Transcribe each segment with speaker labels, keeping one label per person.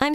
Speaker 1: I'm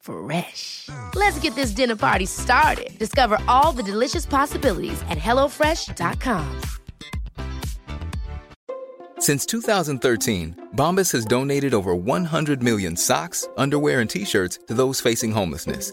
Speaker 2: Fresh. Let's get this dinner party started. Discover all the delicious possibilities at hellofresh.com.
Speaker 3: Since 2013, Bombas has donated over 100 million socks, underwear, and t shirts to those facing homelessness.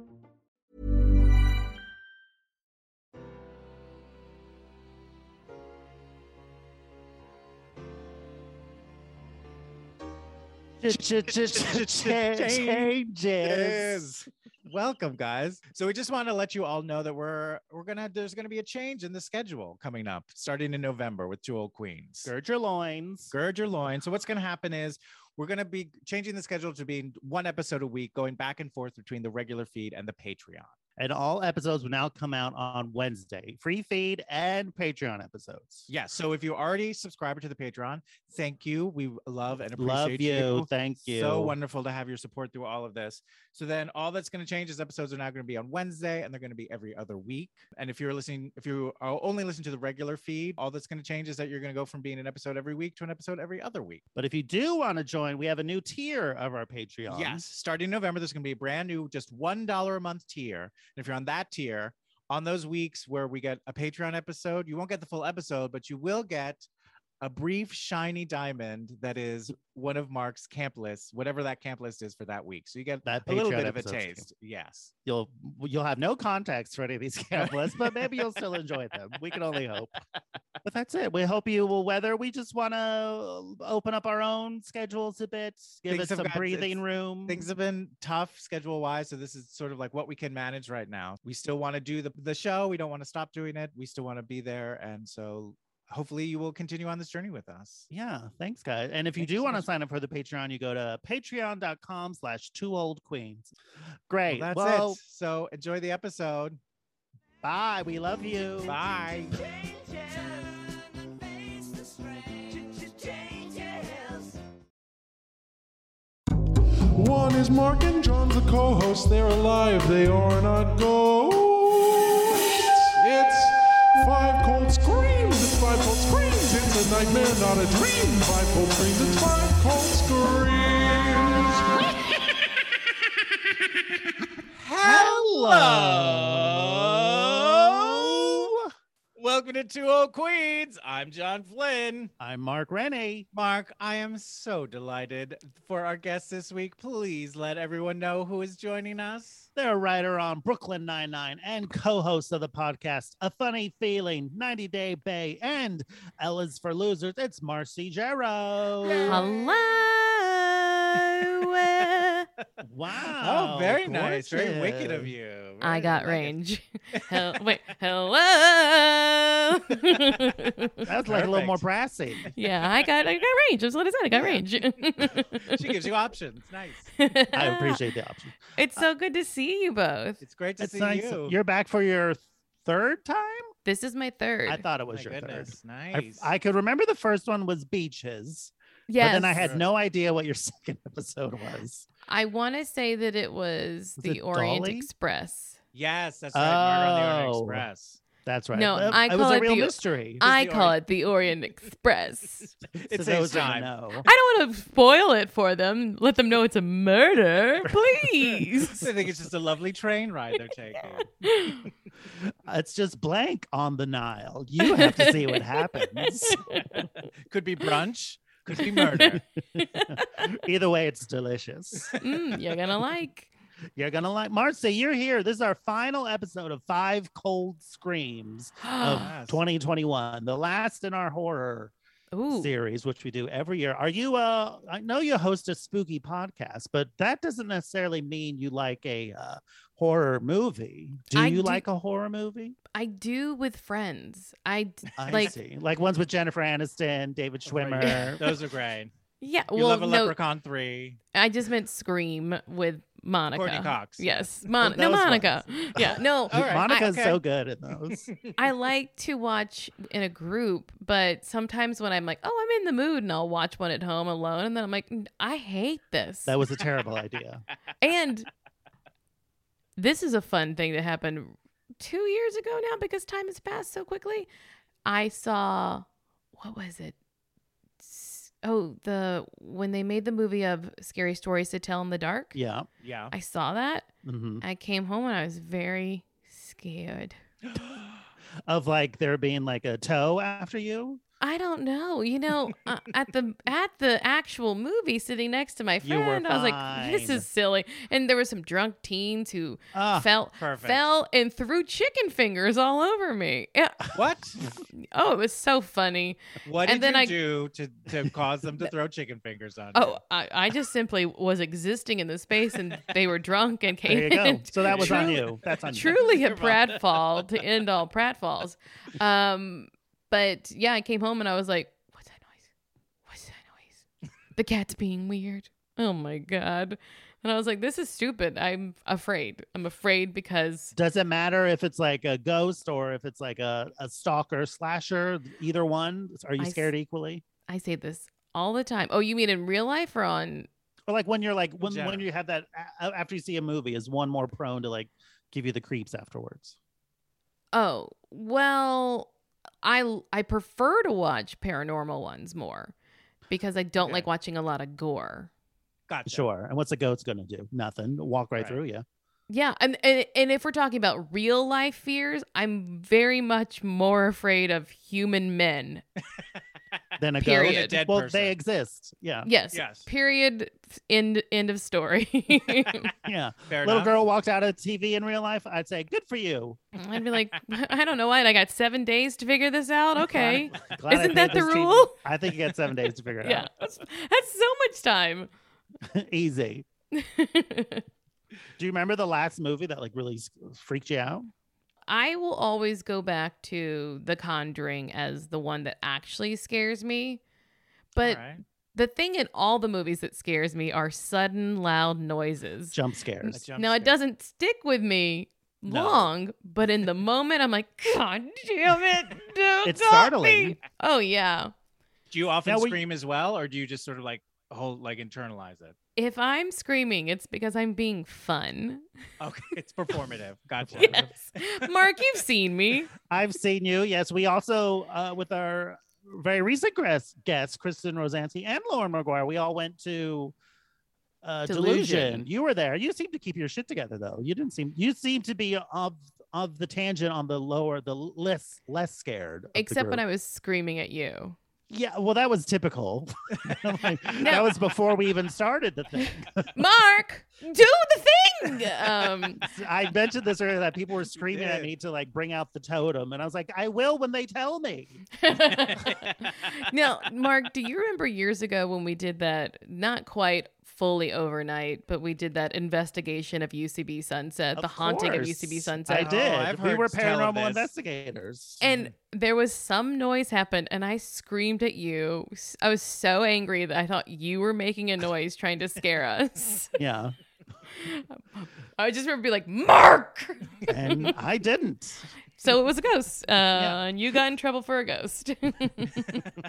Speaker 4: changes.
Speaker 5: changes. Welcome, guys. So we just want to let you all know that we're we're gonna there's gonna be a change in the schedule coming up, starting in November with Two Old Queens.
Speaker 4: Gird your loins.
Speaker 5: Gird your loins. So what's gonna happen is we're gonna be changing the schedule to being one episode a week, going back and forth between the regular feed and the Patreon.
Speaker 4: And all episodes will now come out on Wednesday. Free feed and Patreon episodes.
Speaker 5: Yeah. So if you already subscribed to the Patreon, thank you. We love and appreciate
Speaker 4: Love you. Thank you.
Speaker 5: So wonderful to have your support through all of this. So then all that's going to change is episodes are now going to be on Wednesday and they're going to be every other week. And if you're listening, if you are only listening to the regular feed, all that's going to change is that you're going to go from being an episode every week to an episode every other week.
Speaker 4: But if you do want to join, we have a new tier of our Patreon.
Speaker 5: Yes. Starting November, there's going to be a brand new, just $1 a month tier. And if you're on that tier, on those weeks where we get a Patreon episode, you won't get the full episode, but you will get a brief shiny diamond that is one of Mark's camp lists, whatever that camp list is for that week. So you get
Speaker 4: That
Speaker 5: a little
Speaker 4: Patreon
Speaker 5: bit of a
Speaker 4: episode's camp.
Speaker 5: taste. Yes.
Speaker 4: You'll you'll have no context for any of these campus, but maybe you'll still enjoy them. We can only hope. But that's it. We hope you will weather. We just want to open up our own schedules a bit, give
Speaker 5: Things
Speaker 4: us
Speaker 5: have
Speaker 4: some
Speaker 5: got-
Speaker 4: breathing
Speaker 5: it's-
Speaker 4: room.
Speaker 5: Things have been tough schedule wise. So this is sort of like what we can manage right now. We still want to do the, the show. We don't want to stop doing it. We still want to be there. And so hopefully you will continue on this journey with us.
Speaker 4: Yeah, thanks, guys. And if you
Speaker 5: Thank you
Speaker 4: do
Speaker 5: so
Speaker 4: want to
Speaker 5: much.
Speaker 4: sign up for the Patreon, you go to patreon.com slash two old queens. Great.
Speaker 5: Well, that's
Speaker 4: Well,
Speaker 5: it. So enjoy the episode.
Speaker 4: bye. We love you.
Speaker 5: Bye.
Speaker 6: One is Mark and John's the co-host. They're alive. They are not ghosts. It's five cold screams. It's five cold screams. It's a nightmare, not a dream. Five cold screams. It's five cold screams.
Speaker 5: Hello. Welcome to Two Old Queens. I'm John Flynn.
Speaker 4: I'm Mark Rennie.
Speaker 5: Mark, I am so delighted for our guest this week. Please let everyone know who is joining us.
Speaker 4: They're a writer on Brooklyn Nine-Nine and co-host of the podcast A Funny Feeling, 90 Day Bay, and Ella's for Losers. It's Marcy Jarrow.
Speaker 7: Hello.
Speaker 4: Wow.
Speaker 5: oh, very nice. Very wicked of
Speaker 4: gorgeous.
Speaker 5: you.
Speaker 7: I
Speaker 5: Very
Speaker 7: got
Speaker 5: wicked.
Speaker 7: range. Hel- wait, hello.
Speaker 4: That's like a little more
Speaker 5: Perfect.
Speaker 4: brassy.
Speaker 7: yeah, I got I got range. That's what I said. I got range.
Speaker 5: She gives you options. Nice.
Speaker 4: I appreciate the option.
Speaker 7: It's so good to see you both.
Speaker 5: It's great to
Speaker 4: It's
Speaker 5: see
Speaker 4: nice.
Speaker 5: you.
Speaker 4: You're back for your third time?
Speaker 7: This is my third.
Speaker 4: I thought it
Speaker 5: My
Speaker 4: was your
Speaker 5: goodness.
Speaker 4: third. I-
Speaker 5: Nice.
Speaker 4: I, could remember the first one was beaches,
Speaker 7: yes.
Speaker 4: but then I had no idea what your second episode was.
Speaker 7: I want to say that it was,
Speaker 4: Was
Speaker 7: the
Speaker 4: it
Speaker 7: Orient
Speaker 4: Dolly?
Speaker 7: Express.
Speaker 5: yes, that's right. Murder on the Orient
Speaker 4: Oh.
Speaker 5: Express.
Speaker 4: That's right.
Speaker 7: No,
Speaker 4: Well,
Speaker 7: I
Speaker 4: it was
Speaker 7: call
Speaker 4: a
Speaker 7: it
Speaker 4: real
Speaker 7: the-
Speaker 4: mystery.
Speaker 7: I
Speaker 5: the
Speaker 7: call
Speaker 5: Orient-
Speaker 7: it the Orient Express.
Speaker 5: It
Speaker 4: so
Speaker 5: saves
Speaker 4: those
Speaker 5: time.
Speaker 4: No.
Speaker 7: I don't want to spoil it for them. Let them know it's a murder, please.
Speaker 5: I think it's just a lovely train ride they're taking.
Speaker 4: It's just blank on the Nile. You have to see what happens.
Speaker 7: Mm,
Speaker 5: Could be brunch, could be murder.
Speaker 4: Either way, it's delicious.
Speaker 7: Mm, you're gonna like.
Speaker 4: You're gonna like Marcy. You're here. This is our final episode of Five Cold Screams
Speaker 7: Oh.
Speaker 4: of
Speaker 5: Yes.
Speaker 4: 2021, the last in our horror
Speaker 7: Ooh,
Speaker 4: series, which we do every year. Are you? Uh, I know you host a spooky podcast, but that doesn't necessarily mean you like a uh, horror movie. Do
Speaker 7: I
Speaker 4: you
Speaker 7: do-
Speaker 4: like a horror movie?
Speaker 7: I do with friends. I d-
Speaker 4: I
Speaker 7: like.
Speaker 4: see. like ones with Jennifer Aniston, David Schwimmer.
Speaker 5: Those are great.
Speaker 7: Yeah.
Speaker 5: You
Speaker 7: well,
Speaker 5: love a
Speaker 7: no,
Speaker 5: Leprechaun 3.
Speaker 7: I just meant scream with Monica.
Speaker 5: Courtney Cox.
Speaker 7: Yes, Mon- no
Speaker 4: those
Speaker 7: Monica. Yeah, no.
Speaker 5: All right.
Speaker 4: Monica's
Speaker 5: I- okay.
Speaker 4: so good in those.
Speaker 7: I like to watch in a group, but sometimes when I'm like, oh, I'm in the mood, and I'll watch one at home alone, and then I'm like, "N- I hate this.
Speaker 4: that was a terrible idea.
Speaker 7: and this is a fun thing that happened two years ago now because time has passed so quickly. I saw what was it? S- Oh, the when they made the movie of Scary Stories to Tell in the Dark.
Speaker 4: Yeah.
Speaker 5: Yeah.
Speaker 7: I saw that.
Speaker 4: hmm
Speaker 7: I came home and I was very scared.
Speaker 4: Of like there being like a toe after you.
Speaker 7: I don't know. You know, uh, at the at the actual movie, sitting next to my
Speaker 4: You were
Speaker 7: friend, I was like, "This
Speaker 4: fine.
Speaker 7: is silly." And there were some drunk teens who
Speaker 4: Ah,
Speaker 7: fell
Speaker 5: perfect.
Speaker 7: fell and threw chicken fingers all over me. Yeah.
Speaker 5: What?
Speaker 7: Oh, it was so funny.
Speaker 5: What did
Speaker 7: And then
Speaker 5: you
Speaker 7: I-
Speaker 5: do to, to cause them to throw chicken fingers on you?
Speaker 7: Oh, I, I just simply was existing in the space, and they were drunk and came.
Speaker 4: There you go.
Speaker 7: in.
Speaker 4: So that was on
Speaker 7: Truly-
Speaker 4: you. That's on you.
Speaker 7: truly a pratfall to end all pratfalls. Um, but yeah, I came home and I was like, "What's that noise? What's that noise? The cat's being weird. Oh my god!" And I was like, "This is stupid. I'm afraid. I'm afraid because
Speaker 4: Does it matter if it's like a ghost or if it's like a, a stalker slasher? Either one, are you
Speaker 7: I s-
Speaker 4: scared equally?
Speaker 7: I say this all the time. Oh, you mean in real life or on?
Speaker 4: Or like when you're like when
Speaker 5: general.
Speaker 4: when you have that a- after you see a movie, is one more prone to like give you the creeps afterwards?
Speaker 7: Oh, well, I I prefer to watch paranormal ones more because I don't
Speaker 5: Okay.
Speaker 7: like watching a lot of gore."
Speaker 5: gotcha.
Speaker 4: Sure. And what's a ghost gonna do? Nothing. Walk right,
Speaker 5: Right.
Speaker 4: through you.
Speaker 7: Yeah, and, and and if we're talking about real life fears, I'm very much more afraid of human men.
Speaker 4: Then a
Speaker 7: Period.
Speaker 4: ghost.
Speaker 7: A
Speaker 5: dead
Speaker 4: well,
Speaker 5: person.
Speaker 4: they exist. Yeah.
Speaker 7: Yes.
Speaker 5: Yes.
Speaker 7: Period. End. End of story.
Speaker 4: Yeah.
Speaker 5: Fair
Speaker 4: Little
Speaker 5: enough.
Speaker 4: girl walked out of TV in real life. I'd say, good for you.
Speaker 7: I'd be like, I don't know why. and I got seven days to figure this out. Okay.
Speaker 4: Glad I
Speaker 7: Isn't
Speaker 4: paid
Speaker 7: that the
Speaker 4: this TV
Speaker 7: rule?
Speaker 4: I think you got seven days to figure it
Speaker 7: Yeah. That's, that's so much time.
Speaker 4: out. Easy. Do you remember the last movie that like really s- freaked you out?
Speaker 7: I will always go back to The Conjuring as the one that actually scares me. But
Speaker 5: All right.
Speaker 7: the thing in all the movies that scares me are sudden loud noises.
Speaker 4: Jump scares.
Speaker 5: A jump
Speaker 7: Now
Speaker 5: scare.
Speaker 7: it doesn't stick with me
Speaker 4: No.
Speaker 7: long, but in the moment I'm like, God damn it, dude.
Speaker 4: It's
Speaker 7: help me."
Speaker 4: startling.
Speaker 7: Oh yeah.
Speaker 5: Do you often
Speaker 4: Now, were you-
Speaker 5: scream as well, or do you just sort of like hold, like internalize it?
Speaker 7: If I'm screaming, it's because I'm being fun.
Speaker 5: Okay, it's performative. Gotcha.
Speaker 7: Yes. Mark, you've seen me.
Speaker 4: I've seen you. Yes, we also uh, with our very recent guest, guests, Kristen Rosanti and Lauren McGuire, we all went to uh, Delusion.
Speaker 7: Delusion.
Speaker 4: You were there. You seem to keep your shit together, though. You didn't seem. You seem to be of of the tangent on the lower, the less less scared. of the
Speaker 7: Except when
Speaker 4: group.
Speaker 7: I was screaming at you.
Speaker 4: Yeah, well, that was typical. Like, That was before we even started the thing.
Speaker 7: Mark, do the thing. Um
Speaker 4: I mentioned this earlier that people were screaming at
Speaker 5: did.
Speaker 4: me to like bring out the totem, and I was like, I will when they tell me.
Speaker 7: now, Mark, do you remember years ago when we did that? Not quite fully overnight, but we did that investigation of UCB Sunset, the
Speaker 4: Of
Speaker 7: haunting
Speaker 4: course.
Speaker 7: of UCB
Speaker 4: I
Speaker 7: Sunset.
Speaker 4: did.
Speaker 5: Oh, I've
Speaker 4: we
Speaker 5: heard
Speaker 4: were
Speaker 5: tell of
Speaker 4: paranormal
Speaker 5: this.
Speaker 4: investigators. Mm,
Speaker 7: And there was some noise happened, and I screamed at you. S- I was so angry that I thought you were making a noise trying to scare us.
Speaker 4: yeah,
Speaker 7: I just remember being like, Mark!
Speaker 4: and I didn't.
Speaker 7: So it was a ghost, uh,
Speaker 4: Yeah.
Speaker 7: and you got in trouble for a ghost.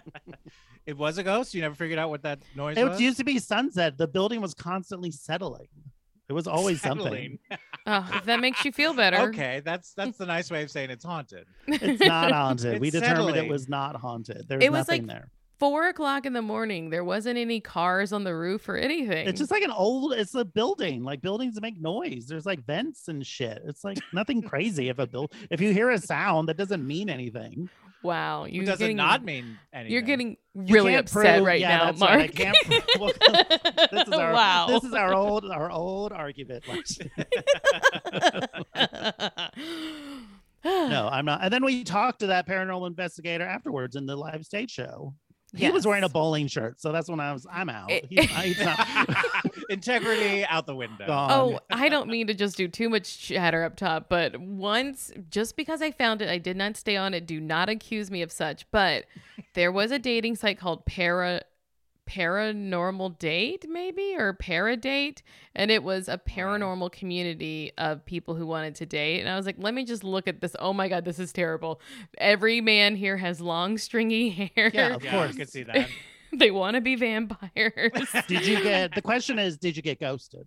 Speaker 5: It was a ghost. You never figured out what that noise
Speaker 4: It
Speaker 5: was.
Speaker 4: used to be sunset. The building was constantly settling. It There was always something.
Speaker 5: Settling.
Speaker 7: Oh, if that makes you feel better.
Speaker 5: Okay, that's that's the nice way of saying it's haunted.
Speaker 4: It's not haunted. we
Speaker 5: It's
Speaker 4: determined
Speaker 5: settling.
Speaker 4: it was not haunted. There's
Speaker 7: It was
Speaker 4: nothing
Speaker 7: like-
Speaker 4: there.
Speaker 7: Four o'clock in the morning. There wasn't any cars on the roof or anything.
Speaker 4: It's just like an old. It's a building. Like buildings make noise. There's like vents and shit. It's like nothing crazy. If a build, if you hear a sound, that doesn't mean anything.
Speaker 7: wow. You're
Speaker 5: It doesn't
Speaker 7: getting,
Speaker 5: not mean anything.
Speaker 7: You're getting
Speaker 4: You
Speaker 7: really
Speaker 4: can't
Speaker 7: upset
Speaker 4: prove-
Speaker 7: right
Speaker 4: yeah,
Speaker 7: now,
Speaker 4: that's
Speaker 7: Mark.
Speaker 4: right. I can't prove- This is our
Speaker 7: wow.
Speaker 4: this is our old our old argument. Like, no, I'm not. And then we talked to that paranormal investigator afterwards in the live stage show. He was wearing a
Speaker 7: Yes.
Speaker 4: bowling shirt, so that's when I was. I'm out.
Speaker 7: It-
Speaker 4: He's, he's not
Speaker 5: integrity out the window.
Speaker 4: gone.
Speaker 7: Oh, I don't mean to just do too much chatter up top, but once, just because I found it, I did not stay on it. Do not accuse me of such. But there was a dating site called Para Paranormal Date, maybe or Paradate, and it was a paranormal community of people who wanted to date. And I was like, let me just look at this. Oh my god, this is terrible. Every man here has long, stringy hair.
Speaker 4: Yeah, of
Speaker 5: Yeah, I
Speaker 4: course.
Speaker 5: could see that.
Speaker 7: they want to be vampires.
Speaker 4: Did you get the question? Is did you get ghosted?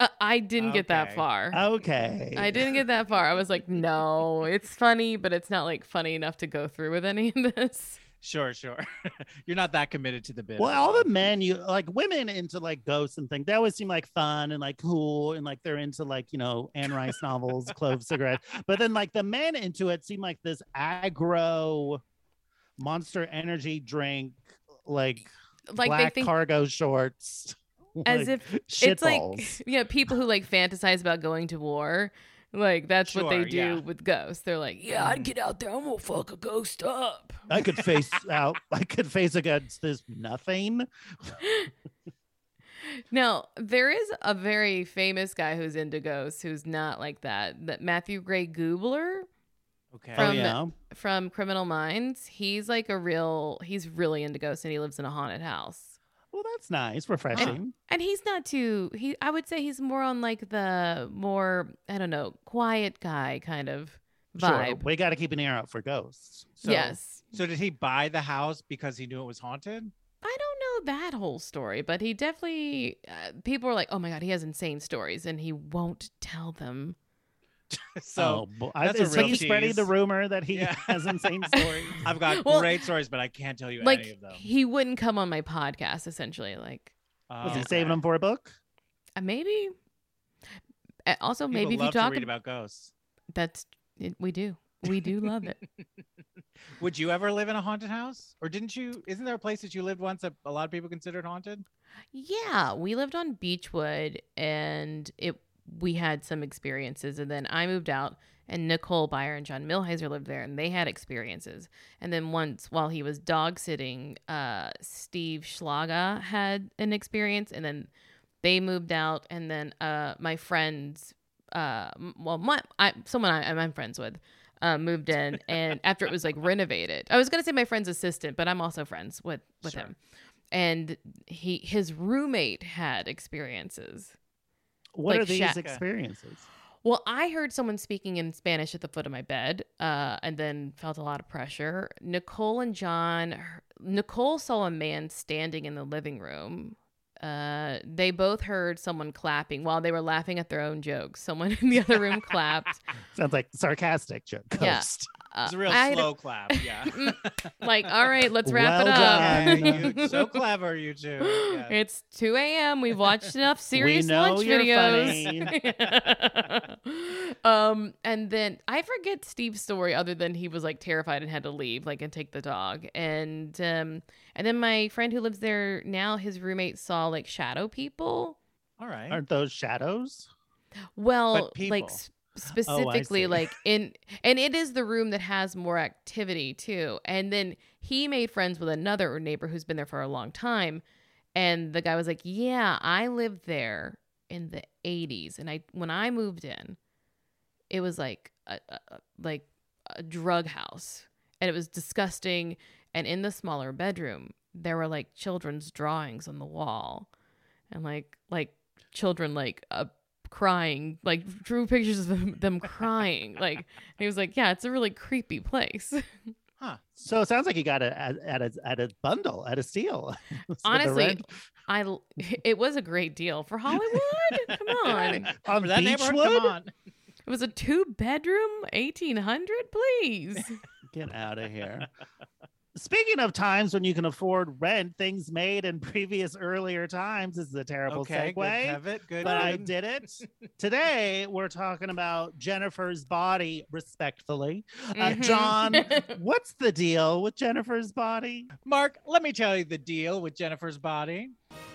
Speaker 7: Uh, I didn't get that
Speaker 5: Okay.
Speaker 7: far.
Speaker 4: Okay.
Speaker 7: I didn't get that far. I was like, no, it's funny, but it's not like funny enough to go through with any of this.
Speaker 5: Sure, sure. You're not that committed to the bit.
Speaker 4: Well,
Speaker 5: at
Speaker 4: all the men you like women into like ghosts and things, they always seem like fun and like cool and like they're into like, you know, Anne Rice novels, clove cigarettes. But then like the men into it seem like this aggro monster energy drink, like,
Speaker 7: Like
Speaker 4: black
Speaker 7: they think
Speaker 4: cargo shorts.
Speaker 7: as
Speaker 4: like,
Speaker 7: if
Speaker 4: shit
Speaker 7: it's
Speaker 4: balls.
Speaker 7: like yeah, people who like fantasize about going to war. Like that's what they
Speaker 5: Sure,
Speaker 7: do
Speaker 5: yeah.
Speaker 7: with ghosts. They're like, yeah, I'd get out there. I'm gonna fuck a ghost up.
Speaker 4: I could face out I could face against this nothing.
Speaker 7: Now there is a very famous guy who's into ghosts who's not like that. That Matthew Gray Goobler.
Speaker 5: Okay.
Speaker 7: From-
Speaker 4: oh yeah.
Speaker 7: from Criminal Minds. He's like a real, he's really into ghosts and he lives in a haunted house.
Speaker 4: Well, that's nice, refreshing.
Speaker 7: And he's not too, he, I would say he's more on like the more, I don't know, quiet guy kind of
Speaker 4: Sure.
Speaker 7: vibe.
Speaker 4: We gotta keep an ear out for ghosts.
Speaker 5: So-
Speaker 7: yes.
Speaker 5: So did he buy the house because he knew it was haunted?
Speaker 7: I don't know that whole story, but he definitely, uh, people are like, oh my God, he has insane stories and he won't tell them.
Speaker 5: so
Speaker 4: oh, bo- I-
Speaker 5: that's a
Speaker 4: is
Speaker 5: real
Speaker 4: he spreading
Speaker 5: tease.
Speaker 4: the rumor that he
Speaker 5: Yeah.
Speaker 4: has insane stories?
Speaker 5: I've got
Speaker 7: Well,
Speaker 5: great stories, but I can't tell you any
Speaker 7: Like,
Speaker 5: of them.
Speaker 7: he wouldn't come on my podcast, essentially. Like,
Speaker 4: Was
Speaker 5: Um,
Speaker 4: he
Speaker 5: Okay.
Speaker 4: saving them for a book?
Speaker 7: uh, maybe. uh, Also,
Speaker 5: People
Speaker 7: maybe if you
Speaker 5: love to
Speaker 7: talk
Speaker 5: read
Speaker 7: ab-
Speaker 5: about ghosts.
Speaker 7: That's it, we do. We do love it.
Speaker 5: Would you ever live in a haunted house? Or didn't you? Isn't there a place that you lived once that a lot of people considered haunted?
Speaker 7: Yeah, we lived on Beechwood and it we had some experiences and then I moved out and Nicole Byer and John Milheiser lived there and they had experiences. And then once while he was dog sitting, uh Steve Schlaga had an experience and then they moved out and then uh my friends uh m- well my I someone I, I'm friends with uh, moved in and after it was like renovated. I was gonna say my friend's assistant, but I'm also friends with with
Speaker 5: Sure.
Speaker 7: him. And he his roommate had experiences.
Speaker 4: What
Speaker 7: Like
Speaker 4: are these
Speaker 7: Shaq.
Speaker 4: experiences?
Speaker 7: Well, I heard someone speaking in Spanish at the foot of my bed, uh, and then felt a lot of pressure. Nicole and John, Nicole saw a man standing in the living room. Uh, they both heard someone clapping while they were laughing at their own jokes. Someone in the other room clapped.
Speaker 4: Sounds like sarcastic joke.
Speaker 7: Yeah.
Speaker 4: Ghost.
Speaker 7: Uh,
Speaker 5: It's a real
Speaker 7: I had- Mm,
Speaker 5: slow clap. Yeah.
Speaker 7: like, all right, let's wrap
Speaker 4: Well
Speaker 7: it up.
Speaker 4: done.
Speaker 5: Okay, you- so clever, you two. Yeah.
Speaker 7: It's 2 a.m. We've watched enough serious
Speaker 4: know
Speaker 7: lunch
Speaker 4: you're
Speaker 7: videos. um, and then I forget Steve's story other than he was like terrified and had to leave, like and take the dog. And um, and then my friend who lives there now, his roommate saw like shadow people.
Speaker 5: All right.
Speaker 4: Aren't those shadows?
Speaker 7: Well, like
Speaker 5: people.
Speaker 7: s- specifically,
Speaker 4: see.
Speaker 7: like in and it is the room that has more activity too. And then he made friends with another neighbor who's been there for a long time, and the guy was like, "Yeah, I lived there in the '80s, and I when I moved in, it was like a, a a- like a drug house, and it was disgusting. And in the smaller bedroom, there were like children's drawings on the wall, and like like children like uh, crying, like drew pictures of them, them crying. Like and he was like, yeah, it's a really creepy place.
Speaker 5: Huh.
Speaker 4: So it sounds like you got it at, at a at a bundle at a steal. With the
Speaker 7: Honestly,
Speaker 4: rent.
Speaker 7: I l- it was a great deal for Hollywood. Come on. It
Speaker 4: on
Speaker 5: For that neighborhood,
Speaker 4: Beachwood?
Speaker 5: come on.
Speaker 7: was a two bedroom 1800,
Speaker 4: Uh,
Speaker 7: please.
Speaker 4: Get out of here. Speaking of times when you can afford rent, things made in previous earlier times this is a terrible
Speaker 5: Okay, good
Speaker 4: segue.
Speaker 5: pivot, good.
Speaker 4: but I
Speaker 5: good.
Speaker 4: did it. Today, we're talking about Jennifer's body, respectfully. Uh,
Speaker 7: Mhm.
Speaker 4: John, what's the deal with Jennifer's body?
Speaker 5: Mark, let me tell you the deal with Jennifer's Body.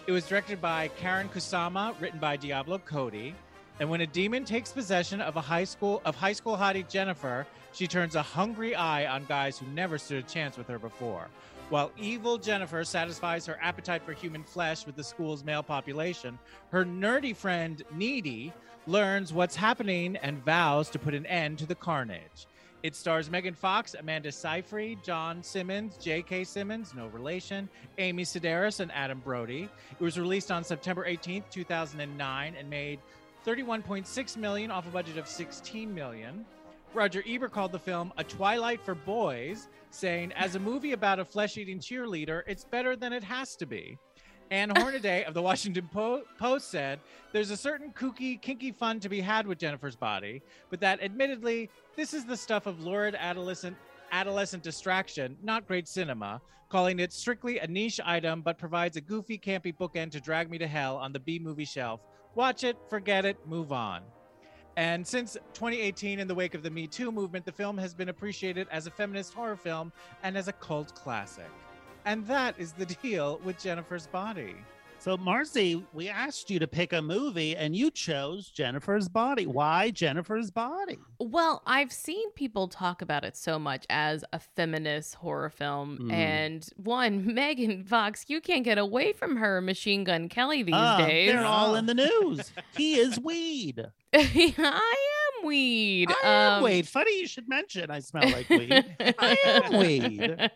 Speaker 5: It was directed by Karen Kusama, written by Diablo Cody. And when a demon takes possession of a high school of high school hottie Jennifer, she turns a hungry eye on guys who never stood a chance with her before. While evil Jennifer satisfies her appetite for human flesh with the school's male population, her nerdy friend Needy learns what's happening and vows to put an end to the carnage. It stars Megan Fox, Amanda Seyfried, John Simmons, J.K. Simmons, no relation, Amy Sedaris, and Adam Brody. It was released on September 18th, 2009, and made 31.6 million off a budget of 16 million. Roger Ebert called the film a Twilight for boys, saying, "As a movie about a flesh-eating cheerleader, it's better than it has to be." Anne Hornaday of the Washington Po- Post said, "There's a certain kooky, kinky fun to be had with Jennifer's body, but that, admittedly, this is the stuff of lurid adolescent." Adolescent distraction, not great cinema, calling it strictly a niche item, but provides a goofy, campy bookend to drag me to hell on the B movie shelf. Watch it, forget it, move on. And since 2018, in the wake of the Me Too movement, the film has been appreciated as a feminist horror film and as a cult classic. And that is the deal with Jennifer's Body.
Speaker 4: So, Marcy, we asked you to pick a movie and you chose Jennifer's Body. Why Jennifer's Body?
Speaker 7: Well, I've seen people talk about it so much as a feminist horror film.
Speaker 4: Mm.
Speaker 7: And one, Megan Fox, you can't get away from her Machine Gun Kelly these
Speaker 4: Uh,
Speaker 7: days.
Speaker 4: They're all in the news. he is weed.
Speaker 7: I am weed.
Speaker 4: I am
Speaker 7: Um,
Speaker 4: weed. Funny you should mention I smell like weed. I am weed.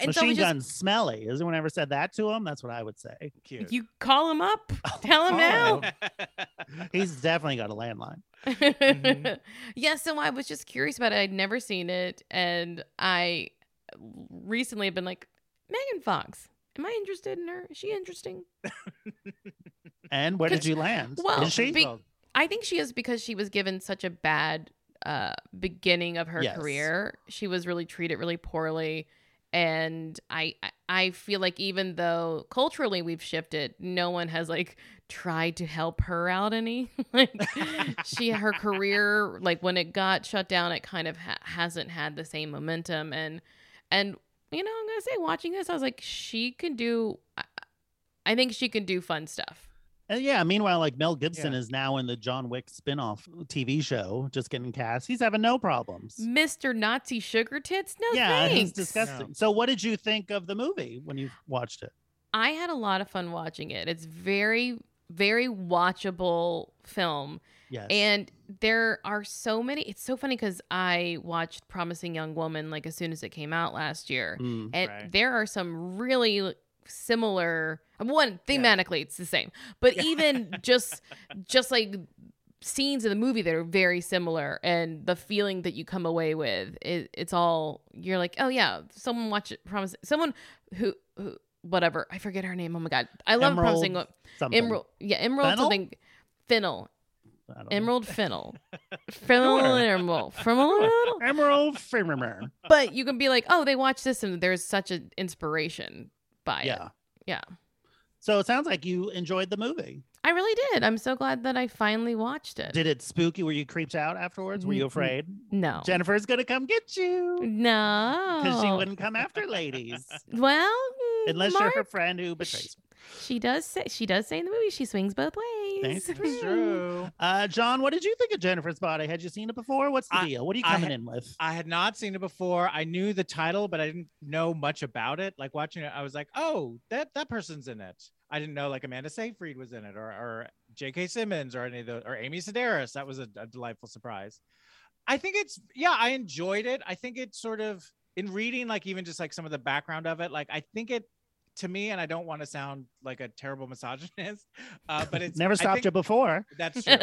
Speaker 7: And so we
Speaker 4: Machine
Speaker 7: just,
Speaker 4: gun smelly. Has anyone ever said that to him? That's what I would say.
Speaker 5: Cute.
Speaker 7: you call him up,
Speaker 4: Oh,
Speaker 7: tell him now.
Speaker 4: He's definitely got a landline. Mm-hmm.
Speaker 5: Mhm.
Speaker 7: yeah, so I was just curious about it. I'd never seen it, and I recently have been like, Megan Fox. Am I interested in her? Is she interesting?
Speaker 4: And where did
Speaker 7: Cause-
Speaker 4: you land?
Speaker 7: well,
Speaker 4: is she?
Speaker 7: be- I think she is because she was given such a bad uh, beginning of her
Speaker 4: Yes.
Speaker 7: career. She was really treated really poorly, and I I- I feel like even though culturally we've shifted, no one has like tried to help her out any. like she her career like when it got shut down, it kind of ha- hasn't had the same momentum and and you know I'm gonna say watching this, I was like she can do. I, I think she can do fun stuff.
Speaker 4: And yeah, meanwhile, like Mel Gibson
Speaker 5: Yeah.
Speaker 4: is now in the John Wick spin-off TV show, just getting cast. He's having no problems.
Speaker 7: Mr. Nazi Sugar Tits? No
Speaker 4: yeah,
Speaker 7: thanks.
Speaker 4: he's disgusting. So what did you think of the movie when you watched it?
Speaker 7: I had a lot of fun watching it. It's very, very watchable film.
Speaker 4: Yes.
Speaker 7: And there are so many. It's so funny because I watched Promising Young Woman like as soon as it came out last year.
Speaker 4: Mm.
Speaker 7: And
Speaker 5: Right.
Speaker 7: there are some really similar one thematically it's the same but even just just like scenes in the movie that are very similar and the feeling that you come away with it, it's all you're like oh yeah someone watch it promise someone who, who whatever i forget her name oh my god i love promising
Speaker 4: Emerald something.
Speaker 7: emerald yeah emerald
Speaker 4: Fennel?
Speaker 7: something fennel
Speaker 4: I don't know.
Speaker 7: emerald fennel fennel
Speaker 4: Sure.
Speaker 7: emerald fennel
Speaker 4: Emerald Frimmer.
Speaker 7: but you can be like, oh, they watch this, and there's such an inspiration by it.
Speaker 4: Yeah.
Speaker 7: Yeah.
Speaker 4: So it sounds like you enjoyed the movie.
Speaker 7: I really did. I'm so glad that I finally watched it.
Speaker 4: Did it spook you? Were you creeped out afterwards? Were you
Speaker 7: Mm,
Speaker 4: afraid?
Speaker 7: no,
Speaker 4: Jennifer's gonna come get you.
Speaker 7: no,
Speaker 4: Because she wouldn't come after ladies.
Speaker 7: Well, mm,
Speaker 4: Unless
Speaker 7: Mark,
Speaker 4: you're her friend who betrays her.
Speaker 7: she does say she does say in the movie she swings both ways.
Speaker 4: Thanks.
Speaker 5: It's true.
Speaker 4: Uh, John, what did you think of Jennifer's body? Had you seen it before? What's the
Speaker 5: I-
Speaker 4: deal? What are you
Speaker 5: I
Speaker 4: coming
Speaker 5: ha-
Speaker 4: in with?
Speaker 5: I had not seen it before. I knew the title, but I didn't know much about it. Like watching it, I was like, oh, that that person's in it. I didn't know like Amanda Seyfried was in it or, or J.K. Simmons or any of the or Amy Sedaris. That was a, a delightful surprise. I think it's yeah, I enjoyed it. I think it sort of in reading like even just like some of the background of it, like I think it to me, and I don't want to sound like a terrible misogynist, uh, but it's
Speaker 4: Never
Speaker 5: I
Speaker 4: stopped
Speaker 5: think-
Speaker 4: you before.
Speaker 5: That's true.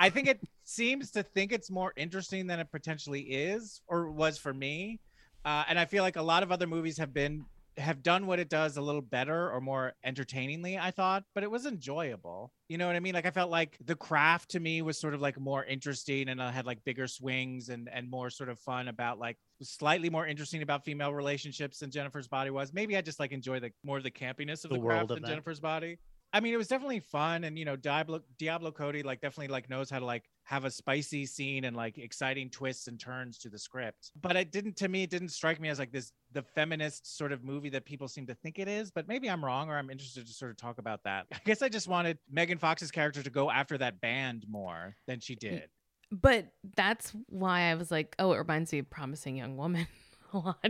Speaker 5: I think it seems to think it's more interesting than it potentially is or was for me. Uh, and I feel like a lot of other movies have been have done what it does a little better or more entertainingly, I thought, but it was enjoyable. You know what I mean? Like I felt like the craft to me was sort of like more interesting and I had like bigger swings and and more sort of fun about like slightly more interesting about female relationships than Jennifer's body was. Maybe I just like enjoy the more of the campiness of
Speaker 4: The
Speaker 5: the,
Speaker 4: world
Speaker 5: craft
Speaker 4: of
Speaker 5: than
Speaker 4: that.
Speaker 5: Jennifer's body. I mean, it was definitely fun, and you know, Diablo Diablo Cody like definitely like knows how to like have a spicy scene and like exciting twists and turns to the script. But it didn't to me, it didn't strike me as like this the feminist sort of movie that people seem to think it is. But maybe I'm wrong, or I'm interested to sort of talk about that. I guess I just wanted Megan Fox's character to go after that band more than she did.
Speaker 7: But that's why I was like, oh, it reminds me of Promising Young Woman a lot.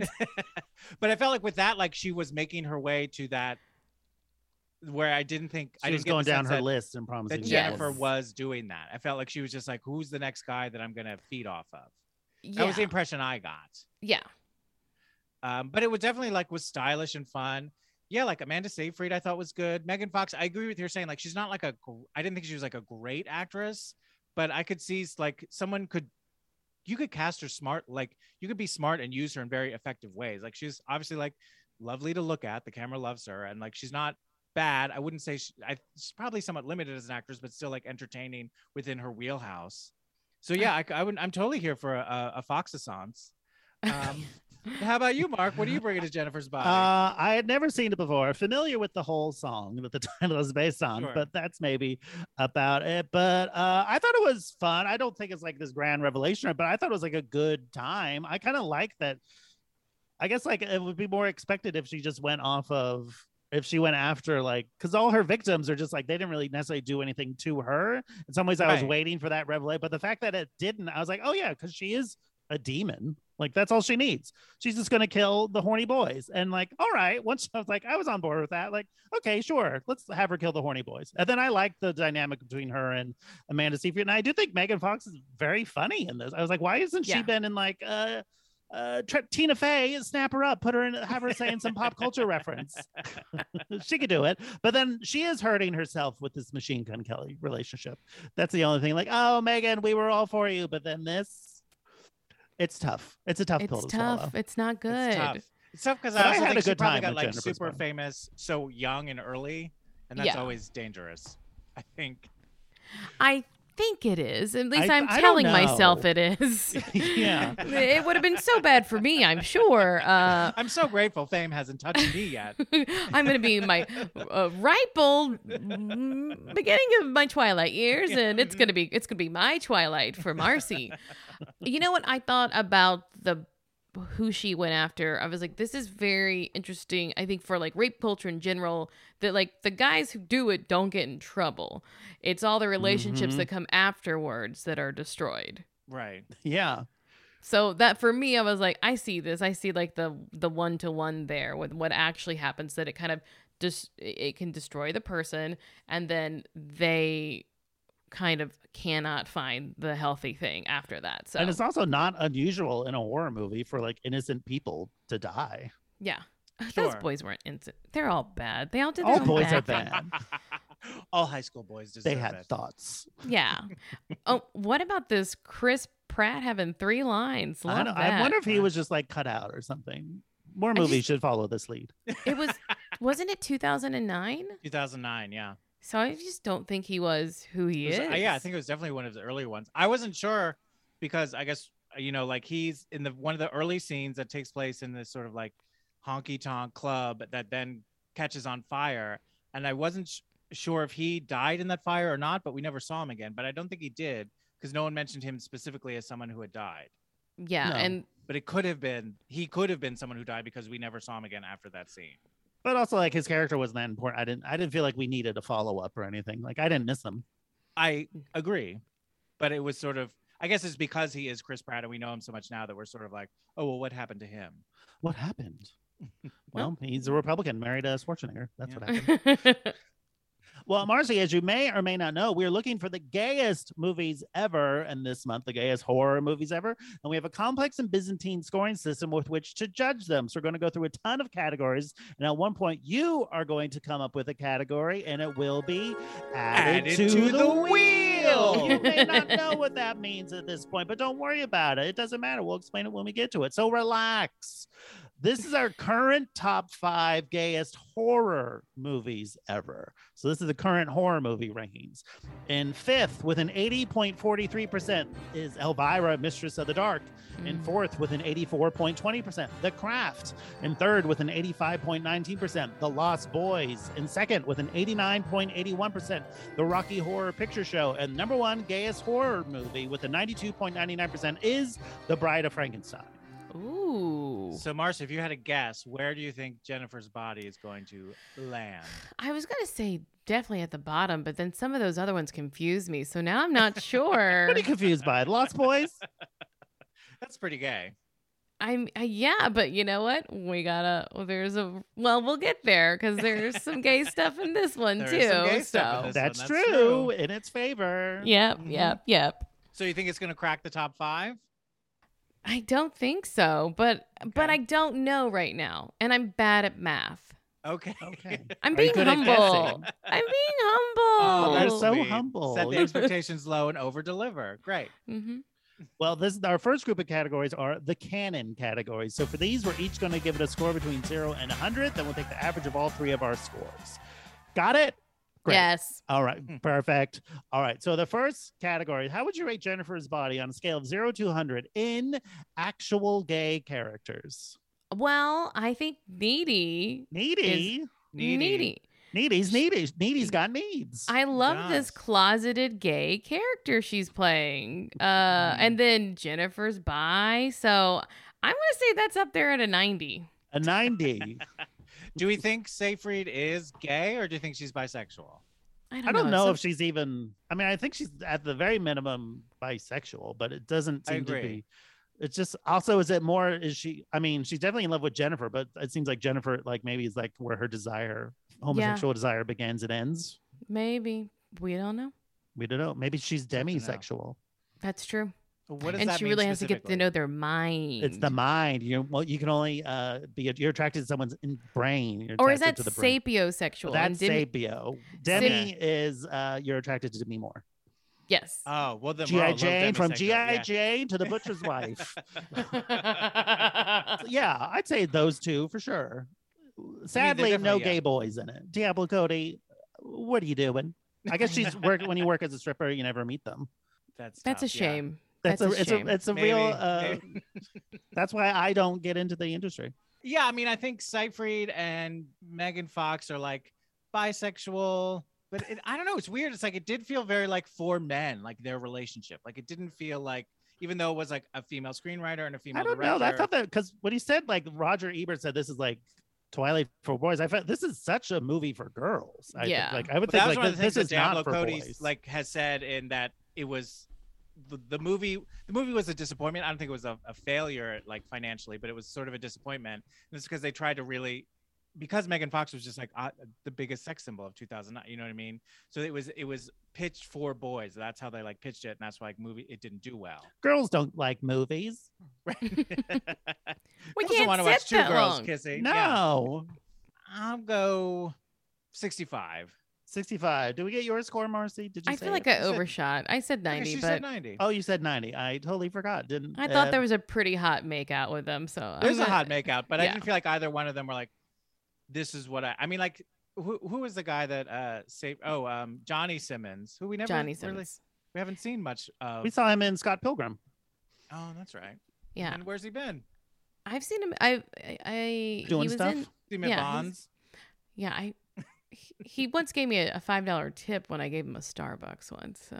Speaker 5: but I felt like with that, like she was making her way to that where I didn't think I
Speaker 4: She
Speaker 5: didn't
Speaker 4: was
Speaker 5: get the
Speaker 4: going down
Speaker 5: sense
Speaker 4: her
Speaker 5: that-
Speaker 4: list and promising.
Speaker 5: that
Speaker 4: young
Speaker 7: Yes.
Speaker 5: Jennifer
Speaker 4: woman.
Speaker 5: was doing that. I felt like she was just like, who's the next guy that I'm gonna feed off of?
Speaker 7: yeah.
Speaker 5: That was the impression I got.
Speaker 7: yeah.
Speaker 5: Um, but it was definitely like was stylish and fun. Yeah, like Amanda Seyfried, I thought was good. Megan Fox, I agree with your saying like she's not like a. gr- I didn't think she was like a great actress, but I could see like someone could, you could cast her smart. Like you could be smart and use her in very effective ways. Like she's obviously like lovely to look at. The camera loves her, and like she's not bad. I wouldn't say she, I, she's probably somewhat limited as an actress, but still like entertaining within her wheelhouse. So yeah, I, c- I would. I'm totally here for a, a, a Fox assance. Um, how about you, Mark? What are you bringing to Jennifer's body?
Speaker 4: Uh, I had never seen it before. Familiar with the whole song that the title is based on,
Speaker 5: Sure.
Speaker 4: but that's maybe about it. But uh, I thought it was fun. I don't think it's like this grand revelation, but I thought it was like a good time. I kind of like that. I guess like it would be more expected if she just went off of if she went after like because all her victims are just like they didn't really necessarily do anything to her. In some ways, I was
Speaker 5: Right.
Speaker 4: waiting for that revelation, but the fact that it didn't, I was like, oh yeah, because she is a demon. Like that's all she needs she's just gonna kill the horny boys and like all right once i was like i was on board with that like okay sure let's have her kill the horny boys and then i liked the dynamic between her and amanda seyfried and i do think megan fox is very funny in this i was like why isn't she
Speaker 7: Yeah.
Speaker 4: been in like uh uh, Tre- Tina Fey, snap her up, put her in, have her say in some pop culture reference. she could do it, but then she is hurting herself with this Machine Gun Kelly relationship. That's the only thing. Like, oh, Megan, we were all for you, but then this, it's tough. It's a tough pill
Speaker 7: It's
Speaker 4: to
Speaker 7: tough.
Speaker 4: swallow.
Speaker 7: It's not good.
Speaker 5: It's tough. It's tough because I
Speaker 4: But I
Speaker 5: also
Speaker 4: had
Speaker 5: think
Speaker 4: a
Speaker 5: she
Speaker 4: good
Speaker 5: probably
Speaker 4: time
Speaker 5: got
Speaker 4: with
Speaker 5: like
Speaker 4: Jennifer's
Speaker 5: super
Speaker 4: Body.
Speaker 5: famous so young and early, and that's
Speaker 7: Yeah.
Speaker 5: always dangerous. I think.
Speaker 7: I think it is. At least
Speaker 4: I-
Speaker 7: I, am
Speaker 4: I don't
Speaker 7: telling myself
Speaker 4: know.
Speaker 7: it is.
Speaker 4: Yeah.
Speaker 7: it would have been so bad for me, I'm sure. Uh,
Speaker 5: I'm so grateful fame hasn't touched me yet.
Speaker 7: I'm going to be in my uh, ripe old mm, beginning of my twilight years, and it's going to be it's going to be my twilight for Marcy. you know what I thought about the who she went after? I was like, this is very interesting. I think for like rape culture in general, that like the guys who do it don't get in trouble. It's all the relationships
Speaker 4: Mhm.
Speaker 7: that come afterwards that are destroyed.
Speaker 5: Right.
Speaker 4: Yeah.
Speaker 7: So that for me, I was like, I see this. I see like the the one to one there with what actually happens. That it kind of just it can destroy the person, and then they kind of cannot find the healthy thing after that. So
Speaker 4: And it's also not unusual in a horror movie for like innocent people to die.
Speaker 7: yeah, those
Speaker 5: Sure.
Speaker 7: boys weren't innocent. They're all bad. They all did.
Speaker 4: All
Speaker 7: their own
Speaker 4: boys are
Speaker 7: bad thing.
Speaker 4: bad.
Speaker 5: All high school boys deserve
Speaker 4: They had
Speaker 5: it.
Speaker 4: thoughts.
Speaker 7: Yeah. oh, what about this Chris Pratt having three lines?
Speaker 4: I,
Speaker 7: Love
Speaker 4: don't-
Speaker 7: that.
Speaker 4: I wonder if he was just like cut out or something. More movies
Speaker 7: just-
Speaker 4: should follow this lead.
Speaker 7: it was wasn't it 2009.
Speaker 5: 2009, yeah.
Speaker 7: So I just don't think he was who he
Speaker 5: It
Speaker 7: is.
Speaker 5: was- uh, yeah, I think it was definitely one of the early ones. I wasn't sure because I guess uh, you know, like he's in the one of the early scenes that takes place in this sort of like honky tonk club that then catches on fire, and I wasn't sh- sure if he died in that fire or not, but we never saw him again. But I don't think he did because no one mentioned him specifically as someone who had died.
Speaker 7: Yeah,
Speaker 4: No.
Speaker 7: and
Speaker 5: But it could have been he could have been someone who died because we never saw him again after that scene.
Speaker 4: But also like his character wasn't that important. I didn't I didn't feel like we needed a follow up or anything. Like I didn't miss him.
Speaker 5: I
Speaker 7: Hmm.
Speaker 5: agree, but it was sort of. I guess it's because he is Chris Pratt and we know him so much now that we're sort of like, oh well, what happened to him?
Speaker 4: What happened? Well, mm. he's a Republican married to Schwarzenegger. That's
Speaker 5: Yeah.
Speaker 4: what happened. Well, Marcy, as you may or may not know, we are looking for the gayest movies ever, and this month, the gayest horror movies ever. And we have a complex and Byzantine scoring system with which to judge them. So we're going to go through a ton of categories. And at one point, you are going to come up with a category, and it will be added, to, the, wheel. You may not know what that means at this point, but don't worry about it. It doesn't matter. We'll explain it when we get to it. So relax. This is our current top five gayest horror movies ever. So this is the current horror movie rankings. And fifth, with an 80.43%, is Elvira, Mistress of the Dark. In fourth, with an 84.20%, The Craft. In third, with an 85.19%, The Lost Boys. In second, with an 89.81%, The Rocky Horror Picture Show. And number one gayest horror movie with a 92.99% is The Bride of Frankenstein.
Speaker 7: Ooh.
Speaker 5: So, Marcia, if you had a guess, where do you think Jennifer's body is going to land?
Speaker 7: I was going to say definitely at the bottom, but then some of those other ones confuse me. So now I'm not sure.
Speaker 4: Pretty confused by it. Lost Boys?
Speaker 5: That's pretty gay.
Speaker 7: I'm uh, yeah, but you know what? We gotta. well, There's a well, we'll get there because there's some gay stuff in this one
Speaker 5: There
Speaker 7: too.
Speaker 5: is some gay
Speaker 7: so.
Speaker 5: stuff in this.
Speaker 4: That's,
Speaker 5: one,
Speaker 4: true.
Speaker 5: that's true.
Speaker 4: In its favor.
Speaker 7: Yep,
Speaker 4: Mhm.
Speaker 7: yep, yep.
Speaker 5: So, you think it's going to crack the top five?
Speaker 7: I don't think so, but but
Speaker 5: Okay.
Speaker 7: I don't know right now, and I'm bad at math.
Speaker 5: Okay.
Speaker 4: Okay.
Speaker 7: I'm
Speaker 4: Are you
Speaker 7: being
Speaker 4: good at
Speaker 7: humble.
Speaker 4: guessing?
Speaker 7: I'm being humble.
Speaker 4: Oh, you're
Speaker 5: that's
Speaker 4: so
Speaker 5: sweet.
Speaker 4: humble.
Speaker 5: Set the expectations low and over deliver. Great.
Speaker 7: hmm
Speaker 4: Well, this is our first group of categories are the canon categories. So for these, we're each going to give it a score between zero and 100. Then we'll take the average of all three of our scores. Got it? Great.
Speaker 7: Yes.
Speaker 4: All right.
Speaker 5: Hmm.
Speaker 4: Perfect. All right. So the first category, how would you rate Jennifer's body on a scale of zero to 100 in actual gay characters?
Speaker 7: Well, I think needy,
Speaker 4: Needy.
Speaker 7: needy.
Speaker 4: Needy's needy. Needy's got needs.
Speaker 7: I love this
Speaker 5: does.
Speaker 7: closeted gay character she's playing.
Speaker 5: Mm-hmm.
Speaker 7: Uh, and then Jennifer's bi. So I'm going to say that's up there at a 90.
Speaker 4: a 90.
Speaker 5: Do we think Seyfried is gay or do you think she's bisexual?
Speaker 7: I don't,
Speaker 4: I don't know
Speaker 7: So-
Speaker 4: if she's even. I mean, I think she's at the very minimum bisexual, but it doesn't
Speaker 5: I
Speaker 4: seem to
Speaker 5: agree.
Speaker 4: be. It's just also is it more is she? I mean, she's definitely in love with Jennifer, but it seems like Jennifer, like maybe is like where her desire, homosexual desire, begins and ends.
Speaker 7: Maybe. We don't know.
Speaker 4: We don't know. Maybe she's
Speaker 5: Tough to know.
Speaker 4: demisexual.
Speaker 7: That's true.
Speaker 5: What does
Speaker 7: and
Speaker 5: that
Speaker 7: she
Speaker 5: mean
Speaker 7: really has to get to
Speaker 5: specifically?
Speaker 7: know their mind.
Speaker 4: It's the mind. You well, you can only uh be you're attracted to someone's in brain. You're
Speaker 7: or is that
Speaker 4: attracted to the brain.
Speaker 7: sapiosexual?
Speaker 4: That's
Speaker 7: And didn't-
Speaker 4: sapio. Demi is uh you're attracted to Demi Moore.
Speaker 7: Yes.
Speaker 5: Oh, well, then we're all
Speaker 4: GI
Speaker 5: low
Speaker 4: Jane from
Speaker 5: demisexual,
Speaker 4: GI
Speaker 5: yeah.
Speaker 4: Jane to the butcher's wife. yeah, I'd say those two for sure. Sadly, no
Speaker 5: definitely, yeah.
Speaker 4: gay boys in it. Diablo Cody, what are you doing? I guess she's work when you work as a stripper, you never meet them.
Speaker 5: That's,
Speaker 7: That's a
Speaker 5: tough, yeah.
Speaker 7: shame.
Speaker 4: That's,
Speaker 7: That's
Speaker 4: a,
Speaker 7: a
Speaker 4: it's
Speaker 7: shame.
Speaker 4: a it's a
Speaker 5: Maybe-
Speaker 4: real uh,
Speaker 5: maybe-
Speaker 4: that's why I don't get into the industry.
Speaker 5: Yeah, I mean, I think Seyfried and Megan Fox are like bisexual, but it, I don't know. It's weird. It's like it did feel very like for men, like their relationship. Like it didn't feel like, even though it was like a female screenwriter and a female.
Speaker 4: I don't know.
Speaker 5: director,
Speaker 4: I thought that because when he said like Roger Ebert said this is like Twilight for boys, I felt this is such a movie for girls. I
Speaker 7: Yeah.
Speaker 4: think, like I would
Speaker 5: But that was
Speaker 4: think
Speaker 5: one
Speaker 4: like
Speaker 5: of the things
Speaker 4: this, this
Speaker 5: that
Speaker 4: is
Speaker 5: Diablo
Speaker 4: not for
Speaker 5: Cody
Speaker 4: boys.
Speaker 5: like has said in that it was the, the movie. The movie was a disappointment. I don't think it was a, a failure like financially, but it was sort of a disappointment. And it's because they tried to really, because Megan Fox was just like uh, the biggest sex symbol of 2009. You know what I mean? So it was it was pitched for boys. That's how they like pitched it, and that's why like movie it didn't do well.
Speaker 4: girls don't like movies.
Speaker 5: Right? we
Speaker 7: can't
Speaker 5: want to
Speaker 7: sit
Speaker 5: watch two
Speaker 7: that
Speaker 5: girls
Speaker 7: long.
Speaker 5: kissing. Yeah.
Speaker 4: No.
Speaker 5: I'll go sixty-five.
Speaker 4: 65. Do we get your score, Marcy? Did you
Speaker 7: I
Speaker 4: say
Speaker 7: feel like
Speaker 4: it?
Speaker 7: I
Speaker 5: You said-
Speaker 7: overshot. I said
Speaker 5: Okay,
Speaker 7: 90,
Speaker 5: she
Speaker 7: but
Speaker 5: said ninety.
Speaker 4: Oh, you said 90. I totally forgot. Didn't uh,
Speaker 7: I thought there was a pretty hot makeout with them. So I'm
Speaker 5: There's a
Speaker 7: gonna-
Speaker 5: hot makeout, but I
Speaker 7: yeah.
Speaker 5: didn't feel like either one of them were like, "This is what I." I mean, like, who who was the guy that uh saved? Oh, um, Johnny Simmons, who we never
Speaker 7: Johnny
Speaker 5: really-
Speaker 7: Simmons.
Speaker 5: we haven't seen much of.
Speaker 4: We saw him in Scott Pilgrim.
Speaker 5: oh, that's right.
Speaker 7: Yeah,
Speaker 5: And where's he been?
Speaker 7: I've seen him. I I, I
Speaker 4: Doing
Speaker 7: he was
Speaker 4: stuff?
Speaker 7: in.
Speaker 5: See him in
Speaker 7: Yeah, he's-
Speaker 5: Bonds.
Speaker 7: Yeah, I he, he once gave me a, a five dollar tip when I gave him a Starbucks once. So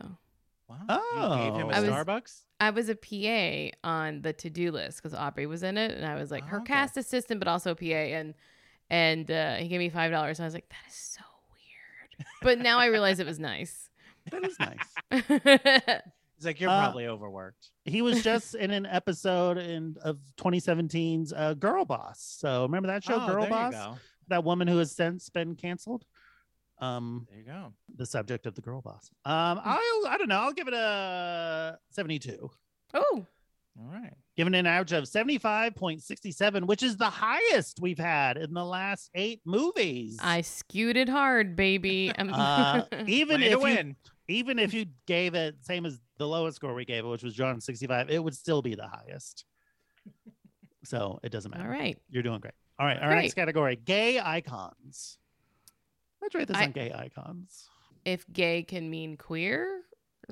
Speaker 5: Wow. you gave him a
Speaker 7: Oh. I was-
Speaker 5: Starbucks.
Speaker 7: I was a PA on the to do list because Aubrey was in it, and I was like her
Speaker 5: Oh, okay.
Speaker 7: cast assistant, but also a PA, and and uh, he gave me five dollars, and I was like, that is so weird. But now I realize it was nice.
Speaker 4: That is nice.
Speaker 5: He's like, "You're
Speaker 4: Uh,
Speaker 5: probably overworked."
Speaker 4: he was just in an episode in of 2017's uh, Girl Boss. So remember that show,
Speaker 5: oh,
Speaker 4: Girl
Speaker 5: there
Speaker 4: Boss?
Speaker 5: You go.
Speaker 4: That woman who has since been canceled. Um,
Speaker 5: There you go.
Speaker 4: the subject of the Girl Boss. Um,
Speaker 5: Hmm.
Speaker 4: I'll I don't know. I'll give it a 72.
Speaker 7: oh,
Speaker 5: All right.
Speaker 4: Given an average of 75.67, which is the highest we've had in the last eight movies.
Speaker 7: I skewed it hard, baby. I'm-
Speaker 4: uh, even
Speaker 5: Play
Speaker 4: if
Speaker 5: to
Speaker 4: you
Speaker 5: win.
Speaker 4: even if you gave it same as the lowest score we gave it, which was John 65, it would still be the highest. So it doesn't matter.
Speaker 7: All right.
Speaker 4: You're doing great. All right. Our
Speaker 7: Great.
Speaker 4: next category gay icons. Let's rate this
Speaker 7: I-
Speaker 4: on gay icons.
Speaker 7: If gay can mean queer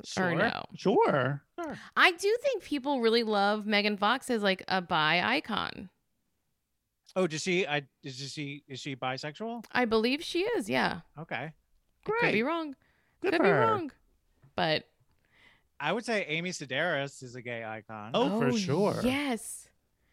Speaker 5: Sure.
Speaker 7: or no.
Speaker 4: Sure.
Speaker 7: I do think people really love Megan Fox as like a bi icon.
Speaker 5: Oh, does she? I is she? Is she bisexual?
Speaker 7: I believe she is. Yeah.
Speaker 5: Okay.
Speaker 7: I Could be wrong.
Speaker 4: Good
Speaker 7: Could
Speaker 4: for
Speaker 7: be
Speaker 4: her.
Speaker 7: wrong. But
Speaker 5: I would say Amy Sedaris is a gay icon.
Speaker 4: Oh, for sure.
Speaker 7: Yes.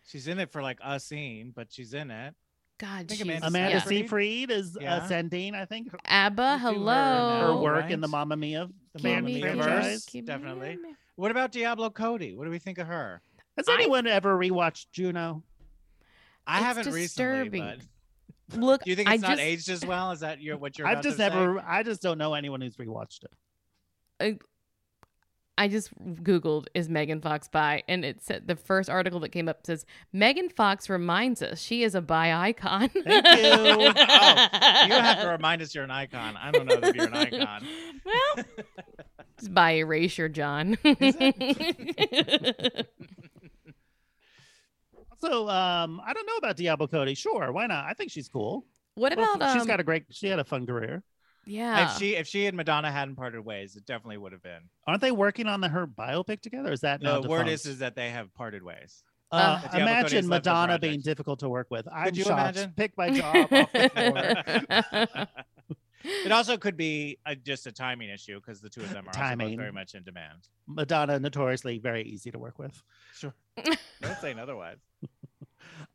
Speaker 5: she's in it for like a scene, but she's in it.
Speaker 7: God,
Speaker 5: think
Speaker 7: she's
Speaker 5: Amanda
Speaker 4: Amanda
Speaker 7: yeah.
Speaker 5: Seyfried.
Speaker 4: Seyfried is
Speaker 5: Yeah.
Speaker 4: ascending, I think.
Speaker 7: Abba,
Speaker 5: Let's do her
Speaker 7: hello.
Speaker 4: Her
Speaker 5: Oh,
Speaker 4: work in uh,
Speaker 5: right.
Speaker 4: the Mamma Mia, the
Speaker 7: Keep
Speaker 4: Mamma
Speaker 7: me
Speaker 5: Mamma
Speaker 4: Mia
Speaker 5: Mia
Speaker 7: from-
Speaker 4: franchise.
Speaker 7: keep me
Speaker 5: Definitely.
Speaker 7: from-
Speaker 5: What about Diablo Cody? What do we think of her?
Speaker 4: Has
Speaker 7: I-
Speaker 4: anyone ever rewatched Juno?
Speaker 5: I
Speaker 7: It's
Speaker 5: haven't
Speaker 7: disturbing.
Speaker 5: recently.
Speaker 7: Look,
Speaker 5: But do you think
Speaker 7: I
Speaker 5: it's not
Speaker 7: just,
Speaker 5: aged as well? Is that your what you're?
Speaker 4: I've
Speaker 5: about to
Speaker 4: just
Speaker 5: say?
Speaker 4: never, I just don't know anyone who's rewatched it.
Speaker 7: I just googled is Megan Fox bi, and it said the first article that came up says Megan Fox reminds us she is a bi icon. Thank
Speaker 4: you. Oh,
Speaker 5: You don't have to remind us you're an icon. I don't know if you're an icon.
Speaker 7: well, it's by erasure, John.
Speaker 4: Also, um, I don't know about Diablo Cody. Sure, why not? I think she's cool.
Speaker 7: what
Speaker 4: Well,
Speaker 7: about um,
Speaker 4: she's got a great, she had a fun career.
Speaker 7: yeah?
Speaker 5: If she if she and Madonna hadn't parted ways, it definitely would have been.
Speaker 4: Aren't they working on the her biopic together? Is that
Speaker 5: The
Speaker 4: now
Speaker 5: word
Speaker 4: defunct?
Speaker 5: is is that they have parted ways.
Speaker 4: Uh,
Speaker 5: Diablo Cody's
Speaker 4: imagine
Speaker 5: left the
Speaker 4: Madonna
Speaker 5: project.
Speaker 4: being difficult to work with. I'm
Speaker 5: you
Speaker 4: shocked.
Speaker 5: imagine?
Speaker 4: Pick my job off the floor.
Speaker 5: it also could be uh just a timing issue because the two of them are also both
Speaker 4: Timing.
Speaker 5: very much in demand.
Speaker 4: Madonna notoriously very easy to work with.
Speaker 5: Sure. Don't say otherwise.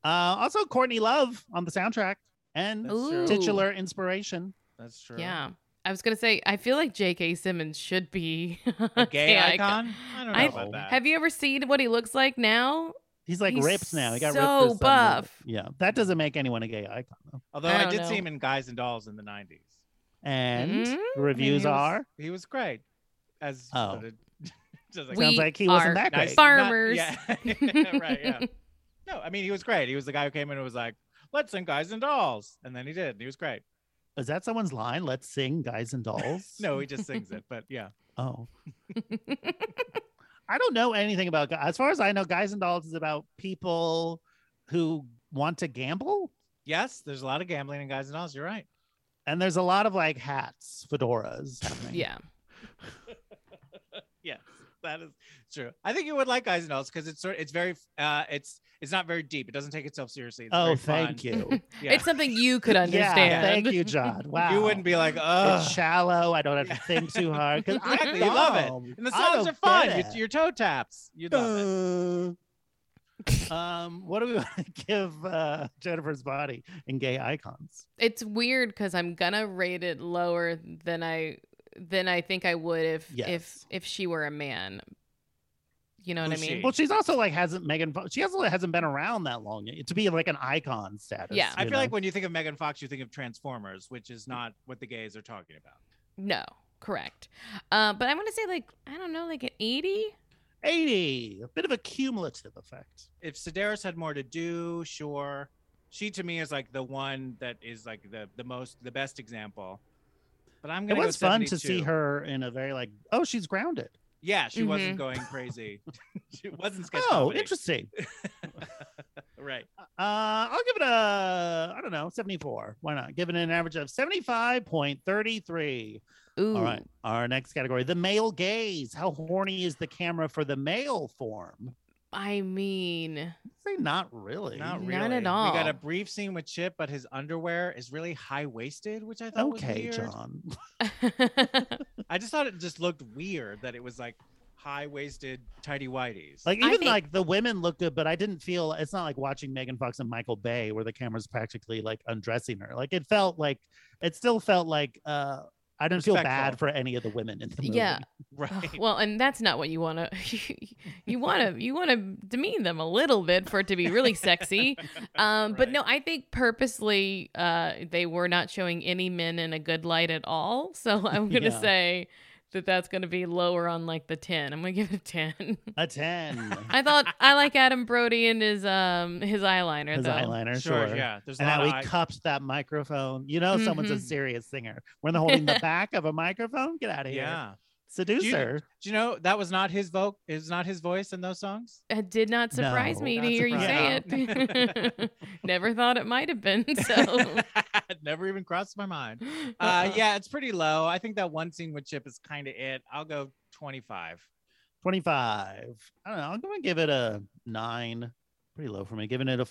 Speaker 4: Uh, also, Courtney Love on the soundtrack and
Speaker 5: That's true.
Speaker 4: titular inspiration.
Speaker 5: That's true.
Speaker 7: yeah. I was gonna say, I feel like J.K. Simmons should be
Speaker 5: A gay icon? I don't know
Speaker 7: I-
Speaker 5: about that.
Speaker 7: Have you ever seen what he looks like now?
Speaker 4: He's like
Speaker 7: He's
Speaker 4: ripped now. He got
Speaker 7: so
Speaker 4: ripped. for some reason.
Speaker 7: buff.
Speaker 4: Yeah, that doesn't make anyone a gay icon though.
Speaker 5: Although
Speaker 7: I
Speaker 5: I,
Speaker 7: don't
Speaker 5: did see
Speaker 7: know.
Speaker 5: him in Guys and Dolls in the 90s.
Speaker 4: And
Speaker 7: Mhm.
Speaker 4: the
Speaker 5: I mean, he
Speaker 4: reviews
Speaker 5: was-
Speaker 4: are
Speaker 5: He was great. As
Speaker 4: Oh.
Speaker 5: just like-
Speaker 7: We
Speaker 4: sounds like he wasn't
Speaker 7: are
Speaker 4: that
Speaker 5: nice-
Speaker 4: great.
Speaker 5: not-
Speaker 7: farmers.
Speaker 5: yeah. right, yeah. No, I mean, he was great. He was the guy who came in and was like, let's sing Guys and Dolls. And then he did. and He was great.
Speaker 4: Is that someone's line? Let's sing, guys and dolls.
Speaker 5: No, he just sings it. But yeah.
Speaker 4: Oh. I don't know anything about gu- as far as I know, guys and dolls is about people who want to gamble.
Speaker 5: Yes, there's a lot of gambling in Guys and Dolls. You're right.
Speaker 4: And there's a lot of like hats, fedoras. happening.
Speaker 7: yeah.
Speaker 5: Yes, that is true. I think you would like Guys and Dolls because it's sort. It's very. Uh, it's it's not very deep. It doesn't take itself seriously. It's
Speaker 4: Oh,
Speaker 5: very
Speaker 4: thank
Speaker 5: fun.
Speaker 4: you.
Speaker 5: Yeah.
Speaker 7: It's something you could
Speaker 4: Yeah,
Speaker 7: understand.
Speaker 4: thank you, John. Wow.
Speaker 5: You wouldn't be like,
Speaker 4: It's
Speaker 5: oh,
Speaker 4: shallow. I don't have
Speaker 5: Yeah.
Speaker 4: to think too hard. Because I
Speaker 5: exactly. You love
Speaker 4: dumb.
Speaker 5: it, and the
Speaker 4: I
Speaker 5: songs
Speaker 4: don't
Speaker 5: are fun.
Speaker 4: get
Speaker 5: Your,
Speaker 4: it.
Speaker 5: your toe taps. You love it.
Speaker 4: um, what do we want to give uh, Jennifer's body in gay icons?
Speaker 7: It's weird because I'm gonna rate it lower than I than I think I would if
Speaker 4: Yes.
Speaker 7: if if she were a man. You know what
Speaker 5: Who's
Speaker 7: I mean?
Speaker 5: she?
Speaker 4: Well, she's also like hasn't Megan. Fo- She also hasn't been around that long yet, to be like an icon status.
Speaker 7: Yeah.
Speaker 5: I
Speaker 4: you
Speaker 5: feel like
Speaker 4: know?
Speaker 5: when you think of Megan Fox, you think of Transformers, which is not what the gays are talking about.
Speaker 7: No, correct. Uh, but I want to say like I don't know, like an eighty.
Speaker 4: eighty, a bit of a cumulative effect.
Speaker 5: If Sedaris had more to do, sure. She to me is like the one that is like the the most the best example. But I'm
Speaker 4: It
Speaker 5: gonna. go
Speaker 4: was fun to
Speaker 5: 72.
Speaker 4: see her in a very like, oh, she's grounded.
Speaker 5: Yeah, she wasn't
Speaker 7: Mhm.
Speaker 5: going crazy. she wasn't sketch
Speaker 4: Oh,
Speaker 5: comedy.
Speaker 4: interesting.
Speaker 5: Right.
Speaker 4: Uh, I'll give it a, I don't know, seventy-four. Why not? Give it an average of seventy-five point thirty-three.
Speaker 7: Ooh,
Speaker 4: All right. Our next category, the male gaze. How horny is the camera for the male form?
Speaker 7: I mean,
Speaker 4: I'd Say not really.
Speaker 5: Not really.
Speaker 7: None at
Speaker 5: We got
Speaker 7: all.
Speaker 5: a brief scene with Chip, but his underwear is really high waisted, which I thought was
Speaker 4: Okay,
Speaker 5: weird.
Speaker 4: John.
Speaker 5: I just thought it just looked weird that it was like high waisted tidy whities.
Speaker 4: Like
Speaker 7: I
Speaker 4: even
Speaker 7: think-
Speaker 4: like the women look good, but I didn't feel it's not like watching Megan Fox and Michael Bay where the camera's practically like undressing her. Like it felt like it still felt like uh I didn't feel bad
Speaker 5: Respectful.
Speaker 4: for any of the women in the movie.
Speaker 7: yeah.
Speaker 5: right.
Speaker 7: Well, and that's not what you want to. you want to you want to demean them a little bit for it to be really sexy. Um, But no, I think purposely uh, they were not showing any men in a good light at all. So I'm gonna
Speaker 4: Yeah.
Speaker 7: say that that's gonna be lower on like the ten. I'm gonna give it a ten.
Speaker 4: A ten.
Speaker 7: I thought I like Adam Brody and his um his eyeliner
Speaker 4: His
Speaker 7: though.
Speaker 4: eyeliner,
Speaker 5: sure,
Speaker 4: sure.
Speaker 5: yeah. There's a
Speaker 4: And
Speaker 5: lot
Speaker 4: how
Speaker 5: of
Speaker 4: he
Speaker 5: eye- Mm-hmm.
Speaker 4: cupped that microphone. You know someone's a
Speaker 7: Mhm.
Speaker 4: serious singer. When they're holding the back of a microphone, get out of here.
Speaker 5: Yeah.
Speaker 4: Seducer.
Speaker 5: Do you know that was not his vote? Is not his voice in those songs?
Speaker 7: It did not surprise
Speaker 4: No,
Speaker 7: me to
Speaker 5: not
Speaker 7: hear you say
Speaker 5: surprising.
Speaker 7: it. Never thought it might have been. So,
Speaker 5: Never even crossed my mind. Uh, yeah, it's pretty low. I think that one scene with Chip is kind of it. I'll go 25.
Speaker 4: 25. I don't know. I'm going to give it a nine. Pretty low for me. Giving it a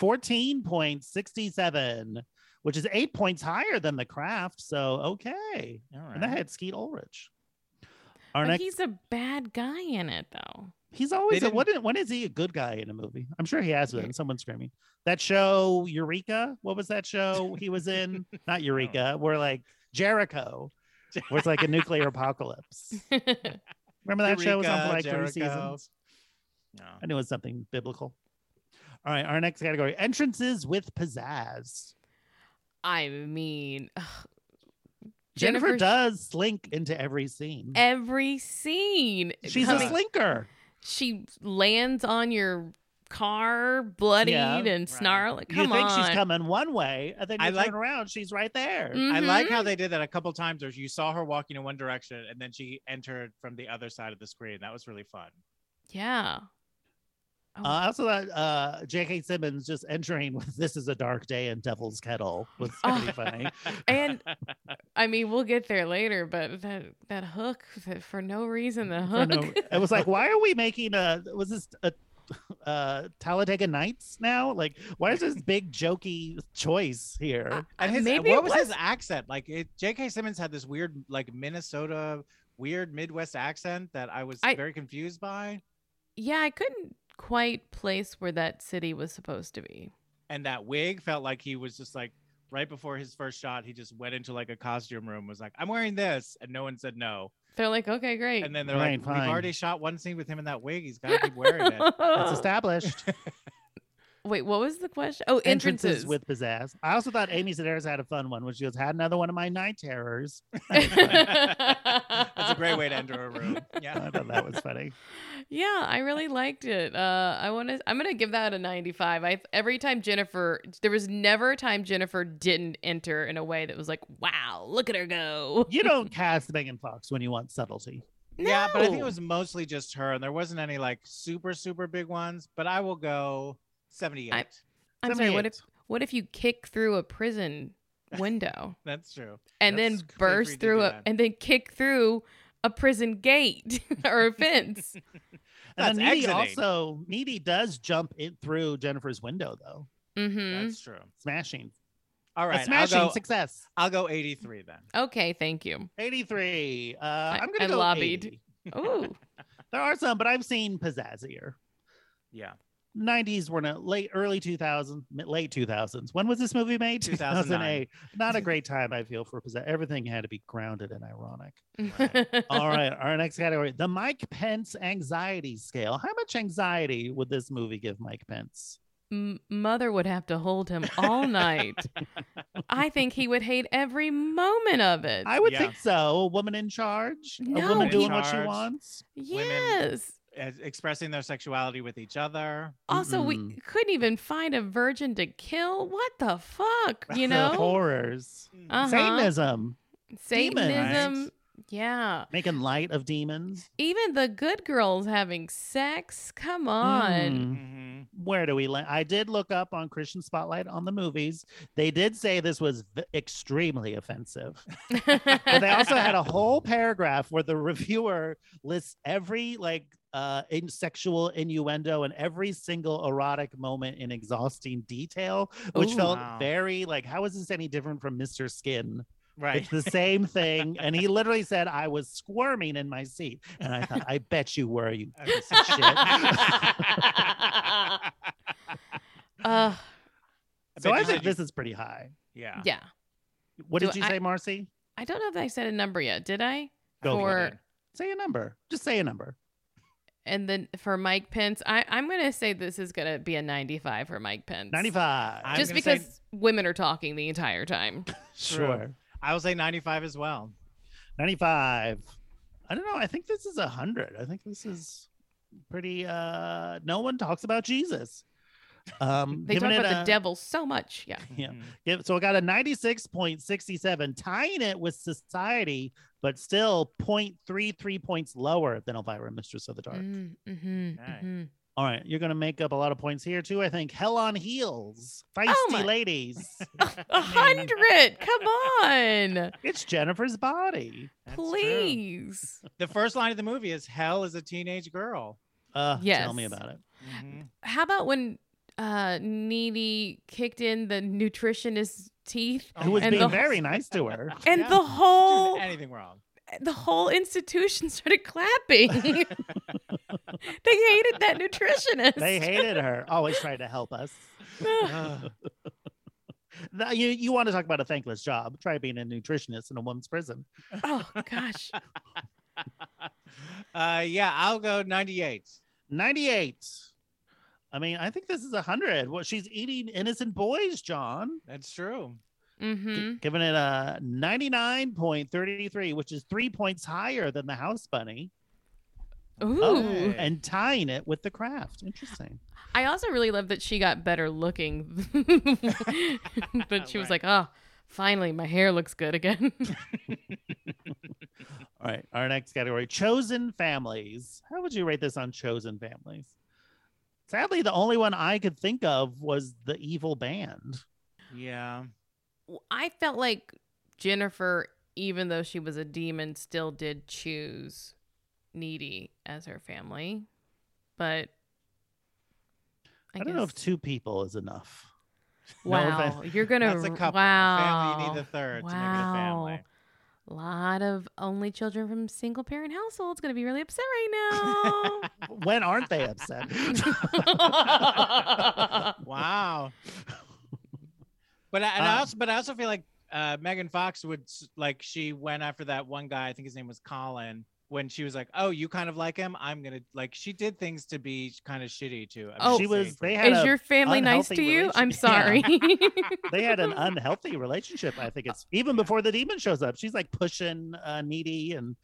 Speaker 4: 14.67, which is eight points higher than the craft. So, okay.
Speaker 5: All right.
Speaker 4: And that had Skeet Ulrich. Our
Speaker 7: But
Speaker 4: next, he's,
Speaker 7: he's a bad guy in it, though.
Speaker 4: always,
Speaker 5: They
Speaker 4: a, what, when is he a good guy in a movie? I'm sure he has been. Someone screaming. That show, Eureka, what was that show he was in? Not Eureka, where like Jericho, where it's like a nuclear apocalypse. Remember that show was on for
Speaker 5: Eureka,
Speaker 4: like
Speaker 5: Jericho.
Speaker 4: three seasons?
Speaker 5: No.
Speaker 4: I knew it was something biblical. All right, our next category entrances with pizzazz.
Speaker 7: I mean, ugh,
Speaker 4: Jennifer,
Speaker 7: Jennifer-
Speaker 4: does slink into every scene.
Speaker 7: every scene.
Speaker 4: She's
Speaker 7: coming-
Speaker 4: a slinker.
Speaker 7: She lands on your car, bloodied and snarling. Come
Speaker 4: you think
Speaker 7: on.
Speaker 4: she's coming one way, and then you
Speaker 5: I
Speaker 4: turn
Speaker 5: like-
Speaker 4: around, she's right there.
Speaker 5: I like
Speaker 7: Mhm.
Speaker 5: how they did that a couple times where you saw her walking in one direction and then she entered from the other side of the screen. That was really fun.
Speaker 7: Yeah. Oh,
Speaker 4: Uh, I also thought uh, J.K. Simmons just entering with "This is a dark day" and "Devil's Kettle" was
Speaker 7: Oh.
Speaker 4: pretty funny.
Speaker 7: and I mean, we'll get there later, but that that hook that for no reason, the
Speaker 4: For
Speaker 7: hook.
Speaker 4: no- Oh. it was like, why are we making a? Was this a? Uh, Talladega Nights now? Like, why is this big jokey choice here?
Speaker 5: And his,
Speaker 7: Maybe
Speaker 5: what
Speaker 7: it
Speaker 5: was,
Speaker 7: was-
Speaker 5: his accent? Like it, J.K. Simmons had this weird, like Minnesota, weird Midwest accent that I was
Speaker 7: I-
Speaker 5: very confused by.
Speaker 7: yeah, I couldn't quite place where that city was supposed to be.
Speaker 5: And that wig felt like he was just like right before his first shot, he just went into like a costume room, was like, "I'm wearing this," and no one said no.
Speaker 7: They're like, okay, great.
Speaker 5: And then they're
Speaker 4: Right,
Speaker 5: like,
Speaker 4: fine.
Speaker 5: "We've already shot one scene with him in that wig. He's got to keep wearing it."
Speaker 4: It's established.
Speaker 7: Wait, what was the question? Oh, entrances.
Speaker 4: entrances with pizzazz. I also thought Amy Sedaris had a fun one when she goes, "Had another one of my night terrors."
Speaker 5: That's a great way to enter a room.
Speaker 4: I
Speaker 5: Yeah.
Speaker 4: thought that was funny.
Speaker 7: Yeah, I really liked it. Uh, I want to. I'm gonna give that a 95. I every time Jennifer, there was never a time Jennifer didn't enter in a way that was like, wow, look at her go.
Speaker 4: You don't cast Megan Fox when you want subtlety.
Speaker 5: Yeah, but I think it
Speaker 7: No.
Speaker 5: was mostly just her, and there wasn't any like super super big ones. But I will go seventy-eight.
Speaker 7: I'm sorry. What if
Speaker 4: 78.
Speaker 7: what if you kick through a prison window
Speaker 5: That's true.
Speaker 7: and then
Speaker 5: That's- Avery
Speaker 7: burst
Speaker 5: did
Speaker 7: through
Speaker 5: do
Speaker 7: a
Speaker 5: that.
Speaker 7: and then kick through a prison gate or a fence?
Speaker 4: And
Speaker 5: That's
Speaker 4: then Needy
Speaker 5: exiting.
Speaker 4: also Needy does jump it through Jennifer's window though,
Speaker 7: mm-hmm.
Speaker 5: That's true.
Speaker 4: smashing.
Speaker 5: All
Speaker 4: A
Speaker 5: right, I'll
Speaker 4: smashing
Speaker 5: go.
Speaker 4: success.
Speaker 5: I'll go eighty-three then.
Speaker 7: Okay, thank you.
Speaker 4: Eighty-three. Uh, I, am
Speaker 7: I
Speaker 4: gonna go
Speaker 7: lobbied.
Speaker 4: 80.
Speaker 7: Ooh,
Speaker 4: There are some, but I've seen pizzazzier.
Speaker 5: Yeah,
Speaker 4: 90s were not late early 2000s mi- late 2000s when was this movie made
Speaker 5: 2009.
Speaker 4: not a great time i feel for possess- everything had to be grounded and ironic all right our next category the mike pence anxiety scale how much anxiety would this movie give mike pence
Speaker 7: M- mother would have to hold him all night. I think he would hate every moment of it.
Speaker 4: i would
Speaker 5: Yeah.
Speaker 4: think so a woman in charge a
Speaker 7: No,
Speaker 4: woman
Speaker 7: he-
Speaker 4: doing what she
Speaker 5: Charge.
Speaker 4: wants
Speaker 7: yes.
Speaker 5: As expressing their sexuality with each other.
Speaker 7: Also, we
Speaker 4: Mm-mm.
Speaker 7: couldn't even find a virgin to kill. What the fuck? You
Speaker 4: The
Speaker 7: know,
Speaker 4: horrors
Speaker 7: Uh-huh.
Speaker 4: satanism demons.
Speaker 7: Satanism. Yeah.
Speaker 4: making light of demons
Speaker 7: Even the good girls having sex. Come on.
Speaker 4: Mm.
Speaker 5: hmm
Speaker 4: where do we land? I did look up on Christian Spotlight on the movies. They did say this was v- extremely offensive. Mm. But they also had a whole paragraph where the reviewer lists every like uh in sexual innuendo and every single erotic moment in exhausting detail, which
Speaker 7: Ooh.
Speaker 4: felt
Speaker 5: Wow.
Speaker 4: very like how is this any different from Mr. Skin?
Speaker 5: Right.
Speaker 4: It's the same thing. and he literally said, I was squirming in my seat. And I thought, I bet you were, you
Speaker 5: Okay.
Speaker 4: piece of shit.
Speaker 7: Ugh,
Speaker 5: bet
Speaker 4: so
Speaker 5: you
Speaker 4: I think
Speaker 5: said you-
Speaker 4: this is pretty high.
Speaker 5: yeah.
Speaker 7: yeah.
Speaker 4: What
Speaker 7: Do
Speaker 4: did you
Speaker 7: I-
Speaker 4: say, Marcy?
Speaker 7: I don't know if I said a number yet. Did I?
Speaker 4: Go for
Speaker 7: for
Speaker 4: it. Say a number. Just say a number.
Speaker 7: and then for Mike Pence, I, I'm gonna say this is gonna be a 95 for Mike Pence.
Speaker 4: 95.
Speaker 5: I'm
Speaker 7: Just
Speaker 5: gonna say-
Speaker 7: because women are talking the entire time.
Speaker 4: sure.
Speaker 5: I will say ninety-five as well.
Speaker 4: 95. I don't know. I think this is a 100. I think this is pretty uh no one talks about Jesus. Um
Speaker 7: They
Speaker 4: giving
Speaker 7: talk
Speaker 4: it
Speaker 7: about
Speaker 4: a-
Speaker 7: the devil so much. Yeah.
Speaker 4: Yeah.
Speaker 5: Mhm.
Speaker 4: give- so I got a 96.67 tying it with society but still 0.33 points lower than Elvira, Mistress of the Dark.
Speaker 7: Mm, mhm,
Speaker 5: Nice.
Speaker 7: mhm.
Speaker 4: All right, you're gonna make up a lot of points here too. I think Hell on Heels, feisty
Speaker 7: Oh my-
Speaker 4: ladies.
Speaker 7: A hundred. Come on.
Speaker 4: it's Jennifer's body.
Speaker 5: That's true.
Speaker 7: Please.
Speaker 5: The first line of the movie is "Hell is a teenage girl."
Speaker 4: Uh,
Speaker 7: Yes.
Speaker 4: tell me about it.
Speaker 5: Mhm.
Speaker 7: How about when uh Needy kicked in the nutritionist's teeth
Speaker 5: Oh
Speaker 4: Who was
Speaker 5: my
Speaker 7: And
Speaker 4: being
Speaker 7: the-
Speaker 5: God.
Speaker 4: very nice to her?
Speaker 7: and
Speaker 5: Yeah.
Speaker 7: the whole
Speaker 5: Doing anything wrong?
Speaker 7: the whole institution started clapping. they hated that nutritionist.
Speaker 4: They hated her. Always tried to help us.
Speaker 5: Ugh.
Speaker 4: Now, You you want to talk about a thankless job? Try being a nutritionist in a woman's prison.
Speaker 7: oh gosh.
Speaker 5: uh, yeah, I'll go ninety-eight.
Speaker 4: Ninety eight. I mean, I think this is hundred. Well, she's eating innocent boys, John.
Speaker 5: That's true.
Speaker 4: G-
Speaker 7: Mm-hmm.
Speaker 4: Giving it a ninety nine point thirty three, which is three points higher than the house bunny,
Speaker 7: Ooh.
Speaker 5: Okay.
Speaker 4: and tying it with the craft. Interesting.
Speaker 7: I also really love that she got better looking. but she was
Speaker 5: Right.
Speaker 7: like, oh, finally, my hair looks good again.
Speaker 4: All right, our next category: chosen families. How would you rate this on chosen families? Sadly, the only one I could think of was the evil band.
Speaker 5: Yeah.
Speaker 7: I felt like Jennifer, even though she was a demon, still did choose Needy as her family. But
Speaker 4: I,
Speaker 7: I,
Speaker 4: don't know if
Speaker 7: guess-
Speaker 4: two people is enough. no
Speaker 7: wow,
Speaker 4: offense.
Speaker 7: you're gonna
Speaker 5: That's a couple.
Speaker 7: wow.
Speaker 5: A family, you need a third to make it a family.
Speaker 7: A lot of only children from single parent households gonna be really upset right now.
Speaker 4: When aren't they upset?
Speaker 5: wow. But I, and I
Speaker 4: Um,
Speaker 5: also, but I also feel like uh, Megan Fox would s- like she went after that one guy. I think his name was Colin. When she was like, "Oh, you kind of like him. I'm gonna like." She did things to be kind of shitty too. I
Speaker 7: Oh.
Speaker 4: she was. They had
Speaker 7: Is
Speaker 4: a,
Speaker 7: your family nice
Speaker 4: unhealthy
Speaker 7: to you? I'm sorry.
Speaker 4: relationship. they had an unhealthy relationship. I think it's even before the demon shows up. She's like pushing uh, needy, and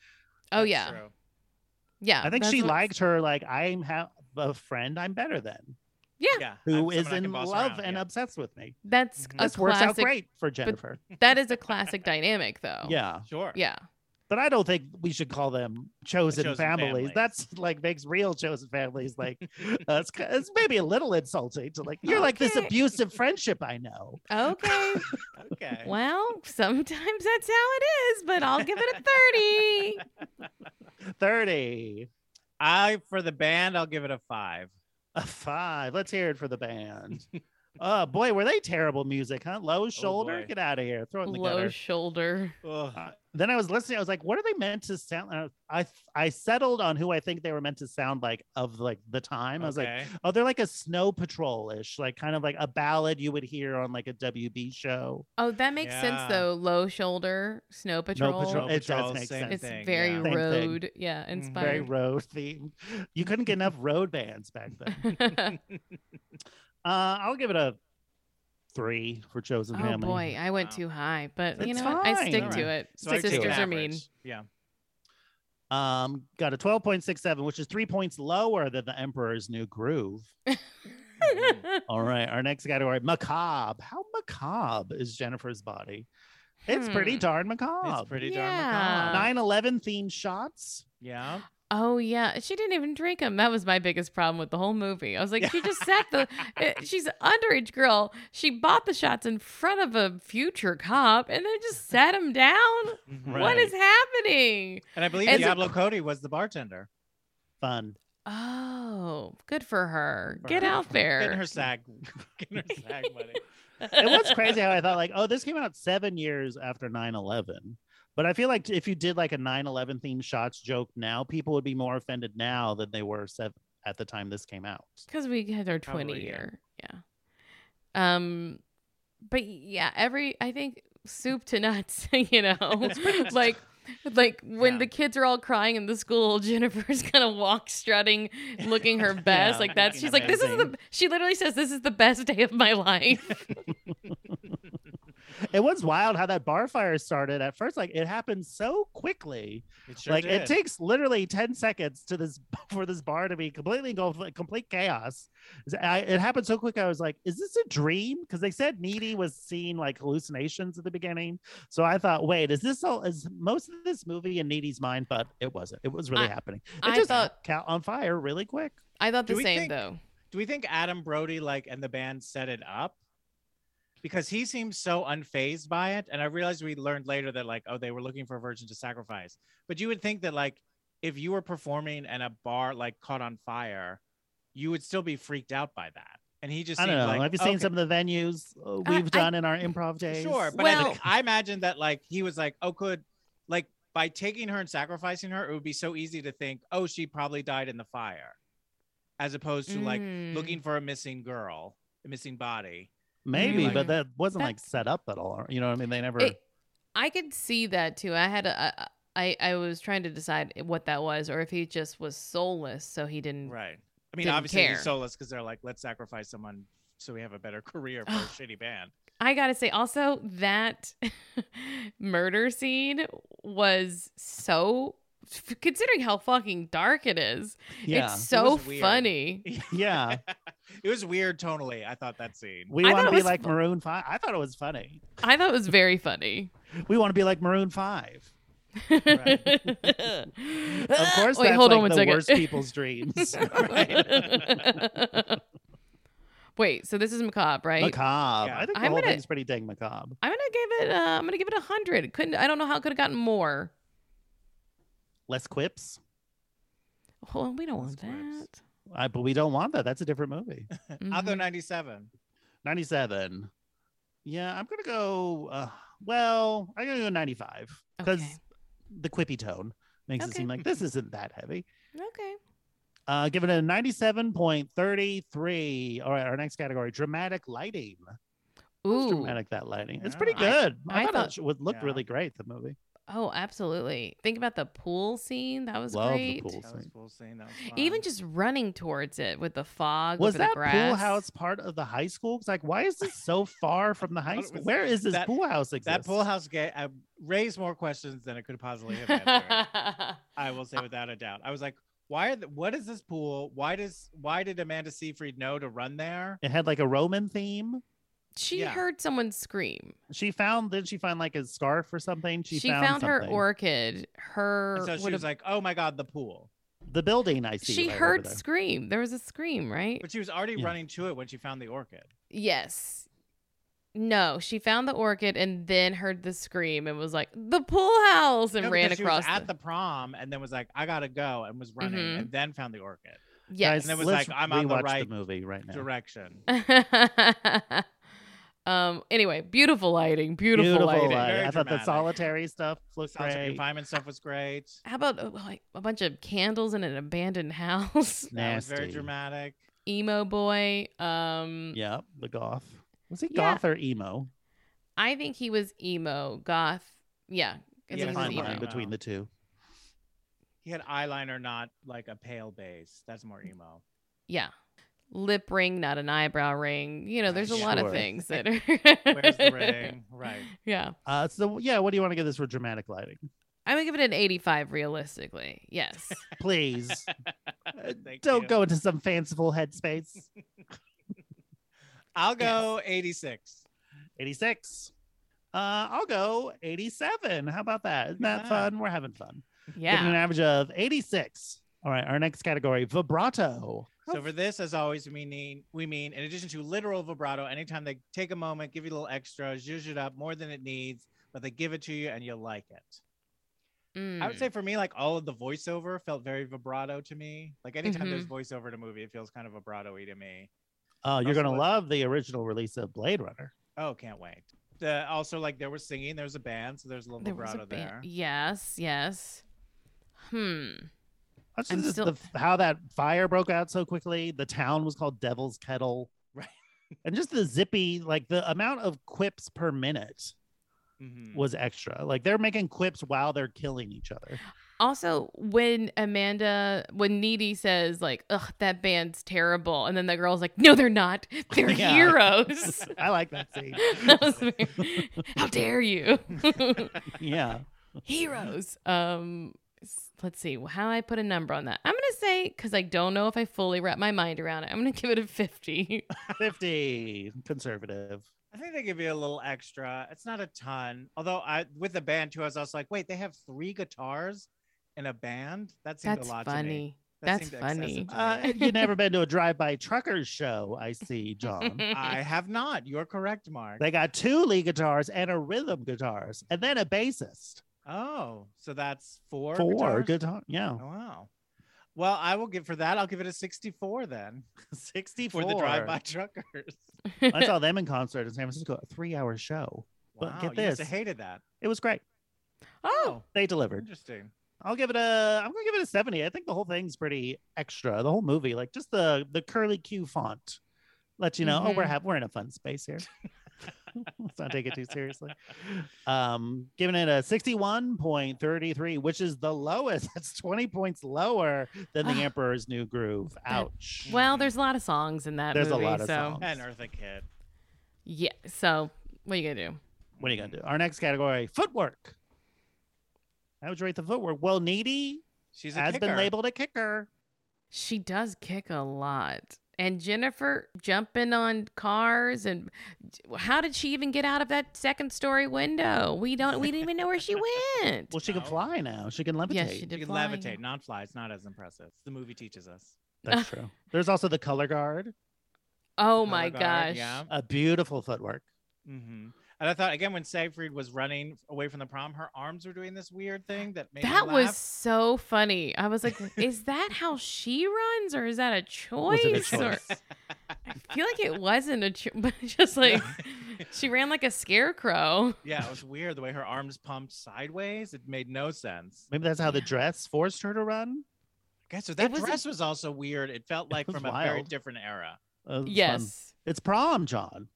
Speaker 7: oh yeah, yeah.
Speaker 4: I think
Speaker 7: that's
Speaker 4: she
Speaker 7: what-
Speaker 4: liked her. Like I'm ha- a friend I'm better than,
Speaker 7: Yeah,
Speaker 5: yeah.
Speaker 4: who
Speaker 5: I'm
Speaker 4: is
Speaker 5: someone I can
Speaker 4: in
Speaker 5: boss
Speaker 4: love
Speaker 5: around,
Speaker 4: and
Speaker 5: yeah.
Speaker 4: obsessed with me.
Speaker 7: that's
Speaker 5: Mhm.
Speaker 7: a
Speaker 4: This works out
Speaker 7: classic. Oh.
Speaker 4: great for Jennifer.
Speaker 7: That is a classic dynamic, though.
Speaker 4: yeah,
Speaker 5: Sure.
Speaker 7: Yeah.
Speaker 4: but I don't think we should call them chosen,
Speaker 5: chosen
Speaker 4: families.
Speaker 5: family.
Speaker 4: That's like makes real chosen families like uh, it's, ki- it's maybe a little insulting to like you're like this
Speaker 7: Okay.
Speaker 4: abusive friendship I know.
Speaker 7: Okay.
Speaker 5: Okay.
Speaker 7: well, sometimes that's how it is, but I'll give it a 30.
Speaker 4: Thirty.
Speaker 5: I for the band, I'll give it a five.
Speaker 4: A five. Let's hear it for the band. oh boy, were they terrible music, huh? Low shoulder,
Speaker 5: boy.
Speaker 4: get out of here. Throw it in the
Speaker 7: Low
Speaker 4: gutter.
Speaker 7: shoulder.
Speaker 5: Ugh.
Speaker 4: Uh, then I was listening. I was like, "What are they meant to sound?" And I I settled on who I think they were meant to sound like of like the time. I was like,
Speaker 5: Okay.
Speaker 4: "Oh, they're like a Snow Patrol ish, like kind of like a ballad you would hear on like a WB show."
Speaker 7: Oh, that makes
Speaker 5: Yeah.
Speaker 7: sense, though. Low shoulder, snow patrol.
Speaker 4: patrol.
Speaker 5: Snow
Speaker 4: it does
Speaker 5: Patrol,
Speaker 4: make
Speaker 5: same
Speaker 4: sense.
Speaker 7: It's
Speaker 5: thing,
Speaker 7: very
Speaker 5: yeah.
Speaker 4: Same thing. Mm-hmm.
Speaker 7: road. Yeah,
Speaker 4: Very
Speaker 7: inspired.
Speaker 4: road theme. You couldn't get enough road bands back then. Uh, I'll give it a three for Chosen
Speaker 7: oh,
Speaker 4: Family.
Speaker 7: boy. I went
Speaker 5: Wow.
Speaker 7: too high, but you
Speaker 4: It's
Speaker 7: know what? I
Speaker 4: fine.
Speaker 7: stick
Speaker 5: All
Speaker 7: to
Speaker 5: right.
Speaker 7: it.
Speaker 5: So I take
Speaker 7: Sisters
Speaker 5: an
Speaker 7: are mean.
Speaker 5: average. Yeah.
Speaker 4: Um, got a twelve point six seven, which is three points lower than the Emperor's New Groove. All right, our next category: macabre. How macabre is Jennifer's body? It's pretty
Speaker 7: Hmm.
Speaker 4: darn macabre.
Speaker 5: It's pretty
Speaker 7: Yeah.
Speaker 5: darn macabre.
Speaker 4: 9 11 themed shots.
Speaker 5: Yeah.
Speaker 7: Oh yeah, she didn't even drink them. That was my biggest problem with the whole movie. I was like, she just sat the. eh, She's an underage girl. She bought the shots in front of a future cop, and then just sat him down.
Speaker 5: Mm-hmm.
Speaker 7: What is happening?
Speaker 5: And I believe
Speaker 7: As a-
Speaker 5: Diablo Cody was the bartender.
Speaker 4: fun?
Speaker 7: Oh, good for her.
Speaker 5: For
Speaker 7: Get
Speaker 5: her.
Speaker 7: out there.
Speaker 5: Getting her sag, getting her sag money.
Speaker 4: It was crazy how I thought, like, oh, this came out seven years after 9 11. But I feel like if you did like a 9 11 themed shots joke now, people would be more offended now than they were seven at the time this came out.
Speaker 7: because we had our 20
Speaker 5: Probably, yeah.
Speaker 7: year yeah um but yeah every i think soup to nuts you know Oh, like like when
Speaker 5: Yeah.
Speaker 7: the kids are all crying in the school jennifer's gonna walk strutting looking her best
Speaker 4: Yeah,
Speaker 7: like that's
Speaker 4: looking
Speaker 7: she's like this is the
Speaker 4: amazing.
Speaker 7: she literally says this is the best day of my life
Speaker 4: It was wild how that bar fire started at first. Like it happened so quickly.
Speaker 5: It sure
Speaker 4: like
Speaker 5: did.
Speaker 4: it takes literally 10 seconds to this for this bar to be completely go complete chaos. I, it happened so quick. I was like, is this a dream? Because they said Needy was seeing like hallucinations at the beginning. So I thought, wait, is this all is most of this movie in Needy's mind? But it wasn't. It was really
Speaker 7: I-
Speaker 4: happening. It
Speaker 7: I
Speaker 4: just
Speaker 7: thought-
Speaker 4: caught on fire really quick.
Speaker 7: I thought
Speaker 5: Do
Speaker 7: the
Speaker 5: we
Speaker 7: same
Speaker 5: think-
Speaker 7: though.
Speaker 5: Do we think Adam Brody like and the band set it up? Because he seems so unfazed by it, and I realized we learned later that like, oh, they were looking for a virgin to sacrifice. But you would think that like, if you were performing and a bar like caught on fire, you would still be freaked out by that. And he just
Speaker 4: I don't
Speaker 5: seemed
Speaker 4: know.
Speaker 5: like,
Speaker 4: Have you seen
Speaker 5: okay.
Speaker 4: some of the venues uh,
Speaker 7: I-
Speaker 4: we've
Speaker 7: I-
Speaker 4: done in our improv days?
Speaker 5: Sure, but I,
Speaker 7: Well-
Speaker 5: think, I imagine that like he was like, oh, could like by taking her and sacrificing her, it would be so easy to think, oh, she probably died in the fire, as opposed to like
Speaker 7: Mm.
Speaker 5: looking for a missing girl, a missing body.
Speaker 4: Maybe,
Speaker 5: Mm-hmm.
Speaker 7: like-
Speaker 4: but that wasn't
Speaker 7: That-
Speaker 4: like set up at all. You know what I mean? They never.
Speaker 7: It- I could see that too. I had a, I, I was trying to decide what that was, or if he just was soulless, so he didn't.
Speaker 5: Right. I mean,
Speaker 7: Mm. Didn't
Speaker 5: obviously
Speaker 7: care.
Speaker 5: he's soulless because they're like, let's sacrifice someone so we have a better career for a shitty band.
Speaker 7: I gotta say, also that murder scene was so. Considering how fucking dark it is,
Speaker 4: yeah,
Speaker 7: it's so
Speaker 5: was weird.
Speaker 7: funny.
Speaker 4: yeah.
Speaker 5: it was weird tonally. I thought that scene.
Speaker 4: We
Speaker 7: I
Speaker 4: want
Speaker 7: thought
Speaker 4: to
Speaker 7: it
Speaker 4: be
Speaker 7: was
Speaker 4: like
Speaker 7: fu-
Speaker 4: Maroon Five. I thought it was funny.
Speaker 7: I thought it was very funny.
Speaker 4: We want to be like Maroon Five. Of
Speaker 7: of
Speaker 4: course,
Speaker 7: Wait,
Speaker 4: that's
Speaker 7: hold
Speaker 4: like
Speaker 7: on one
Speaker 4: the
Speaker 7: second.
Speaker 4: worst people's dreams.
Speaker 7: Wait, so this is macabre, right?
Speaker 4: Macabre.
Speaker 5: Yeah.
Speaker 4: I think the
Speaker 7: I'm
Speaker 4: whole
Speaker 7: gonna-
Speaker 4: thing's pretty dang macabre.
Speaker 7: I'm gonna give it. Uh, I'm gonna give it a hundred. Couldn't. I don't know how it could have gotten more.
Speaker 4: Less quips.
Speaker 7: Hold on, we don't want that.
Speaker 5: Scripts.
Speaker 4: I, but we don't want that. That's a different movie.
Speaker 5: Uh, Other
Speaker 7: Mhm.
Speaker 5: ninety-seven.
Speaker 4: 97. Yeah, I'm going to go, uh, well, I'm going to go 95 because
Speaker 7: Okay.
Speaker 4: the quippy tone makes it
Speaker 7: Okay.
Speaker 4: seem like this isn't that heavy.
Speaker 7: Mm-hmm. Okay.
Speaker 4: Uh, given a 97.33. All right, our next category dramatic lighting. It was
Speaker 7: Ooh.
Speaker 4: dramatic that lighting. It's
Speaker 5: Yeah.
Speaker 4: pretty
Speaker 5: I-
Speaker 4: good. I,
Speaker 7: I
Speaker 4: thought,
Speaker 7: thought-
Speaker 4: it would look
Speaker 5: Yeah.
Speaker 4: really great, the movie.
Speaker 7: Oh, absolutely. Think about the pool scene. That was
Speaker 4: Love
Speaker 7: great.
Speaker 4: the pool
Speaker 5: That was
Speaker 4: scene.
Speaker 5: cool scene. That was
Speaker 7: Even
Speaker 5: fun.
Speaker 7: just running towards it with the fog
Speaker 4: Was
Speaker 7: over
Speaker 4: that
Speaker 7: the grass.
Speaker 4: pool house part of the high school? 'Cause, like, why is this so far from the
Speaker 5: thought
Speaker 4: high
Speaker 5: it
Speaker 4: school?
Speaker 5: was-
Speaker 4: Where is this
Speaker 5: that-
Speaker 4: pool house exist?
Speaker 5: that pool house gay uh, raised more questions than it could possibly have answered. I will say without a doubt. I was like, why? Are the, what is this pool? Why does? Why did Amanda Seyfried know to run there?
Speaker 4: It had like a Roman theme.
Speaker 7: she
Speaker 5: Yeah.
Speaker 7: heard someone scream.
Speaker 4: She found did she find like a scarf or something? She,
Speaker 7: She, found, her
Speaker 4: something.
Speaker 7: orchid. Her
Speaker 5: And so she
Speaker 7: what
Speaker 5: was
Speaker 7: a-
Speaker 5: like, oh my god, the pool.
Speaker 4: the building I see.
Speaker 7: she
Speaker 4: right over
Speaker 7: heard
Speaker 4: there.
Speaker 7: scream. There was a scream, right?
Speaker 5: But she was already
Speaker 4: Yeah.
Speaker 5: running to it when she found the orchid.
Speaker 7: Yes. No, she found the orchid and then heard the scream and was like, "The pool house!" and
Speaker 5: No,
Speaker 7: ran
Speaker 5: because she
Speaker 7: across
Speaker 5: was at the prom and then was like, I gotta go, and was running
Speaker 7: Mhm.
Speaker 5: and then found the orchid
Speaker 7: yes.
Speaker 4: Guys,
Speaker 5: And it was
Speaker 4: let's
Speaker 5: like, I'm on the
Speaker 4: rewatch
Speaker 5: right
Speaker 4: movie right now.
Speaker 5: direction.
Speaker 7: um. Anyway, beautiful lighting. Beautiful,
Speaker 4: Beautiful,
Speaker 7: lighting.
Speaker 4: light.
Speaker 5: Very
Speaker 4: I thought the
Speaker 5: dramatic.
Speaker 4: solitary stuff looked
Speaker 5: Sounds like
Speaker 4: great.
Speaker 5: confinement stuff was great.
Speaker 7: How about uh, like a bunch of candles in an abandoned house?
Speaker 5: That was very
Speaker 4: Nasty.
Speaker 5: dramatic.
Speaker 7: Emo boy. Um.
Speaker 4: Yeah, the goth. Was he
Speaker 7: Yeah.
Speaker 4: goth or emo?
Speaker 7: I think he was emo goth. Yeah.
Speaker 5: Yeah,
Speaker 7: I think
Speaker 5: Yes,
Speaker 7: he was
Speaker 4: Fine
Speaker 5: he's
Speaker 4: line
Speaker 7: emo.
Speaker 5: emo.
Speaker 4: between the two.
Speaker 5: He had eyeliner, not like a pale base. That's more emo.
Speaker 7: Yeah. Lip ring, not an eyebrow ring. You know,
Speaker 5: Right,
Speaker 7: there's a
Speaker 5: yeah.
Speaker 7: lot of
Speaker 4: Sure.
Speaker 7: things that are.
Speaker 5: Where's the ring? Right.
Speaker 7: Yeah.
Speaker 4: Uh, so yeah, what do you want to give this for dramatic lighting?
Speaker 7: I'm going to give it an 85 realistically. Yes.
Speaker 4: Please, Uh,
Speaker 5: Thank
Speaker 4: don't
Speaker 5: you.
Speaker 4: go into some fanciful headspace.
Speaker 5: I'll go 86.
Speaker 4: 86. Uh, I'll go 87. How about that? Isn't that
Speaker 5: Yeah.
Speaker 4: fun? We're having fun. Getting an
Speaker 7: Yeah.
Speaker 4: average of 86. All right, our next category vibrato.
Speaker 5: So for this, as always, we mean we mean in addition to literal vibrato, anytime they take a moment, give you a little extra, zhuzh it up more than it needs, but they give it to you and you'll like it. I would
Speaker 7: Mm.
Speaker 5: say for me, like all of the voiceover felt very vibrato to me. Like anytime there's
Speaker 7: Mm-hmm.
Speaker 5: voiceover in a movie, it feels kind of vibrato-y to me.
Speaker 4: Oh, you're
Speaker 5: Also,
Speaker 4: gonna
Speaker 5: like-
Speaker 4: love the original release of Blade Runner.
Speaker 5: Oh, can't wait. The also like there was singing, there was a band, so there's a little
Speaker 7: There was a
Speaker 5: vibrato
Speaker 7: ban-
Speaker 5: there.
Speaker 7: Yes. Yes. Hmm.
Speaker 4: That's
Speaker 7: I'm
Speaker 4: just the-
Speaker 7: still-
Speaker 4: the, how that fire broke out so quickly. The town was called Devil's Kettle,
Speaker 5: Right.
Speaker 4: and just the zippy, like the amount of quips per minute
Speaker 5: Mhm.
Speaker 7: Hmm.
Speaker 4: was extra. Like they're making quips while they're killing each other.
Speaker 7: Also, when Amanda, when Needy says like, "Ugh, that band's terrible," and then the girl's like, "No, they're not. They're
Speaker 4: Yeah.
Speaker 7: heroes."
Speaker 4: I like that scene.
Speaker 7: that was very- how dare you,
Speaker 4: Yeah.
Speaker 7: heroes. Um, s- let's see how I put a number on that. I'm gonna say because I don't know if I fully wrap my mind around it. I'm gonna give it a fifty.
Speaker 4: 50 conservative.
Speaker 5: I think they give you a little extra. It's not a ton. Although I with the band too, I was also like, wait, they have three guitars in a band? That seemed
Speaker 7: That's
Speaker 5: a lot to me.
Speaker 7: funny.
Speaker 5: That
Speaker 7: That's
Speaker 5: seemed excessive
Speaker 7: funny.
Speaker 5: to me.
Speaker 4: Uh, and you've never been to a drive-by truckers show, I see, John.
Speaker 5: Uh, I have not. You're correct, Mark.
Speaker 4: They got two lead guitars and a rhythm guitars, and then a bassist.
Speaker 5: oh, so that's four.
Speaker 4: Four
Speaker 5: guitars?
Speaker 4: guitar, yeah,
Speaker 5: Oh, wow. Well, I will give for that. I'll give it a 64 then.
Speaker 4: sixty-four.
Speaker 5: For the drive-by truckers.
Speaker 4: I saw them in concert in San Francisco. A three-hour show. But
Speaker 5: wow,
Speaker 4: get
Speaker 5: you must
Speaker 4: this.
Speaker 5: have hated that.
Speaker 4: It was great.
Speaker 7: oh,
Speaker 4: They delivered.
Speaker 5: Interesting.
Speaker 4: I'll give it a. I'm gonna give it a seventy. I think the whole thing's pretty extra. The whole movie, like just the the curly Q font, lets you know. Oh, we're
Speaker 7: Mhm.
Speaker 4: have, we're in a fun space here. Let's not take it too seriously. Um, giving it a sixty-one point thirty-three, which is the lowest. That's twenty points lower than the
Speaker 7: Ah.
Speaker 4: Emperor's New Groove. Ouch.
Speaker 7: well, there's a lot of songs in that
Speaker 4: There's a
Speaker 7: movie.
Speaker 4: lot of
Speaker 7: so
Speaker 4: songs.
Speaker 5: And Eartha Kitt.
Speaker 7: yeah, so what are you gonna do?
Speaker 4: what are you gonna do? Our next category: footwork. How would you rate the footwork? Well, Needy
Speaker 5: She's a
Speaker 4: has
Speaker 5: kicker.
Speaker 4: been labeled a kicker.
Speaker 7: She does kick a lot. And Jennifer jumping on cars and how did she even get out of that second story window? We don't we didn't even know where she went.
Speaker 4: Well, she can
Speaker 5: No.
Speaker 4: fly now. She can levitate.
Speaker 7: yes, she
Speaker 5: She
Speaker 7: did
Speaker 5: can
Speaker 7: fly.
Speaker 5: levitate, not fly. It's not as impressive. The movie teaches us.
Speaker 4: That's true. There's also the color guard,
Speaker 7: Oh
Speaker 5: Color
Speaker 7: my
Speaker 5: guard,
Speaker 7: gosh.
Speaker 5: Yeah.
Speaker 4: a beautiful footwork.
Speaker 5: hmm And I thought again when Siegfried was running away from the prom, her arms were doing this weird thing that made me
Speaker 7: That
Speaker 5: laugh.
Speaker 7: was so funny. I was like, is that how she runs or is that a choice?
Speaker 4: it a
Speaker 7: Or-
Speaker 4: choice?
Speaker 7: I feel like it wasn't a choice, but just like she ran like a scarecrow.
Speaker 5: yeah, it was weird the way her arms pumped sideways. It made no sense. I
Speaker 4: Maybe that's how the dress forced her to run.
Speaker 5: guess so. That
Speaker 7: was a-
Speaker 5: dress was also weird. It felt like
Speaker 4: was
Speaker 5: from a very
Speaker 4: wild.
Speaker 5: different era.
Speaker 4: Uh, it's fun.
Speaker 7: Yes.
Speaker 4: It's prom, John.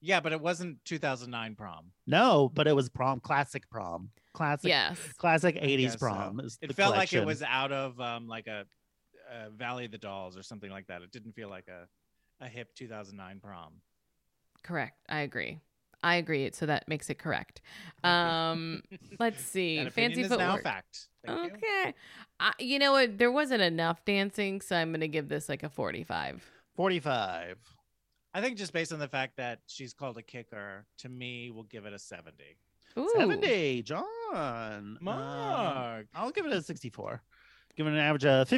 Speaker 5: Yeah, but it wasn't 2009 prom.
Speaker 4: No, but it was prom, classic prom. Classic
Speaker 7: Yes.
Speaker 4: classic
Speaker 5: I
Speaker 4: 80s
Speaker 5: guess so.
Speaker 4: prom. Is
Speaker 5: It
Speaker 4: the
Speaker 5: felt like
Speaker 4: collection.
Speaker 5: it was out of um, like a, uh Valley of the Dolls or something like that. It didn't feel like a, a hip 2009 prom.
Speaker 7: Correct. I agree. I agree. So that makes it correct. Um, let's see.
Speaker 5: That
Speaker 7: Fancy
Speaker 5: opinion is now a
Speaker 7: footwork.
Speaker 5: fact. Thank you.
Speaker 7: Okay. I, you know what? There wasn't enough dancing, so I'm gonna give this like a 45.
Speaker 4: 45.
Speaker 5: I think just based on the fact that she's called a kicker, to me, we'll give it a 70.
Speaker 7: Ooh.
Speaker 4: 70, John. Um,
Speaker 5: Mark.
Speaker 4: I'll give it a 64. Give it an average of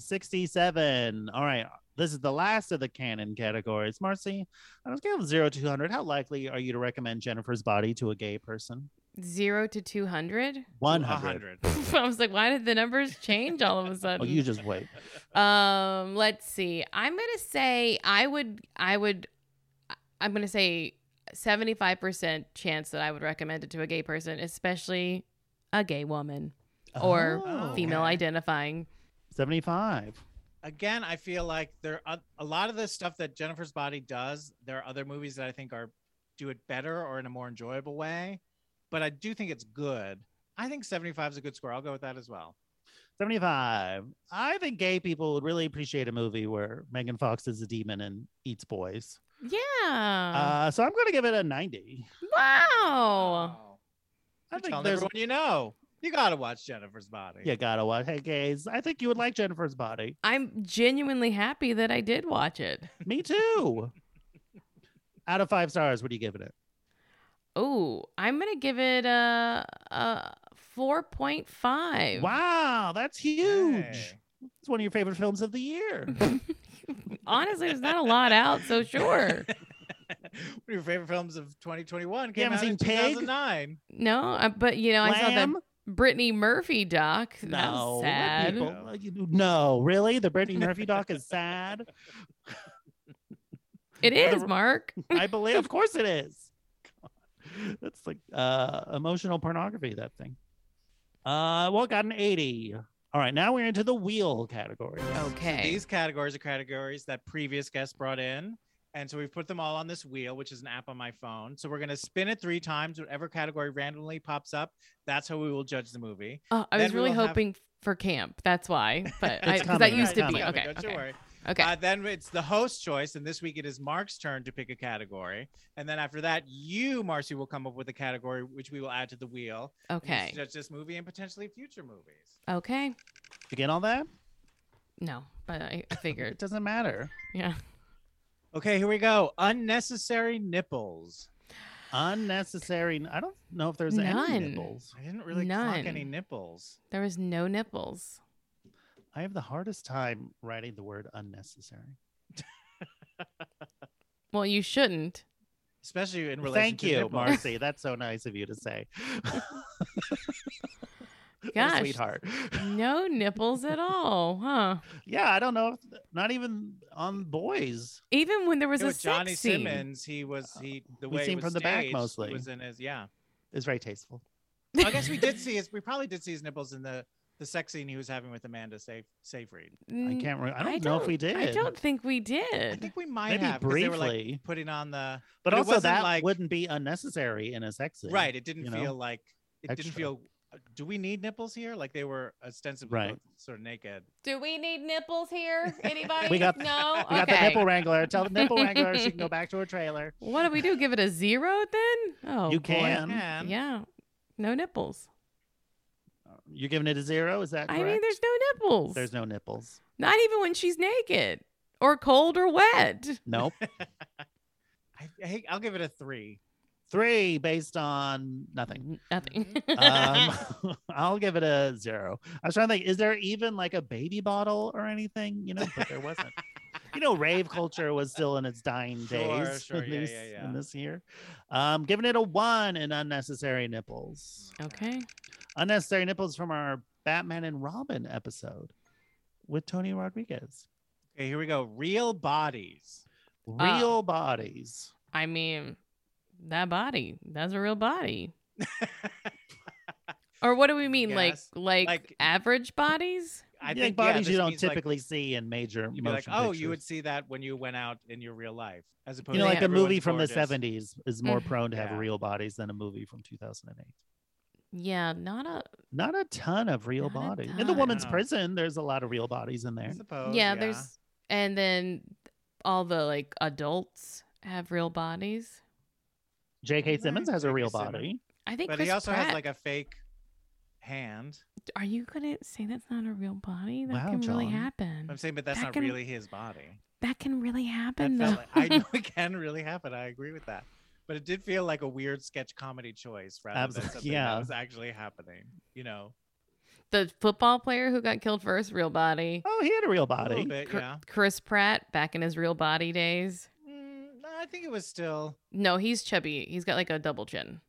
Speaker 4: 59.67. All right. This is the last of the canon categories. Marcy, on a scale of 0 to 100, how likely are you to recommend Jennifer's body to a gay person?
Speaker 7: Zero to 200.
Speaker 4: 100.
Speaker 7: I was like, why did the numbers change all of a
Speaker 4: Oh,
Speaker 7: sudden?
Speaker 4: you just wait.
Speaker 7: um, let's see. I'm gonna say I would. I would. I'm gonna say 75% chance that I would recommend it to a gay person, especially a gay woman or
Speaker 4: Oh.
Speaker 7: female
Speaker 5: okay.
Speaker 7: identifying.
Speaker 4: 75.
Speaker 5: Again, I feel like there are a lot of the stuff that Jennifer's Body does. There are other movies that I think are do it better or in a more enjoyable way, but I do think it's good. I think 75 is a good score. I'll go with that as well.
Speaker 4: 75. I think gay people would really appreciate a movie where Megan Fox is a demon and eats boys.
Speaker 7: Yeah.
Speaker 4: Uh, so I'm going to give it a 90.
Speaker 7: wow.
Speaker 4: Oh, uh, I
Speaker 5: I
Speaker 4: think
Speaker 5: telling
Speaker 4: there's-
Speaker 5: everyone you know. You gotta watch Jennifer's Body.
Speaker 4: You got to watch. Hey, gays, I think you would like Jennifer's body.
Speaker 7: I'm genuinely happy that I did watch it.
Speaker 4: Me too. Out of five stars, what are you giving it?
Speaker 7: Oh, I'm going to give it a, a 4.5.
Speaker 4: Wow, that's huge.
Speaker 5: Hey.
Speaker 4: It's one of your favorite films of the year.
Speaker 7: Honestly, there's not a lot out, so sure.
Speaker 5: One of your favorite films of 2021 came
Speaker 4: haven't
Speaker 5: out in
Speaker 4: seen Pig?
Speaker 5: 2009.
Speaker 7: No, uh, but you know, I saw
Speaker 4: Lamb?
Speaker 7: that Brittany Murphy doc. that
Speaker 4: No,
Speaker 7: was
Speaker 4: let
Speaker 7: sad.
Speaker 4: people- let you- no, really? The Brittany Murphy doc is sad.
Speaker 7: It
Speaker 4: For the-
Speaker 7: is, Mark.
Speaker 4: I believe, of course, it is. God. That's like uh, emotional pornography. That thing. Uh, well, it got an eighty. All right, now we're into the wheel category.
Speaker 7: Okay.
Speaker 5: These categories are categories that previous guests brought in, And so we've put them all on this wheel, which is an app on my phone. So we're going to spin it three times. Whatever category randomly pops up, that's how we will judge the movie.
Speaker 7: Oh, I
Speaker 5: Then
Speaker 7: was
Speaker 5: we
Speaker 7: really
Speaker 5: will have-
Speaker 7: hoping for camp. That's why, but
Speaker 4: It's
Speaker 7: because that
Speaker 4: coming,
Speaker 7: used
Speaker 4: it's
Speaker 7: to be
Speaker 4: coming.
Speaker 7: okay.
Speaker 5: Don't you
Speaker 7: okay.
Speaker 5: worry.
Speaker 7: Okay.
Speaker 5: Uh, then it's the host choice, and this week it is Mark's turn to pick a category. And then after that, you, Marcy, will come up with a category which we will add to the wheel.
Speaker 4: Uh,
Speaker 5: and you
Speaker 7: Okay.
Speaker 5: Judge this movie and potentially future movies.
Speaker 7: Okay.
Speaker 4: You get all that?
Speaker 7: No, but I I
Speaker 4: It
Speaker 7: figured.
Speaker 4: doesn't matter.
Speaker 7: yeah.
Speaker 5: Okay, here we go. Unnecessary nipples.
Speaker 4: Unnecessary. I don't know if there's any
Speaker 7: None.
Speaker 4: nipples.
Speaker 5: I didn't really clock any
Speaker 7: None.
Speaker 5: nipples.
Speaker 7: There was no nipples.
Speaker 4: I have the hardest time writing the word unnecessary.
Speaker 7: Well, you shouldn't.
Speaker 5: Especially in relation
Speaker 4: Thank
Speaker 5: to
Speaker 4: you,
Speaker 5: nipples.
Speaker 4: Marcy. That's so nice of you to say. What a
Speaker 7: Gosh.
Speaker 4: sweetheart.
Speaker 7: No nipples at all, huh?
Speaker 4: Yeah, I don't know. If, not even on boys.
Speaker 7: Even when there was
Speaker 5: Yeah,
Speaker 7: a
Speaker 5: with Johnny
Speaker 7: sex scene.
Speaker 5: Simmons, he was he the
Speaker 4: We
Speaker 5: way it
Speaker 4: seen
Speaker 5: was
Speaker 4: from the back
Speaker 5: staged, he
Speaker 4: mostly.
Speaker 5: was in his yeah.
Speaker 4: It's very tasteful.
Speaker 5: I guess we did see his. We probably did see his nipples in the the sex scene he was having with Amanda Safe Seyfried.
Speaker 4: I
Speaker 7: Mm,
Speaker 4: can't. Re- I don't know if we did.
Speaker 7: I don't think we
Speaker 5: I
Speaker 7: did.
Speaker 5: think we might
Speaker 4: Maybe
Speaker 5: have 'cause they were
Speaker 4: briefly.
Speaker 5: like putting on the
Speaker 4: but,
Speaker 5: but it
Speaker 4: also
Speaker 5: wasn't
Speaker 4: that
Speaker 5: like-
Speaker 4: wouldn't be unnecessary in a sex scene.
Speaker 5: right. It didn't
Speaker 4: you know?
Speaker 5: feel like it
Speaker 4: Extra.
Speaker 5: didn't feel. Do we need nipples here? Like they were ostensibly
Speaker 4: Right.
Speaker 5: both sort of naked.
Speaker 7: Do we need nipples here? Anybody?
Speaker 4: We got-
Speaker 7: no.
Speaker 4: We got
Speaker 7: okay.
Speaker 4: the nipple wrangler. Tell the nipple wrangler she can go back to her trailer.
Speaker 7: What do we do? Give it a zero then? Oh,
Speaker 4: you
Speaker 7: boy.
Speaker 4: can.
Speaker 5: Man,
Speaker 7: Yeah. No nipples.
Speaker 4: You're giving it a zero. Is that correct?
Speaker 7: I mean, there's no nipples.
Speaker 4: There's no nipples.
Speaker 7: Not even when she's naked or cold or wet.
Speaker 4: Nope.
Speaker 5: I, I, I'll give it a three.
Speaker 4: Three based on nothing.
Speaker 7: Nothing.
Speaker 4: Um, I'll give it a zero. I was trying to think, is there even like a baby bottle or anything? You know, but there wasn't. you know, rave culture was still in its dying
Speaker 5: Sure,
Speaker 4: days
Speaker 5: sure,
Speaker 4: in,
Speaker 5: yeah,
Speaker 4: this,
Speaker 5: yeah,
Speaker 4: in
Speaker 5: yeah.
Speaker 4: this year. Um, giving it a one in unnecessary nipples.
Speaker 7: okay.
Speaker 4: Unnecessary nipples from our Batman and Robin episode with Tony Rodriguez.
Speaker 5: Okay, here we go. Real bodies. Ah.
Speaker 7: Uh,
Speaker 4: Real bodies.
Speaker 7: I mean, that body. That's a real body. Or what do we mean? Like,
Speaker 5: Yes.
Speaker 7: like
Speaker 5: Like-
Speaker 7: average bodies?
Speaker 5: I
Speaker 4: I
Speaker 5: think
Speaker 4: think
Speaker 5: yeah,
Speaker 4: bodies
Speaker 5: this
Speaker 4: you don't
Speaker 5: means, like,
Speaker 4: typically see in major
Speaker 5: You'd be
Speaker 4: motion
Speaker 5: like, oh, you would
Speaker 4: pictures.
Speaker 5: see that when you went out in your real life, as opposed
Speaker 4: you know,
Speaker 7: Yeah.
Speaker 5: to
Speaker 4: like a
Speaker 5: everyone's
Speaker 4: movie from
Speaker 5: gorgeous. Mm.
Speaker 4: the 70s is more
Speaker 7: Mhm.
Speaker 4: prone to have
Speaker 5: Yeah.
Speaker 4: real bodies than a movie from 2008.
Speaker 7: Yeah, not a.
Speaker 4: Not a ton of real
Speaker 7: Not a
Speaker 4: bodies. In the woman's
Speaker 5: ton.
Speaker 4: prison, there's a lot of real bodies in
Speaker 5: I
Speaker 4: there.
Speaker 5: suppose,
Speaker 7: yeah, there's. And then all the like adults have real bodies.
Speaker 4: J.K.
Speaker 5: Right.
Speaker 4: Simmons has a
Speaker 5: J.K.
Speaker 4: real
Speaker 5: Simmons.
Speaker 4: body.
Speaker 7: I think
Speaker 5: But
Speaker 7: Chris
Speaker 5: he also
Speaker 7: Pratt,
Speaker 5: has like a fake hand.
Speaker 7: Are you gonna say that's not a real body? That
Speaker 4: Wow,
Speaker 7: can really
Speaker 4: John.
Speaker 7: happen.
Speaker 5: I'm saying, but that's
Speaker 7: That
Speaker 5: not
Speaker 7: can-
Speaker 5: really his body.
Speaker 7: That can really
Speaker 5: That
Speaker 7: happen
Speaker 5: felt
Speaker 7: though.
Speaker 5: like, I know it can really happen. I agree with that. But it did feel like a weird sketch comedy choice rather
Speaker 4: Absol-
Speaker 5: than something
Speaker 4: yeah.
Speaker 5: that was actually happening. You know,
Speaker 7: the football player who got killed first, real body.
Speaker 4: Oh, he had a real
Speaker 5: a little
Speaker 4: body.
Speaker 5: bit,
Speaker 7: Cr-
Speaker 5: Uh, yeah.
Speaker 7: Chris Pratt back in his real body days.
Speaker 5: Mm, no, I think it was still.
Speaker 7: No, he's chubby. He's got like a double chin.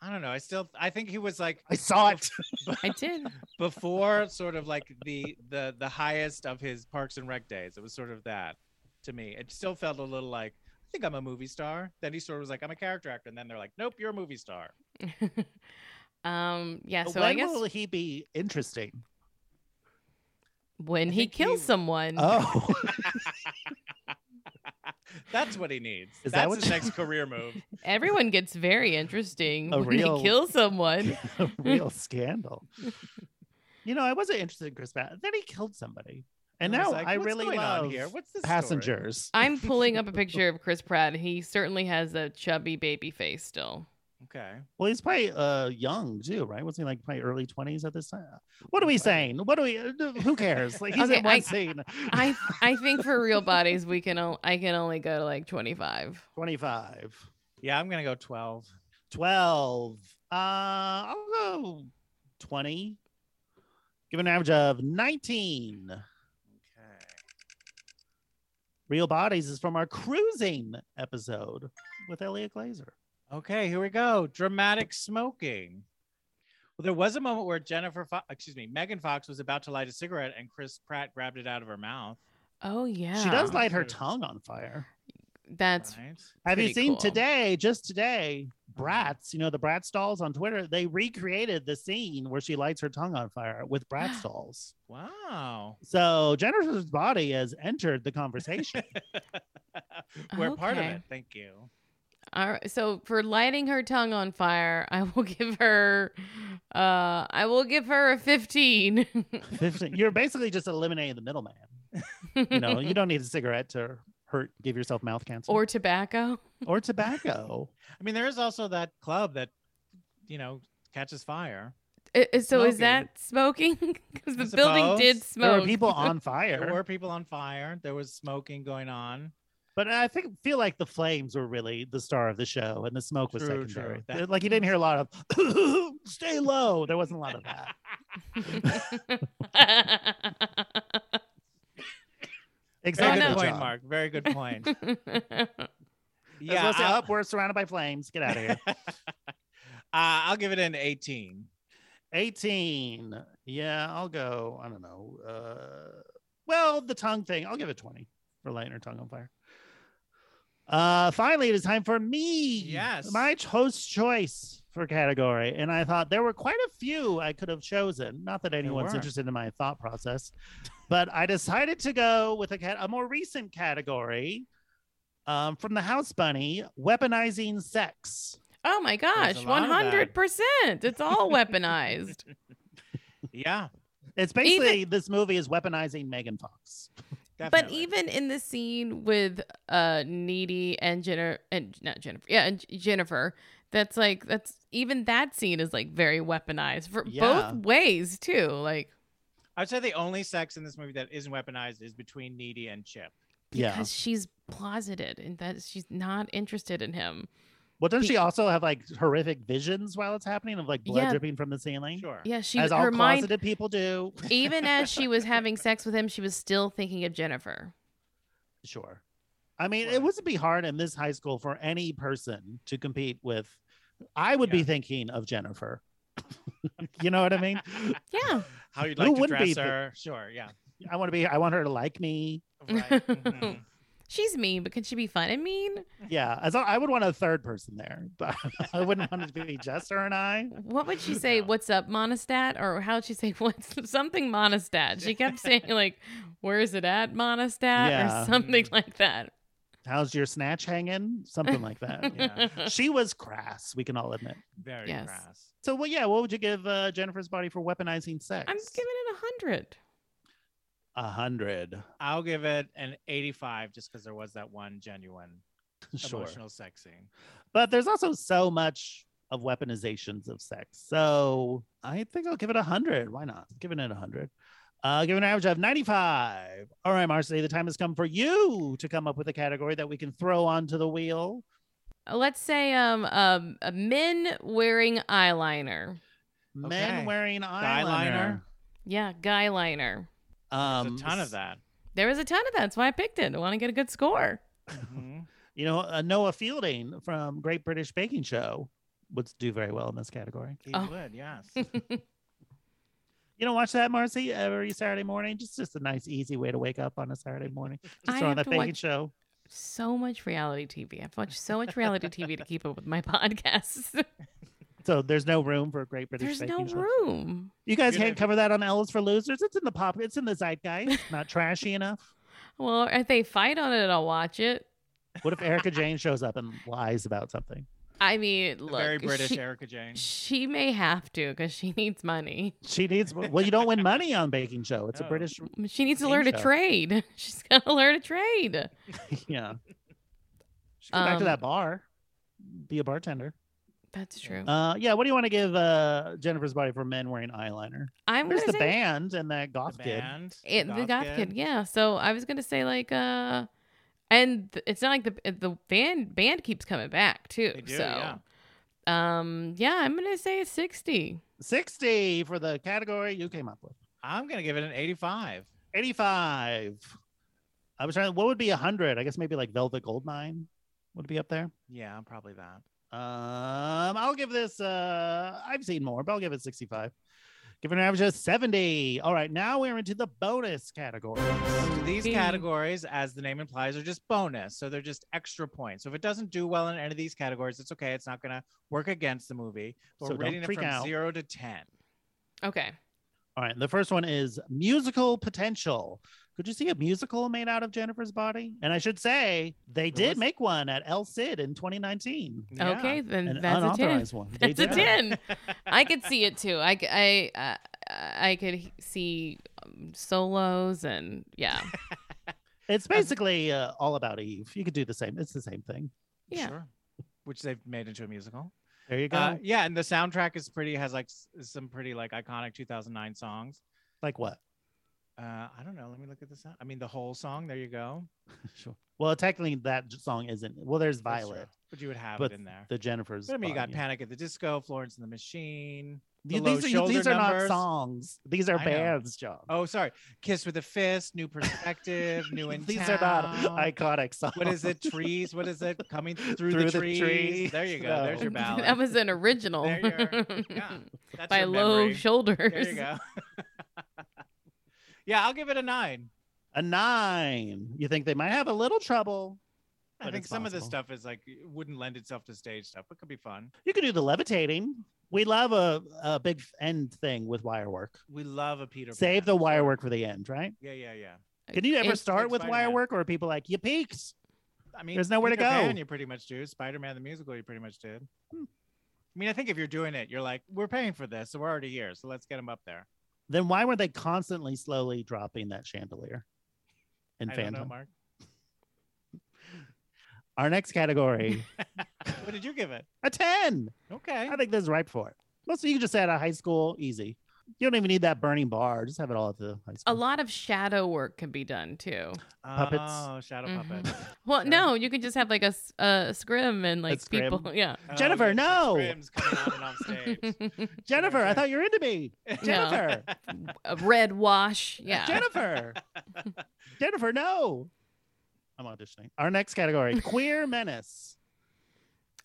Speaker 5: I don't know. I still. I think he was like
Speaker 4: I saw it.
Speaker 7: I did.
Speaker 5: before sort of like the the the highest of his Parks and Rec days. It was sort of that to me. It still felt a little like I think I'm a movie star. Then he sort of was like I'm a character actor, and then they're like, Nope, you're a movie star.
Speaker 7: um. Yeah.
Speaker 4: But
Speaker 7: So
Speaker 4: when
Speaker 7: I guess
Speaker 4: will he be interesting?
Speaker 7: when
Speaker 5: I
Speaker 7: he
Speaker 5: think he-
Speaker 7: kills someone,
Speaker 4: Oh,
Speaker 5: That's what he needs.
Speaker 4: Is
Speaker 5: Is
Speaker 4: that
Speaker 5: That's
Speaker 4: what
Speaker 5: his
Speaker 4: you-
Speaker 5: next career move.
Speaker 7: everyone gets very interesting
Speaker 4: A
Speaker 7: when
Speaker 4: real-
Speaker 7: he kills someone.
Speaker 4: a real scandal. You know, I wasn't interested in Chris Pratt. Then he killed somebody, and
Speaker 5: I was
Speaker 4: now
Speaker 5: like,
Speaker 4: I
Speaker 5: "What's
Speaker 4: really
Speaker 5: going
Speaker 4: love
Speaker 5: on here. What's this story?"
Speaker 4: passengers.
Speaker 7: I'm pulling up a picture of Chris Pratt. and He certainly has a chubby baby face still.
Speaker 5: Okay.
Speaker 4: Well, he's probably uh, young too, right? Wasn't he like probably early twenties at this time? What are we
Speaker 5: Right.
Speaker 4: saying? What are we? uh, Who cares? Like he's
Speaker 7: Okay,
Speaker 4: in one
Speaker 7: I-
Speaker 4: scene.
Speaker 7: I I think for real bodies we can o- I can only go to like 25.
Speaker 4: 25,
Speaker 5: Yeah, I'm gonna go twelve.
Speaker 4: 12. Uh, I'll go 20. Give it an average of 19.
Speaker 5: Okay.
Speaker 4: Real Bodies is from our cruising episode with Elliot Glazer.
Speaker 5: Okay, here we go. Dramatic smoking. Well, there was a moment where Jennifer, Fo- excuse me, Megan Fox was about to light a cigarette, and Chris Pratt grabbed it out of her mouth.
Speaker 7: Oh yeah.
Speaker 4: She does
Speaker 5: like-
Speaker 4: light her
Speaker 5: Sure.
Speaker 4: tongue on fire.
Speaker 7: That's
Speaker 5: right?
Speaker 4: Have you
Speaker 7: Pretty
Speaker 4: seen
Speaker 7: cool.
Speaker 4: today, just today, Bratz, you know, the Bratz dolls on Twitter, they recreated the scene where she lights her tongue on fire with Bratz dolls.
Speaker 5: Wow.
Speaker 4: So Jennifer's body has entered the conversation.
Speaker 5: We're part of
Speaker 7: Okay.
Speaker 5: it. Thank you.
Speaker 7: All right. So for lighting her tongue on fire, I will give her uh I will give her a 15.
Speaker 4: 15 You're basically just eliminating the middleman. You know, you don't need a cigarette to hurt, give yourself mouth cancer
Speaker 7: or tobacco.
Speaker 4: or tobacco.
Speaker 5: I mean, there is also that club that, you know, catches fire.
Speaker 7: Uh, uh, So
Speaker 5: Smoking.
Speaker 7: is that smoking? Cuz the
Speaker 5: I
Speaker 7: building did
Speaker 5: suppose.
Speaker 4: There
Speaker 7: smoke.
Speaker 4: were people on
Speaker 5: There
Speaker 4: fire,
Speaker 5: were people on fire. There was smoking going on.
Speaker 4: but I think feel like the flames were really the star of the show, and the smoke was
Speaker 5: True,
Speaker 4: secondary.
Speaker 5: true. That-
Speaker 4: Like you didn't hear a lot of "stay low." There wasn't a lot of that.
Speaker 5: Very
Speaker 4: Exactly.
Speaker 5: good
Speaker 7: no.
Speaker 5: point, Mark. Very good point.
Speaker 4: Yeah,
Speaker 5: yeah, I'll,
Speaker 4: up, we're surrounded by flames. Get out of here.
Speaker 5: uh, I'll give it an 18.
Speaker 4: 18. Yeah, I'll go. I don't know. Uh, well, the tongue thing, I'll give it 20 for lighting her tongue on fire. Uh, finally, it is time for me.
Speaker 5: Yes.
Speaker 4: My ch- host choice for category. And I thought there were quite a few I could have chosen. Not that anyone's
Speaker 5: were.
Speaker 4: interested in my thought process, but I decided to go with a, cat- a more recent category um, from the House Bunny weaponizing sex.
Speaker 7: oh my gosh,
Speaker 5: There's a lot of that.
Speaker 7: 100%. It's all weaponized.
Speaker 5: Yeah.
Speaker 4: It's basically this movie is weaponizing Megan Fox.
Speaker 7: But
Speaker 5: definitely.
Speaker 7: even in the scene with uh Needy and Jennifer and not Jennifer, yeah, and J- Jennifer, that's like that's even that scene is like very weaponized for
Speaker 4: Yeah.
Speaker 7: both ways too. Like
Speaker 5: I'd say the only sex in this movie that isn't weaponized is between Needy and Chip.
Speaker 7: because she's closeted and that she's not interested in him.
Speaker 4: Well, doesn't she also have like horrific visions while it's happening of like blood
Speaker 7: Yeah.
Speaker 4: dripping from the ceiling?
Speaker 5: Sure.
Speaker 7: Yeah, she
Speaker 4: As all
Speaker 7: her mind
Speaker 4: closeted people do.
Speaker 7: even as she was having sex with him, she was still thinking of Jennifer.
Speaker 4: Sure. I mean, it
Speaker 5: Right.
Speaker 4: wouldn't be hard in this high school for any person to compete with. I would be
Speaker 5: Yeah.
Speaker 4: thinking of Jennifer. you know what I mean?
Speaker 7: Yeah.
Speaker 5: How you'd
Speaker 4: Who
Speaker 5: like to
Speaker 4: wouldn't
Speaker 5: dress
Speaker 4: be the-
Speaker 5: her. Sure. Yeah.
Speaker 4: I want to be. I want her to like me.
Speaker 5: Right. Mhm.
Speaker 7: She's mean, but can she be fun and mean?
Speaker 4: Yeah. As I, I would want a third person there, but I wouldn't want it to be just her and I.
Speaker 7: What would she say?
Speaker 5: No.
Speaker 7: What's up, monostat? Or how would she say what's something monostat? She kept saying like, "Where is it at, monostat?"
Speaker 4: Yeah.
Speaker 7: or something like that.
Speaker 4: How's your snatch hanging? Something like that.
Speaker 5: Uh, Yeah.
Speaker 4: she was crass. We can all admit.
Speaker 5: Very
Speaker 7: Yes.
Speaker 5: crass.
Speaker 4: So, well, yeah, what would you give uh, Jennifer's body for weaponizing sex?
Speaker 7: I'm giving it a hundred.
Speaker 4: a hundred.
Speaker 5: I'll give it an 85 just because there was that one genuine
Speaker 4: Sure,
Speaker 5: emotional sex scene.
Speaker 4: but there's also so much of weaponizations of sex. So I think I'll give it a hundred. Why not? Giving it a hundred. Uh, give it an average of 95. All right, Marcy, the time has come for you to come up with a category that we can throw onto the wheel.
Speaker 7: Let's say um um uh, men wearing eyeliner.
Speaker 4: Men
Speaker 5: Okay.
Speaker 4: wearing eyeliner.
Speaker 5: eyeliner.
Speaker 7: Yeah, guy liner.
Speaker 5: There's
Speaker 4: Um,
Speaker 5: a ton of that.
Speaker 7: There was a ton of that. That's why I picked it. I want to get a good score.
Speaker 5: Mhm.
Speaker 4: You know, uh, Noah Fielding from Great British Baking Show would do very well in this category.
Speaker 5: He
Speaker 7: Oh.
Speaker 5: would, yes.
Speaker 4: You don't watch that, Marcy, every Saturday morning. Just just a nice, easy way to wake up on a Saturday morning. Just
Speaker 7: I
Speaker 4: throw on
Speaker 7: have
Speaker 4: that
Speaker 7: to
Speaker 4: baking
Speaker 7: watch-
Speaker 4: show.
Speaker 7: so much reality TV. I've watched so much reality TV to keep up with my podcasts.
Speaker 4: So there's no room for a great British.
Speaker 7: There's no
Speaker 4: baking show.
Speaker 7: room.
Speaker 4: You guys
Speaker 5: You're gonna-
Speaker 4: can't cover that on Ellis for Losers. It's in the pop. It's in the zeitgeist. Not trashy enough.
Speaker 7: Well, if they fight on it, I'll watch it.
Speaker 4: What if Erica Jane shows up and lies about something?
Speaker 7: I mean,
Speaker 5: The
Speaker 7: look,
Speaker 5: very British
Speaker 7: She,
Speaker 5: Erica Jane.
Speaker 7: she may have to because she needs money.
Speaker 4: She needs. Well, you don't win money on baking show. It's a
Speaker 5: No.
Speaker 4: British.
Speaker 7: She needs to
Speaker 4: Think
Speaker 7: learn to
Speaker 4: so.
Speaker 7: trade. She's gotta learn to trade.
Speaker 4: Yeah. She go back to
Speaker 7: Um,
Speaker 4: that bar. Be a bartender.
Speaker 7: That's true.
Speaker 4: Uh, yeah. What do you want to give uh, Jennifer's body for men wearing eyeliner?
Speaker 7: I'm
Speaker 4: There's
Speaker 7: gonna
Speaker 4: the
Speaker 7: say
Speaker 4: band and that
Speaker 5: The
Speaker 4: goth kid.
Speaker 5: band.
Speaker 7: it, the goth kid. Yeah. So I was gonna say like uh, and th- it's not like the uh, the band band keeps coming back too.
Speaker 5: They do,
Speaker 7: so um, yeah, I'm gonna say it's sixty.
Speaker 4: 60 for the category you came up with.
Speaker 5: I'm going to give it an 85.
Speaker 4: 85. I was trying. What would be 100? I guess maybe like Velvet Goldmine would be up there.
Speaker 5: Yeah, probably that.
Speaker 4: Um, I'll give this. Uh, I've seen more, but I'll give it 65. Giving an average of 70. All right, now we're into the bonus categories.
Speaker 5: So These
Speaker 7: Bing.
Speaker 5: categories, as the name implies, are just bonus. So they're just extra points. So if it doesn't do well in any of these categories, it's okay. It's not going to work against the movie. But
Speaker 4: So
Speaker 5: we're
Speaker 4: don't
Speaker 5: rating it
Speaker 4: freak
Speaker 5: from
Speaker 4: out.
Speaker 5: zero to 10.
Speaker 7: Okay.
Speaker 4: All right, the first one is musical potential. Could you see a musical made out of Jennifer's body? And I should say they did
Speaker 5: was-
Speaker 4: make one at El Cid in 2019.
Speaker 5: Yeah.
Speaker 7: Okay, then
Speaker 4: An
Speaker 7: that's a ten.
Speaker 4: unauthorized one. They
Speaker 7: That's a
Speaker 4: did.
Speaker 7: ten. I could see it too. I c- I uh, I could h- see um, solos and yeah
Speaker 4: It's
Speaker 5: Uh-huh.
Speaker 4: basically uh, all about Eve. You could do the same. It's the same thing.
Speaker 7: yeah.
Speaker 5: Sure. Which they've made into a musical.
Speaker 4: There you go.
Speaker 5: Uh, yeah. And the soundtrack is pretty, has like s- some pretty like iconic 2009 songs.
Speaker 4: like what?
Speaker 5: Uh, I don't know. Let me look at the sound. I mean, the whole song. There you go.
Speaker 4: sure. Well, technically that j- song isn't. Well, there's
Speaker 5: That's true.
Speaker 4: Violet,
Speaker 5: But you would have
Speaker 4: but
Speaker 5: it in there.
Speaker 4: the Jennifer's.
Speaker 5: But I mean, you got
Speaker 4: Body.
Speaker 5: Panic at the Disco, Florence and the Machine. the
Speaker 4: You-
Speaker 5: low
Speaker 4: these are,
Speaker 5: shoulder
Speaker 4: these are not
Speaker 5: numbers.
Speaker 4: songs. These are
Speaker 5: I know.
Speaker 4: bands, John.
Speaker 5: Oh, sorry. Kiss with a Fist, New Perspective, New in
Speaker 4: these are not
Speaker 5: Town.
Speaker 4: iconic songs.
Speaker 5: What is it? Trees. What is it? Coming through,
Speaker 4: Through
Speaker 5: the,
Speaker 4: the
Speaker 5: trees.
Speaker 4: trees.
Speaker 5: There you go.
Speaker 4: No.
Speaker 5: There's your ballad.
Speaker 7: that was an original
Speaker 5: There you're- yeah, That's
Speaker 7: by
Speaker 5: your
Speaker 7: Low
Speaker 5: memory.
Speaker 7: Shoulders.
Speaker 5: There you go. yeah, I'll give it a nine.
Speaker 4: A nine. You think they might have a little trouble?
Speaker 5: I
Speaker 4: But
Speaker 5: think
Speaker 4: it's
Speaker 5: some of this
Speaker 4: possible.
Speaker 5: stuff is like it wouldn't lend itself to stage stuff, but could be fun.
Speaker 4: You could do the levitating. We love a, a big end thing with wire work.
Speaker 5: We love a Peter.
Speaker 4: Save
Speaker 5: Pan,
Speaker 4: the wire
Speaker 5: sure.
Speaker 4: work for the end, right?
Speaker 5: Yeah, yeah, yeah.
Speaker 4: Can you ever
Speaker 7: It's-
Speaker 4: start
Speaker 5: like
Speaker 4: with wire
Speaker 5: Spider-Man.
Speaker 4: work, or are people like you peaks?
Speaker 5: I mean,
Speaker 4: There's nowhere to
Speaker 5: Peter Pan,
Speaker 4: go. Hmm.
Speaker 5: you pretty much do. Spider Man the musical, you pretty much did. I mean, I think if you're doing it, you're like, we're paying for this, so we're already here, so let's get him up there.
Speaker 4: Then why were they constantly slowly dropping that chandelier? In
Speaker 5: I don't know,
Speaker 4: Phantom.
Speaker 5: Mark.
Speaker 4: Our next category,
Speaker 5: what did you give it?
Speaker 4: a ten.
Speaker 5: Okay.
Speaker 4: I think this is ripe for it. Mostly, you can just add a high school easy. You don't even need that burning bar. Just have it all at the high school.
Speaker 7: A lot of shadow work can be done too.
Speaker 4: Puppets.
Speaker 5: Oh, shadow
Speaker 7: Mhm.
Speaker 5: puppet.
Speaker 7: Well,
Speaker 5: Sure.
Speaker 7: no, you could just have like a, s- a scrim and like
Speaker 4: scrim.
Speaker 7: people. Yeah.
Speaker 5: Oh,
Speaker 4: Jennifer,
Speaker 5: yes, the
Speaker 4: no!
Speaker 5: scrims coming on and off stage.
Speaker 4: Jennifer, I thought you were into me. Jennifer,
Speaker 7: a red wash. Yeah.
Speaker 4: Jennifer, Jennifer, no. I'm auditioning. Our next category, queer menace.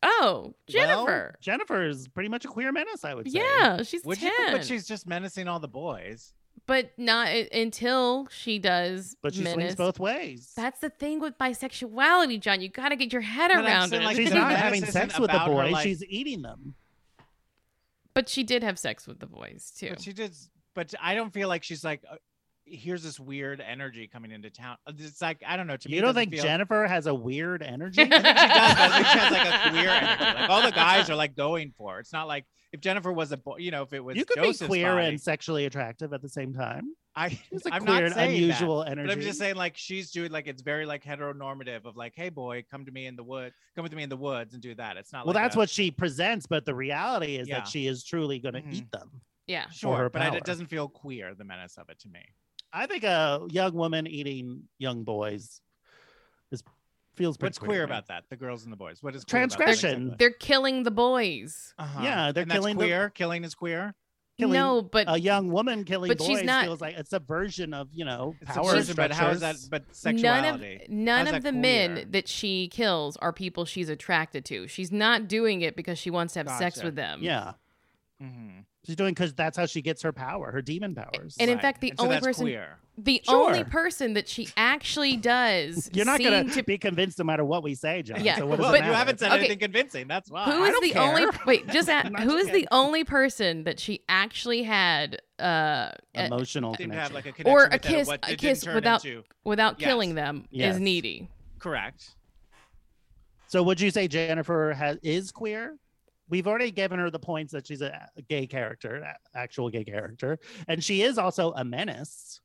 Speaker 7: oh,
Speaker 4: Well,
Speaker 7: Jennifer.
Speaker 4: Jennifer is pretty much a queer menace, I would say.
Speaker 7: yeah, she's
Speaker 5: Would
Speaker 7: ten.
Speaker 5: you? But she's just menacing all the boys.
Speaker 7: but not i- until she does.
Speaker 4: But she
Speaker 7: menace.
Speaker 4: swings both ways.
Speaker 7: That's the thing with bisexuality, John. You got to get your head
Speaker 5: But I'm
Speaker 7: around
Speaker 5: saying,
Speaker 7: it.
Speaker 5: like,
Speaker 4: She's
Speaker 5: the
Speaker 4: not
Speaker 5: menace
Speaker 4: having
Speaker 5: isn't
Speaker 4: sex with the
Speaker 5: about her,
Speaker 4: boys.
Speaker 5: like-
Speaker 4: She's eating them.
Speaker 7: but she did have sex with the boys too.
Speaker 5: But she did. But I don't feel like she's like, uh, here's this weird energy coming into town. Uh, It's like, I don't know. To me,
Speaker 4: You
Speaker 5: it
Speaker 4: don't
Speaker 5: doesn't
Speaker 4: think
Speaker 5: feel-
Speaker 4: Jennifer has a weird energy?
Speaker 5: I think she does, but I think she has like a queer energy. Like all the guys are like going for. It. It's not like if Jennifer was a boy, you know, if it was
Speaker 4: you could
Speaker 5: Joseph's
Speaker 4: be queer
Speaker 5: body,
Speaker 4: and sexually attractive at the same time.
Speaker 5: I,
Speaker 4: It's a
Speaker 5: I'm
Speaker 4: queer,
Speaker 5: not
Speaker 4: and
Speaker 5: saying that.
Speaker 4: unusual energy.
Speaker 5: But I'm just saying, like she's doing, like it's very like heteronormative of like, hey boy, come to me in the wood, come with me in the woods and do that. It's not.
Speaker 4: well,
Speaker 5: like
Speaker 4: that's
Speaker 5: a-
Speaker 4: what she presents, but the reality is
Speaker 5: Yeah.
Speaker 4: that she is truly going to
Speaker 5: Mhm.
Speaker 4: eat them.
Speaker 7: yeah.
Speaker 4: for her
Speaker 5: Sure, but I,
Speaker 4: power.
Speaker 5: it doesn't feel queer. The menace of it to me.
Speaker 4: I think a young woman eating young boys is feels pretty
Speaker 5: What's queer
Speaker 4: to me.
Speaker 5: about that? The girls and the boys. What is queer about that
Speaker 4: Transgression.
Speaker 5: exactly?
Speaker 7: They're killing the boys.
Speaker 5: Uh-huh.
Speaker 4: Yeah, they're
Speaker 5: and that's
Speaker 4: killing the-
Speaker 5: queer. Killing is queer.
Speaker 4: Killing
Speaker 7: no, but
Speaker 4: a young woman killing
Speaker 7: But
Speaker 4: boys
Speaker 7: she's not-
Speaker 4: feels like it's a version of you know
Speaker 5: It's
Speaker 4: power
Speaker 5: aversion, but how is that?
Speaker 4: structures.
Speaker 5: But sexuality.
Speaker 7: None of none
Speaker 5: How's
Speaker 7: of
Speaker 5: that
Speaker 7: the
Speaker 5: queer?
Speaker 7: men that she kills are people she's attracted to. She's not doing it because she wants to have sex
Speaker 5: Gotcha.
Speaker 7: with them.
Speaker 4: yeah,
Speaker 5: Mhm.
Speaker 4: she's doing because that's how she gets her power, her demon powers.
Speaker 7: And in
Speaker 5: Right.
Speaker 7: fact, the
Speaker 5: And so
Speaker 7: only
Speaker 5: that's
Speaker 7: person-
Speaker 5: queer.
Speaker 7: The
Speaker 4: Sure.
Speaker 7: only person that she actually does
Speaker 4: You're not going
Speaker 7: seem
Speaker 4: to be convinced no matter what we say, John.
Speaker 7: Yeah.
Speaker 4: So what does
Speaker 5: Well,
Speaker 4: it
Speaker 5: but you
Speaker 4: matter?
Speaker 5: haven't said
Speaker 7: Okay.
Speaker 5: anything convincing. That's why.
Speaker 7: Who
Speaker 5: Uh, I
Speaker 7: is
Speaker 5: don't
Speaker 7: the
Speaker 5: care.
Speaker 7: only wait? Just at,
Speaker 5: I'm not
Speaker 7: who is
Speaker 5: kidding.
Speaker 7: the only person that she actually had uh, a-
Speaker 4: emotional
Speaker 5: Seem to
Speaker 4: connection.
Speaker 5: have like a connection
Speaker 7: or
Speaker 5: with
Speaker 7: a
Speaker 5: that of
Speaker 7: kiss
Speaker 5: what it
Speaker 7: a
Speaker 5: didn't
Speaker 7: kiss
Speaker 5: turn
Speaker 7: without
Speaker 5: into.
Speaker 7: without
Speaker 5: Yes.
Speaker 7: killing them
Speaker 4: Yes.
Speaker 7: is needy.
Speaker 5: correct.
Speaker 4: so would you say Jennifer has is queer? We've already given her the points that she's a a gay character, a- actual gay character, and she is also a menace.